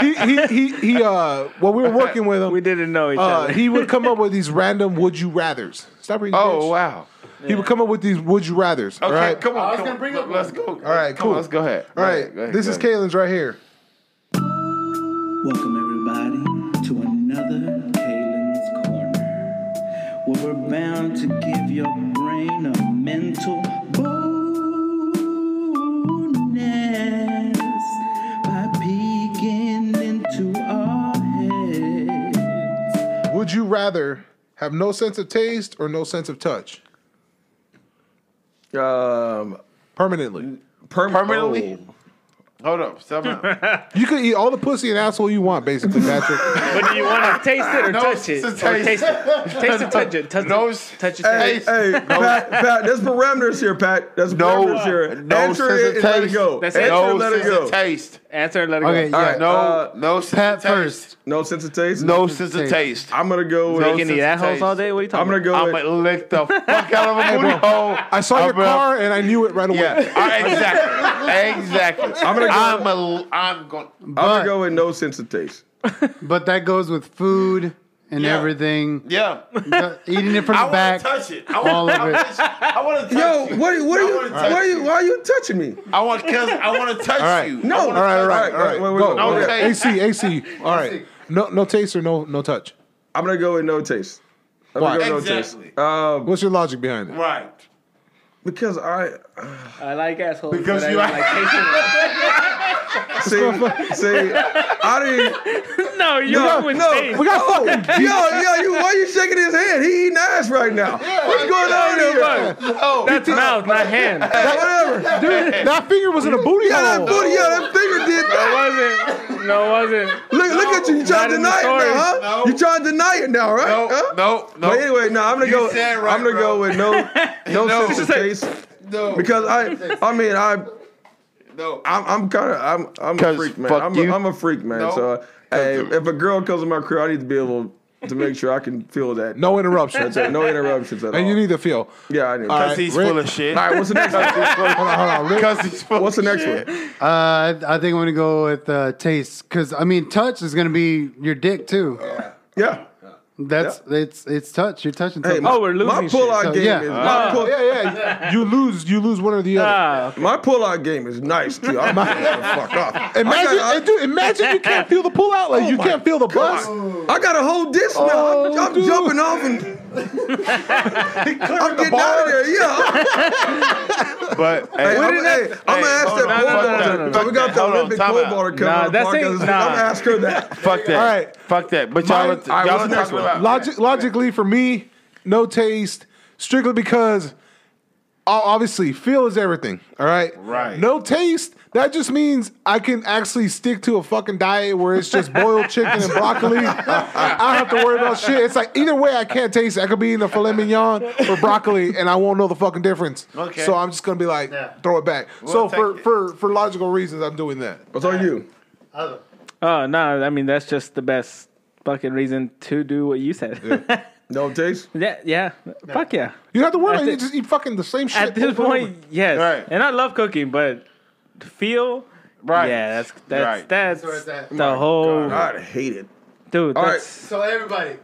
Speaker 2: he, he he he uh when we were working with him,
Speaker 6: We didn't know each
Speaker 2: uh,
Speaker 6: other.
Speaker 2: he would come up with these random would you rather's. Stop reading.
Speaker 5: Oh
Speaker 2: bitch.
Speaker 5: wow.
Speaker 2: He would come up with these would you rather's.
Speaker 5: Okay,
Speaker 2: all right,
Speaker 5: come on.
Speaker 1: was
Speaker 5: come
Speaker 1: gonna
Speaker 5: on.
Speaker 1: bring
Speaker 5: Let-
Speaker 1: up
Speaker 5: Let's go. All
Speaker 2: right,
Speaker 5: come
Speaker 2: cool.
Speaker 5: on. Let's go ahead.
Speaker 2: all right.
Speaker 5: Go ahead,
Speaker 2: this
Speaker 5: go
Speaker 2: is
Speaker 5: ahead.
Speaker 2: Kalen's right here.
Speaker 12: Welcome, everybody, to another Kalen's Corner, where we're bound to give your brain a mental bonus by peeking into our heads.
Speaker 2: Would you rather have no sense of taste or no sense of touch
Speaker 7: Um,
Speaker 2: permanently?
Speaker 7: perm-
Speaker 5: Permanently?
Speaker 2: Oh.
Speaker 5: Hold up. Stop it.
Speaker 2: You could eat all the pussy and asshole you want, basically, Patrick.
Speaker 6: But do you want to taste it or
Speaker 5: No,
Speaker 6: touch it?
Speaker 5: it's a
Speaker 6: Or
Speaker 5: taste.
Speaker 6: taste it. Taste it, touch it. Touch
Speaker 5: No,
Speaker 6: it.
Speaker 5: s-
Speaker 6: Touch it.
Speaker 7: Oh. Hey,
Speaker 5: Taste.
Speaker 7: hey, Pat, Pat, there's parameters here, Pat. There's
Speaker 5: No,
Speaker 7: parameters here.
Speaker 5: no
Speaker 7: Answer
Speaker 5: sense
Speaker 7: it
Speaker 5: of
Speaker 7: and let it
Speaker 5: taste.
Speaker 7: go.
Speaker 6: That's
Speaker 7: Answer
Speaker 6: it.
Speaker 5: No
Speaker 7: and let it
Speaker 5: sense
Speaker 7: go.
Speaker 5: of taste.
Speaker 6: Answer and let it
Speaker 4: Okay,
Speaker 6: go.
Speaker 4: yeah.
Speaker 7: All right,
Speaker 5: No,
Speaker 7: uh,
Speaker 5: no sense
Speaker 1: Pat
Speaker 5: of taste.
Speaker 1: first.
Speaker 7: no sense of taste.
Speaker 5: No sense of
Speaker 1: taste.
Speaker 5: taste.
Speaker 7: I'm gonna go with.
Speaker 5: No
Speaker 6: You can eat
Speaker 5: sense of
Speaker 6: assholes
Speaker 5: taste.
Speaker 6: all day? What are you
Speaker 7: I'm
Speaker 6: talking
Speaker 7: gonna
Speaker 6: about?
Speaker 7: go
Speaker 5: I'm
Speaker 7: with.
Speaker 5: gonna lick the fuck out of a booty hole.
Speaker 2: I saw your
Speaker 5: Uh, bro.
Speaker 2: car and I knew it right away.
Speaker 5: Yeah, uh, exactly, exactly. I'm
Speaker 7: gonna go-
Speaker 5: I'm, a, I'm uh, going.
Speaker 7: I'm
Speaker 1: But-
Speaker 7: gonna go with no sense of taste.
Speaker 4: But that goes with food and
Speaker 5: Yeah.
Speaker 4: everything.
Speaker 5: Yeah,
Speaker 4: The- Eating it from
Speaker 5: I
Speaker 4: the
Speaker 5: want
Speaker 4: back.
Speaker 5: to touch it. I
Speaker 4: all
Speaker 5: want
Speaker 4: of it.
Speaker 5: to touch. I want to
Speaker 7: Yo,
Speaker 5: touch
Speaker 7: what?
Speaker 5: you.
Speaker 7: What are
Speaker 5: I
Speaker 7: you?
Speaker 5: wanna touch
Speaker 7: Why are you?
Speaker 5: you.
Speaker 7: Why are you touching me?
Speaker 5: I want cuz I want to touch you.
Speaker 7: No.
Speaker 5: I wanna
Speaker 7: All right, all
Speaker 5: touch
Speaker 7: right,
Speaker 5: you.
Speaker 7: all right. wait, wait,
Speaker 2: Go,
Speaker 7: wait.
Speaker 5: No
Speaker 2: go.
Speaker 5: taste.
Speaker 2: AC, AC. All right. No, no taste or no, no touch.
Speaker 7: I'm gonna go with no taste. I'm
Speaker 2: Why?
Speaker 7: gonna go with
Speaker 5: Exactly.
Speaker 7: no taste. Um,
Speaker 2: What's your logic behind it?
Speaker 5: Right.
Speaker 7: because I
Speaker 6: I like assholes.
Speaker 5: Because
Speaker 6: but I
Speaker 5: you
Speaker 6: don't
Speaker 5: are-
Speaker 6: like tasting
Speaker 7: say say I didn't.
Speaker 6: it. No, you
Speaker 7: No,
Speaker 6: would
Speaker 7: no,
Speaker 6: taste.
Speaker 2: We got fucking.
Speaker 7: Yo, yo, you, why you shaking his hand? He eating ass right now. What's going on
Speaker 6: Hey,
Speaker 7: here?
Speaker 6: look, That's mouth, not hand. That
Speaker 7: Hey, whatever.
Speaker 2: Dude, that finger was in a booty
Speaker 7: Yeah, that
Speaker 2: hole.
Speaker 7: booty, yeah, that finger did that.
Speaker 6: wasn't. No, it wasn't.
Speaker 7: Look, look at you. You trying to
Speaker 6: in the
Speaker 7: deny it
Speaker 6: story.
Speaker 7: now, huh?
Speaker 5: No.
Speaker 7: You trying to deny it now, right?
Speaker 5: No,
Speaker 7: Huh?
Speaker 5: no, no.
Speaker 7: But anyway, no, I'm gonna
Speaker 5: You
Speaker 7: go.
Speaker 5: said right,
Speaker 7: I'm gonna go
Speaker 5: bro.
Speaker 7: with no, no,
Speaker 5: No.
Speaker 7: sense of taste.
Speaker 5: No.
Speaker 7: Because I, I mean, I,
Speaker 5: no.
Speaker 7: I'm, I'm kind of, I'm, I'm a
Speaker 5: 'Cause
Speaker 7: freak, man.
Speaker 5: fuck
Speaker 7: I'm
Speaker 5: you.
Speaker 7: a, I'm a freak, man.
Speaker 5: No.
Speaker 7: So, uh, hey, if a girl comes in my career, I need to be able to make sure I can feel that.
Speaker 2: No interruptions.
Speaker 7: So no interruptions at all.
Speaker 2: And you need to feel.
Speaker 7: yeah, I need.
Speaker 2: All
Speaker 7: All
Speaker 2: right.
Speaker 7: right,
Speaker 5: Cuz he's
Speaker 2: Rick.
Speaker 5: full of shit.
Speaker 7: what's the next one?
Speaker 2: Hold on, hold on. Rick.
Speaker 5: Cuz he's full.
Speaker 7: What's the
Speaker 5: of
Speaker 7: next
Speaker 5: shit.
Speaker 7: one?
Speaker 4: Uh, I I think I'm gonna go with uh, taste because I mean touch is gonna be your dick too.
Speaker 7: Yeah.
Speaker 4: That's it's it's touch. You're touching.
Speaker 7: Hey,
Speaker 4: something.
Speaker 7: my,
Speaker 6: Oh, we're losing
Speaker 7: my
Speaker 6: shit.
Speaker 7: pull-out
Speaker 4: So,
Speaker 7: game
Speaker 4: yeah.
Speaker 7: is
Speaker 2: Yeah,
Speaker 7: my, pull,
Speaker 2: yeah, yeah. You lose, you lose one or the other.
Speaker 6: Ah,
Speaker 7: my pull-out game is nice too. I'm not gonna fuck off.
Speaker 2: Imagine,
Speaker 7: I uh, Oh
Speaker 2: and dude, imagine you can't feel the pull out. Like you
Speaker 7: my
Speaker 2: can't feel the bust.
Speaker 7: got, I got a whole disc now. I'm, I'm
Speaker 2: dude.
Speaker 7: jumping off and I'm getting out of there. Yeah.
Speaker 5: But
Speaker 7: Hey, I'm,
Speaker 5: hey,
Speaker 7: hey, I'm gonna ask
Speaker 5: hold
Speaker 7: that
Speaker 5: on,
Speaker 7: pole
Speaker 5: fuck that,
Speaker 7: vaulter.
Speaker 5: fuck
Speaker 7: we got
Speaker 5: that.
Speaker 7: the
Speaker 5: Hold on,
Speaker 7: Olympic
Speaker 5: time
Speaker 7: pole
Speaker 5: out.
Speaker 7: vaulter coming
Speaker 6: Nah,
Speaker 7: on the
Speaker 6: that ain't-
Speaker 7: podcast. I'm
Speaker 6: nah.
Speaker 7: gonna ask her that.
Speaker 5: fuck that.
Speaker 2: All right.
Speaker 5: Fuck that. But y'all
Speaker 2: Mine-
Speaker 5: are,
Speaker 7: all right,
Speaker 5: y'all
Speaker 7: what's
Speaker 5: are
Speaker 7: the next
Speaker 5: talking
Speaker 7: one?
Speaker 5: about
Speaker 2: Logic, logically, for me, no taste, strictly because o- obviously feel is everything. All right,
Speaker 5: Right.
Speaker 2: No taste. That just means I can actually stick to a fucking diet where it's just boiled chicken and broccoli. I don't have to worry about shit. It's like either way, I can't taste it. I could be eating a filet mignon or broccoli, and I won't know the fucking difference.
Speaker 5: Okay.
Speaker 2: So I'm just gonna be like,
Speaker 1: Yeah.
Speaker 2: throw it back. so
Speaker 5: We'll
Speaker 2: for,
Speaker 5: take it.
Speaker 2: for for logical reasons, I'm doing that.
Speaker 7: What's on you?
Speaker 6: Oh no, I mean that's just the best fucking reason to do what you said. Yeah,
Speaker 7: No taste.
Speaker 6: yeah. Fuck yeah.
Speaker 2: You don't have to worry. about it.
Speaker 6: thi-
Speaker 2: you just eat fucking the same shit.
Speaker 6: At this
Speaker 2: over and over.
Speaker 6: point, yes.
Speaker 5: Right.
Speaker 6: And I love cooking, but feel
Speaker 5: Right.
Speaker 6: Yeah, that's that's
Speaker 5: Right.
Speaker 6: that's,
Speaker 1: That's where it's at.
Speaker 6: the whole
Speaker 7: I hate it.
Speaker 6: dude.
Speaker 7: All
Speaker 6: that's,
Speaker 1: So everybody,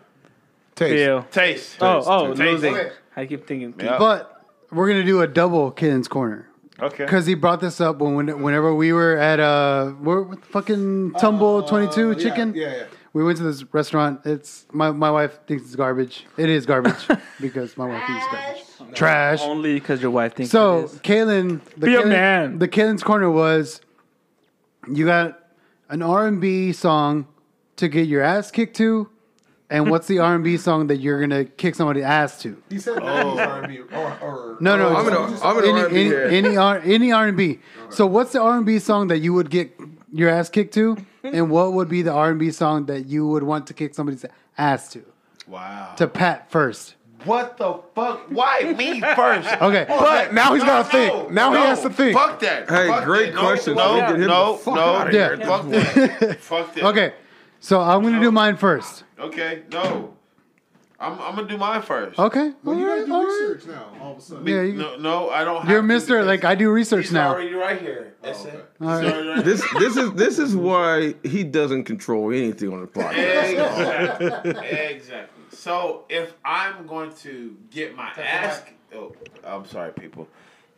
Speaker 2: Taste.
Speaker 6: feel.
Speaker 5: Taste.
Speaker 6: Oh,
Speaker 5: Taste.
Speaker 6: oh,
Speaker 5: Taste.
Speaker 6: losing.
Speaker 5: Okay.
Speaker 6: I keep thinking.
Speaker 5: Yeah.
Speaker 4: But we're gonna do a double Kitten's corner.
Speaker 5: Okay.
Speaker 4: Because he brought this up when, when whenever we were at uh, where what the fucking Tumble Twenty Two Chicken.
Speaker 2: Uh, Yeah, yeah.
Speaker 4: We went to this restaurant. It's my, my wife thinks it's garbage. It is garbage because my wife thinks it's garbage. Trash.
Speaker 6: Only because your wife thinks.
Speaker 4: So Kalen, the
Speaker 6: Be a
Speaker 4: Kalen-
Speaker 6: man.
Speaker 4: The Kalen's corner was you got an R and B song to get your ass kicked to, and what's the R and B song that you're gonna kick somebody's ass to?
Speaker 2: He said oh. R&B or, or
Speaker 4: No, no,
Speaker 7: Oh, I'm
Speaker 4: just-
Speaker 7: an- I'm an
Speaker 4: any,
Speaker 7: R&B
Speaker 4: any,
Speaker 7: head.
Speaker 4: any R any R and B. So what's the R and B song that you would get your ass kicked to, and what would be the R and B song that you would want to kick somebody's ass to?
Speaker 5: Wow.
Speaker 4: To Pat first.
Speaker 5: What the fuck? Why me first?
Speaker 4: Okay.
Speaker 5: But
Speaker 2: now he's gotta think. Now he
Speaker 5: no.
Speaker 2: has to think.
Speaker 5: Fuck that.
Speaker 7: Hey,
Speaker 5: Fuck that.
Speaker 7: great
Speaker 5: No,
Speaker 7: question.
Speaker 5: No,
Speaker 7: Let me get him
Speaker 5: no,
Speaker 7: the fuck
Speaker 5: no.
Speaker 7: outta
Speaker 4: here. Yeah.
Speaker 5: Fuck that. fuck that.
Speaker 4: Okay. So I'm gonna do mine first.
Speaker 5: Okay. No. I'm, I'm gonna do mine first.
Speaker 4: Okay.
Speaker 2: Well, you gotta
Speaker 4: Alright,
Speaker 2: do
Speaker 4: alright.
Speaker 2: research now. All of a sudden.
Speaker 5: Me-
Speaker 4: yeah, you-
Speaker 5: no, no, I don't.
Speaker 4: You're
Speaker 5: have to
Speaker 4: Mister.
Speaker 5: because
Speaker 4: Like I do research
Speaker 5: he's
Speaker 4: now.
Speaker 5: already right here. That's it. He's
Speaker 4: All right.
Speaker 5: already right
Speaker 7: This this is this is why he doesn't control anything on the podcast.
Speaker 5: Exactly. exactly. So if I'm going to get my ass, oh, I'm sorry, people.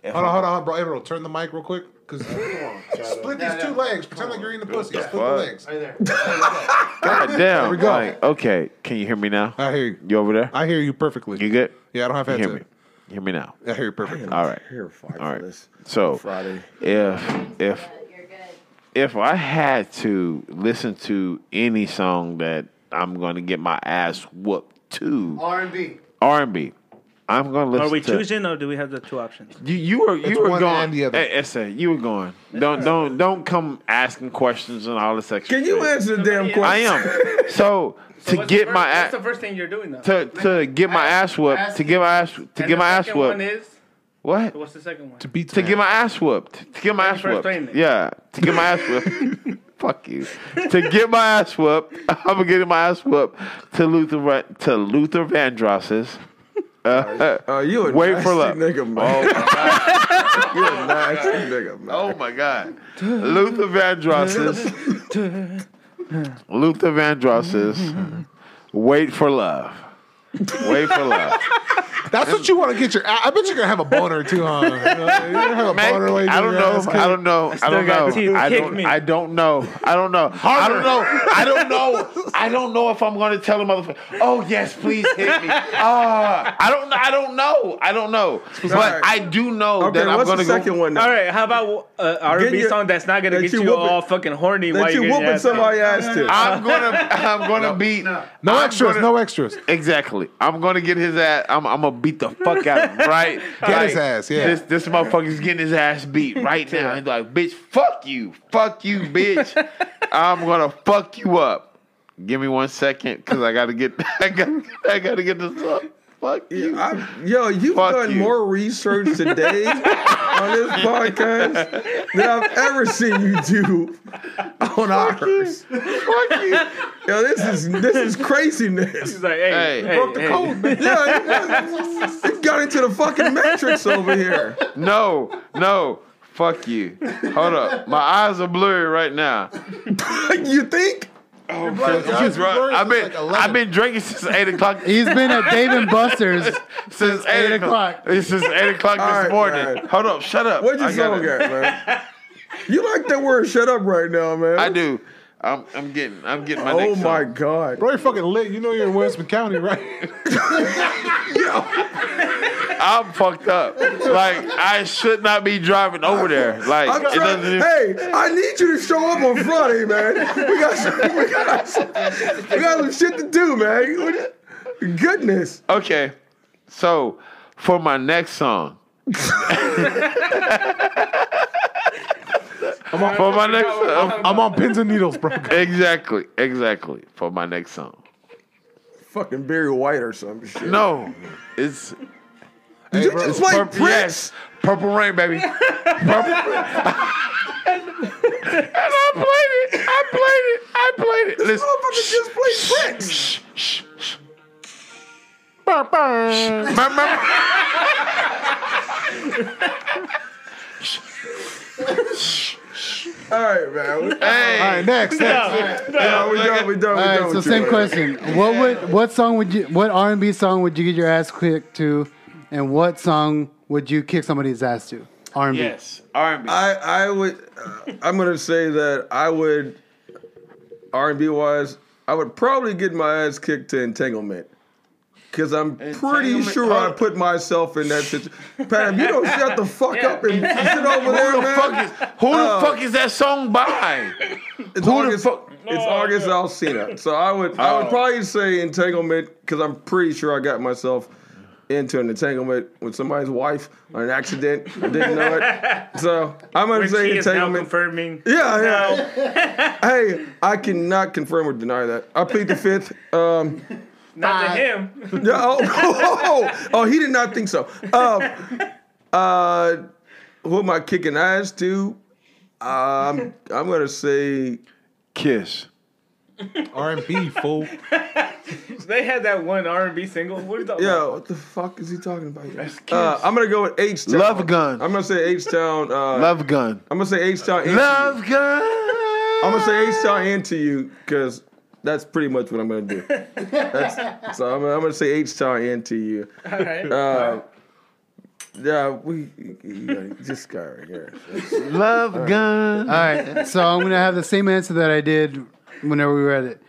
Speaker 5: If
Speaker 2: Hold on,
Speaker 5: I'm-
Speaker 2: hold on, hold on, bro. April, turn the mic real quick. Cause split these two legs. Pretend like you're eating the pussy. Split the
Speaker 5: fuck?
Speaker 2: legs.
Speaker 5: God damn.
Speaker 2: we go.
Speaker 5: Like, okay, can you hear me now?
Speaker 2: I hear you.
Speaker 5: You over there?
Speaker 2: I hear you perfectly.
Speaker 5: You good?
Speaker 2: Yeah, I don't have
Speaker 5: You
Speaker 2: heads.
Speaker 5: hear
Speaker 2: in.
Speaker 5: me? You hear me now?
Speaker 2: I hear you perfectly.
Speaker 5: All right.
Speaker 7: Terrified
Speaker 5: All right.
Speaker 7: for this.
Speaker 5: So
Speaker 7: Friday.
Speaker 5: if if
Speaker 11: You're good.
Speaker 5: if I had to listen to any song that I'm going to get my ass whooped to
Speaker 4: R and B.
Speaker 5: R and B, I'm going to listen.
Speaker 6: Are we
Speaker 5: to,
Speaker 6: choosing or do we have the two options?
Speaker 5: You you were you were
Speaker 2: one
Speaker 5: going.
Speaker 2: and the other.
Speaker 5: Hey, SA, you were going. Don't don't don't come asking questions and all this extra.
Speaker 7: Can you
Speaker 5: shit.
Speaker 7: answer the damn question?
Speaker 5: I am. So to
Speaker 10: What's the
Speaker 5: get
Speaker 10: first-
Speaker 5: my ass
Speaker 10: What's the first thing you're doing though?
Speaker 5: to to get my ass whooped to get my ass to
Speaker 10: And
Speaker 5: get
Speaker 10: the
Speaker 5: my ass
Speaker 10: second One
Speaker 5: whooped.
Speaker 10: is
Speaker 5: What?
Speaker 10: what's the second one?
Speaker 2: Beat
Speaker 5: To get my ass whooped. To get my ass
Speaker 10: first
Speaker 5: whooped.
Speaker 10: thing then.
Speaker 5: Yeah. To get my ass whooped. Fuck you. To get my ass whooped. I'm getting my ass whooped to Luther Ra- to Luther Vandross's. Uh,
Speaker 7: Uh, you a
Speaker 5: Wait
Speaker 7: nasty
Speaker 5: for Oh. love.
Speaker 7: nigga, man. you a nasty nigga, man.
Speaker 5: Oh my God. Luther Vandross's. Luther Vandross's. Wait for love. Wait for love.
Speaker 2: That's what you want to get your. I I bet you're gonna have a boner too, huh? You're gonna have a
Speaker 5: Man,
Speaker 2: boner when you
Speaker 5: I
Speaker 2: get
Speaker 5: don't
Speaker 2: your
Speaker 5: know.
Speaker 2: ass
Speaker 5: I don't know. I don't
Speaker 6: got teeth.
Speaker 5: know. I
Speaker 6: Kick
Speaker 5: don't,
Speaker 6: me.
Speaker 5: I don't know. I don't know. I don't know. I don't know. I don't know if I'm going to tell the motherfucker. Oh yes, please hit me. Ah, I don't. I don't know. I don't know. But
Speaker 7: Alright.
Speaker 5: I do know
Speaker 7: Okay,
Speaker 5: that I'm
Speaker 7: what's
Speaker 5: going
Speaker 7: the
Speaker 5: to go.
Speaker 7: second one? Now?
Speaker 6: All right, how about uh, R&B
Speaker 7: your-
Speaker 6: song that's not gonna
Speaker 7: that
Speaker 6: get
Speaker 7: you
Speaker 6: you,
Speaker 7: whooping-
Speaker 6: all fucking horny while
Speaker 7: That you
Speaker 6: you're
Speaker 7: whooping somebody ass to.
Speaker 5: I'm going to. I'm going to beat.
Speaker 2: No
Speaker 5: I'm
Speaker 2: extras.
Speaker 5: gonna-
Speaker 2: No extras.
Speaker 5: Exactly. I'm gonna get his ass. I'm, I'm gonna beat the fuck out of him. Right? Get
Speaker 2: his ass, yeah.
Speaker 5: This this motherfucker's getting his ass beat right now. He's like, bitch, fuck you, fuck you, bitch. I'm gonna fuck you up. Give me one second, cause I gotta get. I gotta. I gotta get this up. Fuck you.
Speaker 7: I, yo, you've
Speaker 5: Fuck
Speaker 7: done
Speaker 5: you.
Speaker 7: more research today on this podcast than I've ever seen you do on ours.
Speaker 5: fuck you.
Speaker 7: Yo, this is this is craziness.
Speaker 6: He's like, hey,
Speaker 5: Hey.
Speaker 6: hey,
Speaker 5: Broke
Speaker 6: the code.
Speaker 7: Yeah, you- you got into the fucking matrix over here.
Speaker 5: No, no. Fuck you. Hold up. My eyes are blurry right now.
Speaker 7: you think?
Speaker 5: That's right. I've been
Speaker 2: It's like
Speaker 5: I've been drinking since eight o'clock.
Speaker 4: He's been at Dave and Buster's.
Speaker 5: Since eight, o'clock. It's since eight o'clock this
Speaker 7: All right,
Speaker 5: morning.
Speaker 7: all right.
Speaker 5: Hold up, shut up.
Speaker 7: What'd you
Speaker 5: I got
Speaker 7: song
Speaker 5: it.
Speaker 7: at, man? You like that word shut up right now, man.
Speaker 5: I do. I'm I'm getting I'm getting my
Speaker 7: Oh
Speaker 5: next
Speaker 7: my
Speaker 5: song.
Speaker 7: god.
Speaker 2: Bro, you're fucking lit. You know you're in Westman County, right?
Speaker 5: I'm fucked up. Like I should not be driving over there. Like
Speaker 7: I'm
Speaker 5: it
Speaker 7: trying,
Speaker 5: doesn't even,
Speaker 7: hey, I need you to show up on Friday, man. We got some, we got some, we got some shit to do, man. What- Goodness.
Speaker 5: Okay. So for my next song. for my next um,
Speaker 2: I'm on pins and needles, bro.
Speaker 5: Exactly, exactly. For my next song.
Speaker 7: Fucking Barry White or some shit.
Speaker 5: No. It's
Speaker 7: Did you just like
Speaker 5: Purple,
Speaker 7: Prince?
Speaker 5: yes, Purple Rain, baby. Purple Rain. and I played it. I played it. I played it.
Speaker 7: This
Speaker 5: Listen.
Speaker 7: motherfucker just played Prince.
Speaker 5: Shh, shh, shh. Bah, bah. Bah, bah. Shh, shh, shh.
Speaker 2: All right, man.
Speaker 7: Hey.
Speaker 2: All right, next, next.
Speaker 7: Yeah, we done, we done,
Speaker 4: All
Speaker 7: we
Speaker 4: right,
Speaker 7: done
Speaker 4: so
Speaker 7: with
Speaker 4: same
Speaker 7: you.
Speaker 4: question. What would what song would you what R and B song would you get your ass kicked to, and what song would you kick somebody's ass to? R and B.
Speaker 5: Yes, R&B.
Speaker 7: I I would. Uh, I'm gonna say that I would R&B wise. I would probably get my ass kicked to entanglement. Cause I'm pretty
Speaker 5: Entanglement-
Speaker 7: sure I put myself in that situation. Pat, if you don't shut the fuck up and sit over there,
Speaker 5: Who the
Speaker 7: man.
Speaker 5: fuck is who
Speaker 7: Uh,
Speaker 5: the fuck is that song by?
Speaker 7: It's
Speaker 5: Who the
Speaker 7: August.
Speaker 5: fuck-
Speaker 7: It's August
Speaker 2: Oh,
Speaker 7: Alcina. So I would I would
Speaker 5: Oh.
Speaker 7: probably say entanglement because I'm pretty sure I got myself into an entanglement with somebody's wife on an accident. I didn't know it. So I'm gonna
Speaker 6: Which
Speaker 7: say
Speaker 6: he is now
Speaker 7: entanglement.
Speaker 6: confirming.
Speaker 7: yeah, yeah. hey, I cannot confirm or deny that. I plead the fifth. Um,
Speaker 6: Not to him.
Speaker 7: yeah, oh, oh, oh, oh, he did not think so. Um, uh, who am I kicking ass to? Um, I'm gonna say
Speaker 5: Kiss.
Speaker 2: R and B, fool.
Speaker 6: They had that one R and B single. What are you talking
Speaker 7: Yeah,
Speaker 6: about?
Speaker 7: oh, what the fuck is he talking about? here? Uh, I'm gonna go with H Town.
Speaker 5: Love Gun.
Speaker 7: I'm gonna say H Town. Uh,
Speaker 5: Love Gun.
Speaker 7: I'm gonna say H Town.
Speaker 5: Love Gun.
Speaker 7: I'm gonna say H Town into you because that's pretty much what I'm gonna do. That's, so I'm, gonna- I'm gonna say H Town into you.
Speaker 6: All right.
Speaker 7: Uh, yeah, we yeah, this guy right here.
Speaker 5: Love Gun.
Speaker 7: Uh,
Speaker 4: All right, so I'm gonna have the same answer that I did whenever we read it.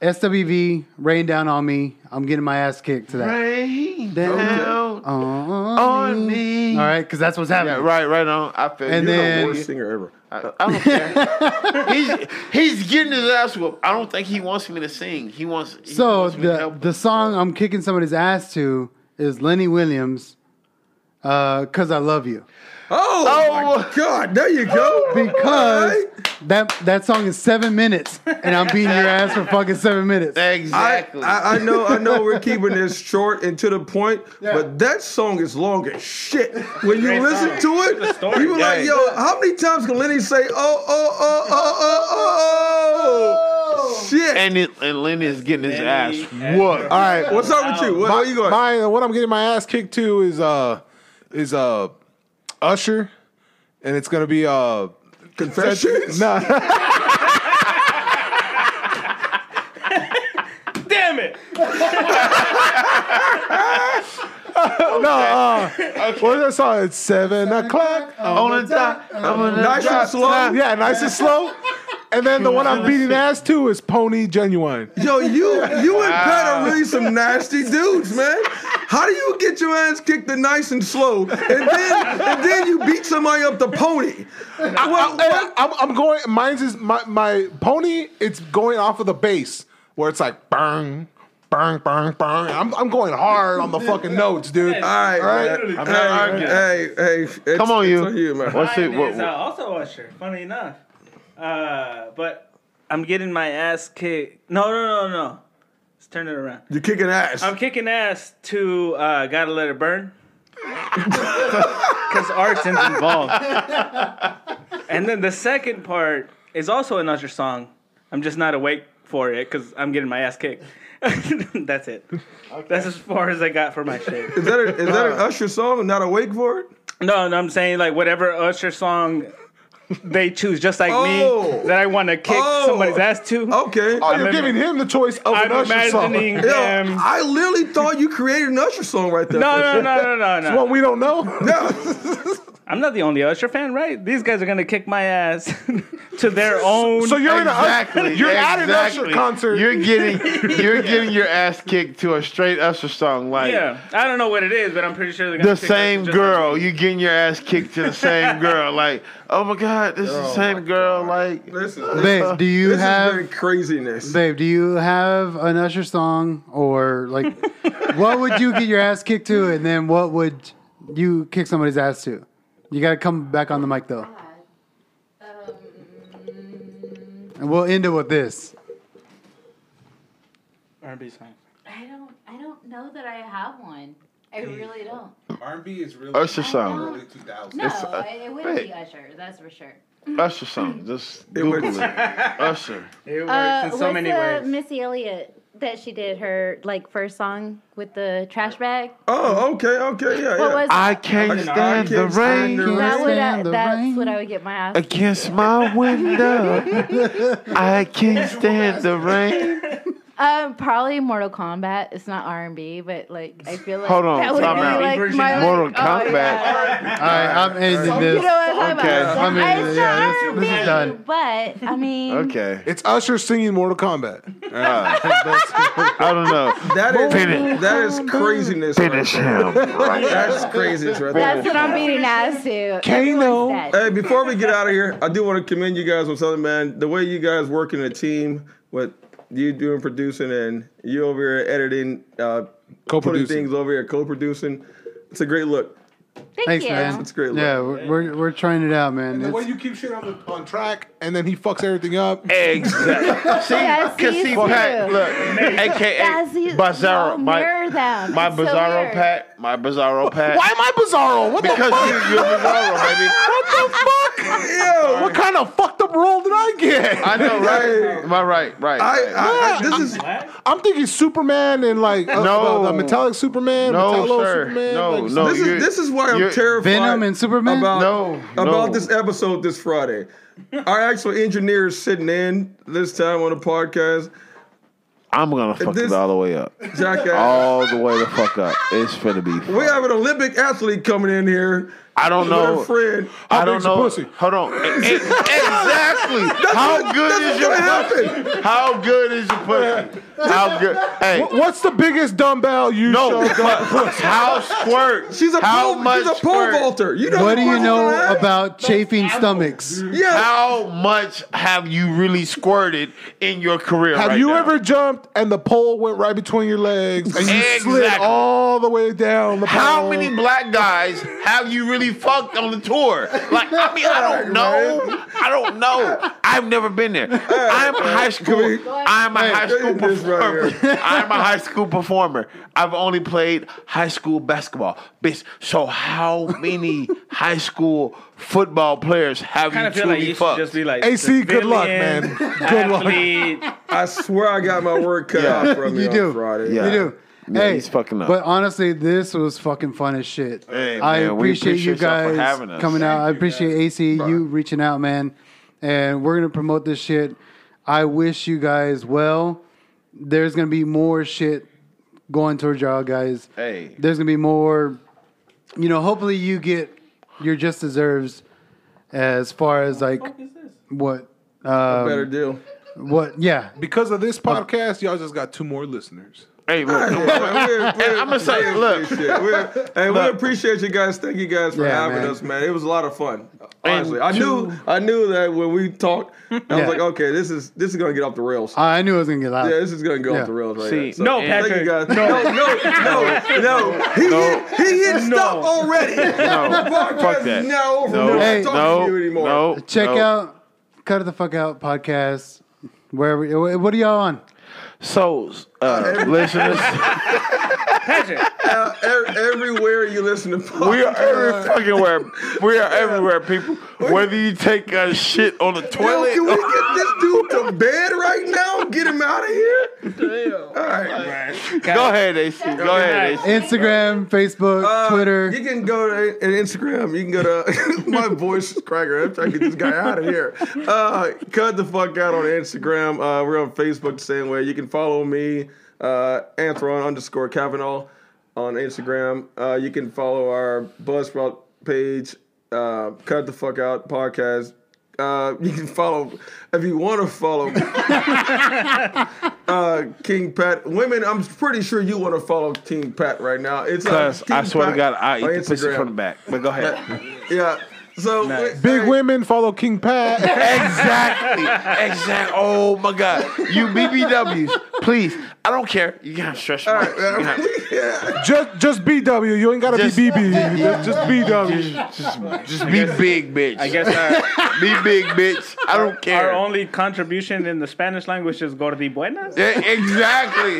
Speaker 4: SWV, rain down on me. I'm getting my ass kicked to that.
Speaker 5: Rain
Speaker 4: Down
Speaker 5: down
Speaker 4: on,
Speaker 5: on
Speaker 4: me.
Speaker 5: me.
Speaker 4: All right, because that's what's happening.
Speaker 5: Yeah, right, right on. I feel
Speaker 4: And
Speaker 5: you.
Speaker 4: then-
Speaker 7: Worst singer ever.
Speaker 5: I, I don't care. he's, he's getting his ass whooped. I don't think he wants me to sing. He wants. He
Speaker 4: So
Speaker 5: wants me to
Speaker 4: the
Speaker 5: help
Speaker 4: the
Speaker 5: him.
Speaker 4: song I'm kicking somebody's ass to is Lenny Williams, uh, "Cause I Love You,"
Speaker 7: Oh, my God! There you go.
Speaker 4: because that that song is seven minutes, and I'm beating your ass for fucking seven minutes.
Speaker 7: I,
Speaker 5: exactly.
Speaker 7: I, I know, I know, we're keeping this short and to the point, but that song is long as shit. When you listen to it,
Speaker 6: story.
Speaker 7: you were like,
Speaker 5: Yeah.
Speaker 7: "Yo, how many times can Lenny say, oh, oh, oh, oh, oh, oh, shit"?
Speaker 5: and it, and Lenny is getting his
Speaker 6: Lenny
Speaker 5: ass whooped.
Speaker 2: All right.
Speaker 7: What's up with you? What, how you going?
Speaker 2: My, what I'm getting my ass kicked to is uh is uh Usher, and it's gonna be uh
Speaker 7: Confessions?
Speaker 2: no
Speaker 6: Damn it!
Speaker 2: no uh, what was that song? It's seven, o'clock. Oh,
Speaker 5: On the top, I'm on the
Speaker 7: Nice and
Speaker 5: top.
Speaker 7: slow.
Speaker 2: yeah, nice and slow. And then the one I'm beating ass to is Pony Genuine.
Speaker 7: Yo, you, you and Pat are really some nasty dudes, man. How do you get your ass kicked the nice and slow, and then and then you beat somebody up the pony? Well,
Speaker 2: I, am I'm going. Mine's is my my pony. It's going off of the bass where it's like bang, bang, bang, bang. I'm I'm going hard on the fucking notes, dude.
Speaker 7: All right,
Speaker 2: All
Speaker 7: man.
Speaker 5: not arguing.
Speaker 7: hey, hey, hey, it's-
Speaker 5: Come on,
Speaker 7: it's
Speaker 5: you.
Speaker 7: man.
Speaker 5: What's it?
Speaker 6: Mine
Speaker 5: What,
Speaker 6: is, uh,
Speaker 5: what-
Speaker 6: also Usher. Funny enough, uh, but I'm getting my ass kicked. No, no, no, no. Let's turn it around.
Speaker 7: You're kicking ass.
Speaker 6: I'm kicking ass to uh, "Gotta Let It Burn" because arson's involved. and then the second part is also an Usher song. I'm just not awake for it because I'm getting my ass kicked. That's it. That's as far as I got for my shit.
Speaker 7: is that, a, is that an Usher song? and Not awake for it?
Speaker 6: No, no, I'm saying like whatever Usher song they choose, just like
Speaker 7: Oh.
Speaker 6: me, that I want to kick
Speaker 7: Oh.
Speaker 6: somebody's ass to.
Speaker 7: Okay.
Speaker 2: Oh, you're
Speaker 6: I'm
Speaker 2: giving him the choice of
Speaker 6: I'm
Speaker 2: an Usher song.
Speaker 6: imagining
Speaker 7: Yo,
Speaker 6: them.
Speaker 7: I literally thought Oh, you created an Usher song right there.
Speaker 6: No, no, no, no, no, no.
Speaker 2: What we don't know.
Speaker 6: I'm not the only Usher fan, right? These guys are gonna kick my ass to their own.
Speaker 2: So you're in a
Speaker 5: Exactly.
Speaker 2: Usher, you're at an
Speaker 5: exactly.
Speaker 2: Usher concert.
Speaker 5: You're getting you're getting your ass kicked to a straight Usher song. Like
Speaker 6: yeah, I don't know what it is, but I'm pretty sure they're gonna
Speaker 5: the
Speaker 6: kick
Speaker 5: same
Speaker 6: us just
Speaker 5: girl. you getting your ass kicked to the same girl. Like, oh my god, this is the same girl. Like,
Speaker 7: Listen,
Speaker 4: Babe, do you
Speaker 7: this has been
Speaker 4: have
Speaker 7: craziness.
Speaker 4: babe? Do you have an Usher song or like what would you get your ass kicked to, and then what would you kick somebody's ass to? You gotta come back on the mic though, and we'll end it with this.
Speaker 6: R&B song.
Speaker 13: I don't. I don't know that I have one. I really don't.
Speaker 2: R&B is really
Speaker 5: Usher song.
Speaker 13: No,
Speaker 5: It's, uh,
Speaker 13: it, it wouldn't
Speaker 5: wait.
Speaker 13: be Usher. That's for sure.
Speaker 5: Usher song. Just Google
Speaker 7: was-
Speaker 5: it. Usher.
Speaker 6: It works
Speaker 13: Uh,
Speaker 6: in so
Speaker 13: what's
Speaker 6: many
Speaker 13: the
Speaker 6: ways.
Speaker 13: Missy Elliott
Speaker 11: that she did her like first song with the trash bag.
Speaker 7: Oh, okay, okay, yeah,
Speaker 11: What
Speaker 7: yeah.
Speaker 11: was- I
Speaker 5: can't
Speaker 7: I
Speaker 5: stand the
Speaker 7: can't stand
Speaker 5: rain.
Speaker 11: That would I,
Speaker 4: the
Speaker 11: that's
Speaker 4: rain.
Speaker 11: what I would get my ass.
Speaker 5: Against my window, I can't stand the rain.
Speaker 11: Um, probably Mortal Kombat. It's not R and B, but like I feel like
Speaker 5: Hold on,
Speaker 11: that would be
Speaker 5: time out.
Speaker 11: like my like,
Speaker 5: Mortal
Speaker 11: oh, yeah.
Speaker 5: Kombat.
Speaker 4: All right, I'm ending
Speaker 11: You know
Speaker 4: this.
Speaker 11: what I'm talking
Speaker 5: Okay.
Speaker 11: about?
Speaker 4: I'm ending
Speaker 11: It's
Speaker 4: it. Yeah,
Speaker 11: not
Speaker 4: this,
Speaker 11: R&B,
Speaker 4: this is done.
Speaker 11: But I mean,
Speaker 5: Okay.
Speaker 2: It's Usher singing Mortal Kombat.
Speaker 5: Uh, I don't know.
Speaker 7: That is
Speaker 5: Finish.
Speaker 7: that is craziness. right
Speaker 5: Finish
Speaker 7: there.
Speaker 5: him.
Speaker 7: That's craziness right
Speaker 11: that's
Speaker 7: there.
Speaker 11: what I'm beating ass to. Kano.
Speaker 7: Hey, before we get out of here, I do want to commend you guys on something, man. The way you guys work in a team, what you doing producing and you over here editing, uh, putting
Speaker 2: Co-producing.
Speaker 7: things over here, co-producing. It's a great look.
Speaker 11: Thank
Speaker 4: Thanks,
Speaker 11: you.
Speaker 4: man.
Speaker 7: It's a great look.
Speaker 4: Yeah, we're, we're, we're trying it out, man.
Speaker 2: The way
Speaker 4: It's,
Speaker 2: you keep shit on, the, on track, and then he fucks everything up.
Speaker 5: Exactly. See,
Speaker 11: Yeah,
Speaker 5: cause
Speaker 11: see,
Speaker 5: see,
Speaker 11: you
Speaker 5: Pat,
Speaker 11: too.
Speaker 5: look, aka
Speaker 11: That's the-
Speaker 5: Bizarro,
Speaker 11: don't mirror
Speaker 5: my
Speaker 11: them.
Speaker 5: my
Speaker 11: It's so
Speaker 5: Bizarro
Speaker 11: weird.
Speaker 5: Pat, my Bizarro Pat.
Speaker 2: Why am I Bizarro? What the
Speaker 5: Because
Speaker 2: fuck?
Speaker 5: you, you're Bizarro, baby.
Speaker 2: what the fuck? What kind of fucked up role did I get?
Speaker 5: I know, right? Am I right? Right.
Speaker 7: I,
Speaker 5: right.
Speaker 7: I, I, this is
Speaker 2: I'm thinking Superman and like uh,
Speaker 5: No.
Speaker 2: the, the metallic Superman,
Speaker 5: no,
Speaker 2: Metallo
Speaker 5: sir.
Speaker 2: Superman.
Speaker 5: no,
Speaker 2: like,
Speaker 5: no.
Speaker 7: this
Speaker 5: you're-
Speaker 7: is this is why I'm
Speaker 5: you're-
Speaker 7: terrified.
Speaker 4: Venom and Superman?
Speaker 7: about
Speaker 5: No,
Speaker 7: about
Speaker 5: no.
Speaker 7: this episode this Friday. Our actual engineer is sitting in this time on the podcast.
Speaker 5: I'm gonna fuck
Speaker 7: This-
Speaker 5: it all the way up,
Speaker 7: Jackass.
Speaker 5: all the way the fuck up. It's finna be.
Speaker 7: We have an Olympic athlete coming in here.
Speaker 5: I don't
Speaker 7: with her
Speaker 5: know.
Speaker 7: friend.
Speaker 5: I don't
Speaker 2: big's your
Speaker 5: know.
Speaker 2: pussy?
Speaker 5: Hold on. E- e- exactly. How good is
Speaker 7: That's
Speaker 5: your
Speaker 7: what
Speaker 5: pussy?
Speaker 7: happened.
Speaker 5: How good is your pussy? How good? Hey,
Speaker 2: Wh- What's the biggest dumbbell you
Speaker 5: no.
Speaker 2: showed?
Speaker 5: but How squirt?
Speaker 7: She's a
Speaker 5: how
Speaker 7: pole, she's a pole
Speaker 5: squirt?
Speaker 7: vaulter. You know
Speaker 4: what do you
Speaker 7: what's
Speaker 4: know
Speaker 7: that?
Speaker 4: about chafing stomachs?
Speaker 7: Yeah.
Speaker 5: How much have you really squirted in your career?
Speaker 2: Have
Speaker 5: right
Speaker 2: you
Speaker 5: now?
Speaker 2: ever jumped and the pole went right between your legs and you slid
Speaker 5: Exactly.
Speaker 2: all the way down the pole?
Speaker 5: How many black guys have you really fucked on the tour? Like, I mean, I don't know. I don't know. I've never been there. I'm a high school. I'm a high school
Speaker 7: look at this
Speaker 5: performer.
Speaker 7: right
Speaker 5: I'm a high school performer. I've only played high school basketball, bitch. So how many high school football players have
Speaker 10: kind
Speaker 5: you
Speaker 10: of feel like
Speaker 5: truly
Speaker 10: you should
Speaker 5: fucked?
Speaker 10: just be like
Speaker 2: AC, good luck,
Speaker 10: civilian,
Speaker 2: man. Good luck.
Speaker 10: athlete.
Speaker 7: I swear I got my work cut
Speaker 5: Yeah.
Speaker 7: out from me
Speaker 4: You
Speaker 7: on
Speaker 4: do.
Speaker 7: Friday.
Speaker 5: Yeah.
Speaker 4: You do.
Speaker 5: Yeah,
Speaker 4: hey,
Speaker 5: he's fucking up.
Speaker 4: But honestly, this was fucking fun as shit.
Speaker 5: Hey,
Speaker 4: I
Speaker 5: man, we
Speaker 4: appreciate, you
Speaker 5: appreciate y'all
Speaker 4: guys
Speaker 5: for having us.
Speaker 4: coming out. I appreciate AC you reaching out, man. And we're gonna promote this shit. I wish you guys well. There's gonna be more shit going towards y'all guys.
Speaker 5: Hey.
Speaker 4: There's gonna be more. You know, hopefully you get your just deserves as far as like what uh
Speaker 7: Better deal.
Speaker 4: what yeah
Speaker 2: Because of this podcast, y'all just got two more listeners.
Speaker 5: hey, look, I'm gonna say, look,
Speaker 7: Hey, we appreciate you guys. Thank you guys for
Speaker 4: Yeah,
Speaker 7: having
Speaker 4: man.
Speaker 7: us, man. It was a lot of fun. Honestly,
Speaker 5: And
Speaker 7: I knew I knew that when we talked, I was
Speaker 4: Yeah.
Speaker 7: like, okay, this is this is gonna get off the rails.
Speaker 4: I knew it was gonna get loud.
Speaker 7: yeah, this is gonna go
Speaker 4: Yeah.
Speaker 7: off the rails right
Speaker 5: See,
Speaker 7: now. So,
Speaker 10: No,
Speaker 7: thank you
Speaker 10: Patrick.
Speaker 7: guys. Uh, No, no, no, no. He hit, he hit stop already.
Speaker 5: no, fuck that.
Speaker 7: No, no,
Speaker 5: No,
Speaker 4: Hey,
Speaker 7: talking
Speaker 5: no,
Speaker 7: to you anymore.
Speaker 5: no,
Speaker 4: Check
Speaker 5: no.
Speaker 4: out Cut the Fuck Out podcast. Where we, what are y'all on?
Speaker 5: So, uh, listeners,
Speaker 10: Patrick,
Speaker 7: Uh, er- everywhere you listen to podcasts.
Speaker 5: we are every fucking where. We are everywhere, people. Whether you take a shit on the
Speaker 7: Yo,
Speaker 5: toilet,
Speaker 7: can we get this dude to bed right now? Get him out of here. All right.
Speaker 5: go ahead, AC. Go ahead, AC.
Speaker 4: Instagram, Facebook,
Speaker 7: Uh,
Speaker 4: Twitter.
Speaker 7: You can go to uh, Instagram. You can go to my voice is cracker. I'm trying to get this guy out of here. Uh, cut the fuck out on Instagram. Uh, we're on Facebook the same way. You can follow me, uh, Anthron underscore Kavanaugh on Instagram. Uh, you can follow our Buzzsprout page. Uh, cut the fuck out podcast. Uh, you can follow if you want to follow uh, King Pat. Women, I'm pretty sure you want to follow King Pat right now. It's uh,
Speaker 5: Cause
Speaker 7: King
Speaker 5: I swear to
Speaker 7: Pat
Speaker 5: God, I eat
Speaker 7: on
Speaker 5: the pussy
Speaker 7: Instagram.
Speaker 5: from the back. But go ahead.
Speaker 7: Yeah. So
Speaker 2: Big women follow King Pat.
Speaker 5: exactly. Exactly. Oh my God. You BBWs, please. I don't care. You gotta stretch. my-
Speaker 7: All right,
Speaker 5: you gotta-
Speaker 14: Just, just BW. You ain't gotta
Speaker 5: Just-
Speaker 14: be BB. Just, just BW.
Speaker 5: Just be big, bitch.
Speaker 6: I guess our,
Speaker 5: be big, bitch. I don't care.
Speaker 6: our only contribution in the Spanish language is gordi buenas.
Speaker 5: Yeah, exactly.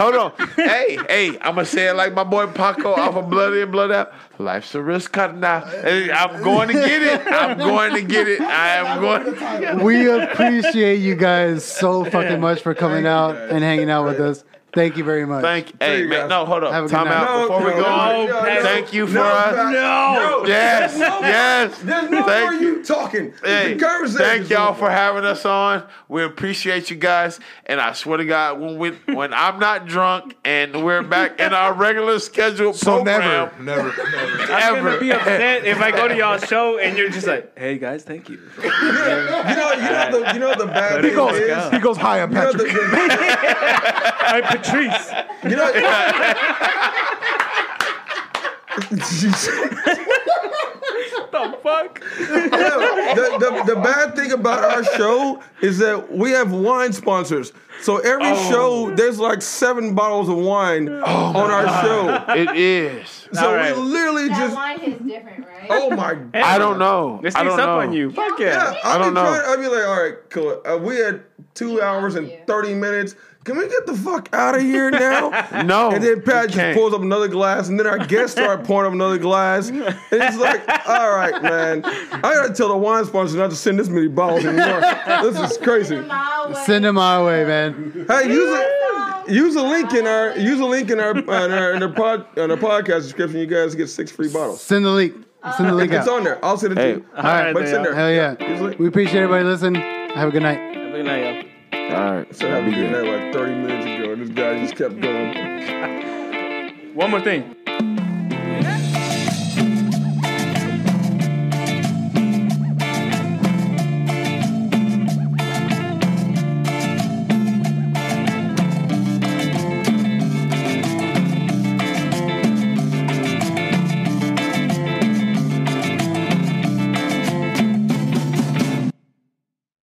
Speaker 5: Hold on. Hey, hey, I'm gonna say it like my boy Paco off of Blood In, Blood Out. Life's a risk cut now. Hey, I'm going to get it. I'm going to get it. I am going.
Speaker 4: we appreciate you guys so fucking much for coming out and hanging out with us. Thank you very much.
Speaker 5: Thank. Hey, man. No, hold
Speaker 4: Have a
Speaker 5: up.
Speaker 4: good
Speaker 5: Time
Speaker 4: night.
Speaker 5: out before we go on. Thank you for us.
Speaker 2: No.
Speaker 5: Yes,
Speaker 2: There's no-
Speaker 5: yes.
Speaker 2: There's no
Speaker 5: Thank
Speaker 2: more you talking.
Speaker 5: Hey,
Speaker 2: the conversation.
Speaker 5: thank y'all for having us on. We appreciate you guys, and I swear to God, when we, when I'm not drunk and we're back in our regular scheduled
Speaker 14: So
Speaker 5: program,
Speaker 14: never, never, never.
Speaker 6: I'm gonna
Speaker 5: ever.
Speaker 6: be upset if I go to y'all's show and you're just like, "Hey guys, thank you."
Speaker 2: You know, you know the you know the bad
Speaker 14: He
Speaker 2: thing
Speaker 14: goes,
Speaker 2: is.
Speaker 14: he goes high on
Speaker 2: You know,
Speaker 14: Patrick.
Speaker 2: the,
Speaker 6: I'm Patrice.
Speaker 2: you know,
Speaker 6: the fuck?
Speaker 2: yeah, the, the, the bad thing about our show is that we have wine sponsors. So every
Speaker 5: Oh.
Speaker 2: show, there's like seven bottles of wine on our show.
Speaker 5: it is.
Speaker 2: So
Speaker 6: All right.
Speaker 2: we literally
Speaker 7: That
Speaker 2: just.
Speaker 7: wine is different, right?
Speaker 2: Oh my god.
Speaker 5: I don't know.
Speaker 6: This
Speaker 5: I
Speaker 6: sneaks
Speaker 5: don't
Speaker 6: up
Speaker 5: know.
Speaker 6: on you. Fuck yeah.
Speaker 2: Yeah, I'll
Speaker 5: I don't
Speaker 2: be
Speaker 5: know.
Speaker 2: Trying, I'll be like, all right, cool. Uh, we had two hours and
Speaker 7: you.
Speaker 2: 30 minutes. Can we get the fuck out of here now?
Speaker 5: No.
Speaker 2: And then Pat just
Speaker 5: can't.
Speaker 2: pulls up another glass, and then our guests start pouring up another glass. And it's like, all right, man. I gotta tell the wine sponsor not to send this many bottles anymore. This is crazy.
Speaker 4: Send them our way, man.
Speaker 2: Hey, use a use a link in our use a link in our in our, in our pod on our podcast description. You guys get six free bottles.
Speaker 4: Send the link. Send the link
Speaker 2: It's
Speaker 4: out.
Speaker 2: on there. I'll send it
Speaker 5: Hey.
Speaker 2: to you.
Speaker 4: All right.
Speaker 2: But it's in
Speaker 6: uh,
Speaker 2: there.
Speaker 4: Hell
Speaker 2: Use
Speaker 4: yeah.
Speaker 2: it.
Speaker 4: We appreciate everybody listening. Have a good night.
Speaker 6: Look at y'all.
Speaker 5: All right.
Speaker 2: So I had to do that like 30 minutes ago, and this guy just kept going.
Speaker 6: One more thing.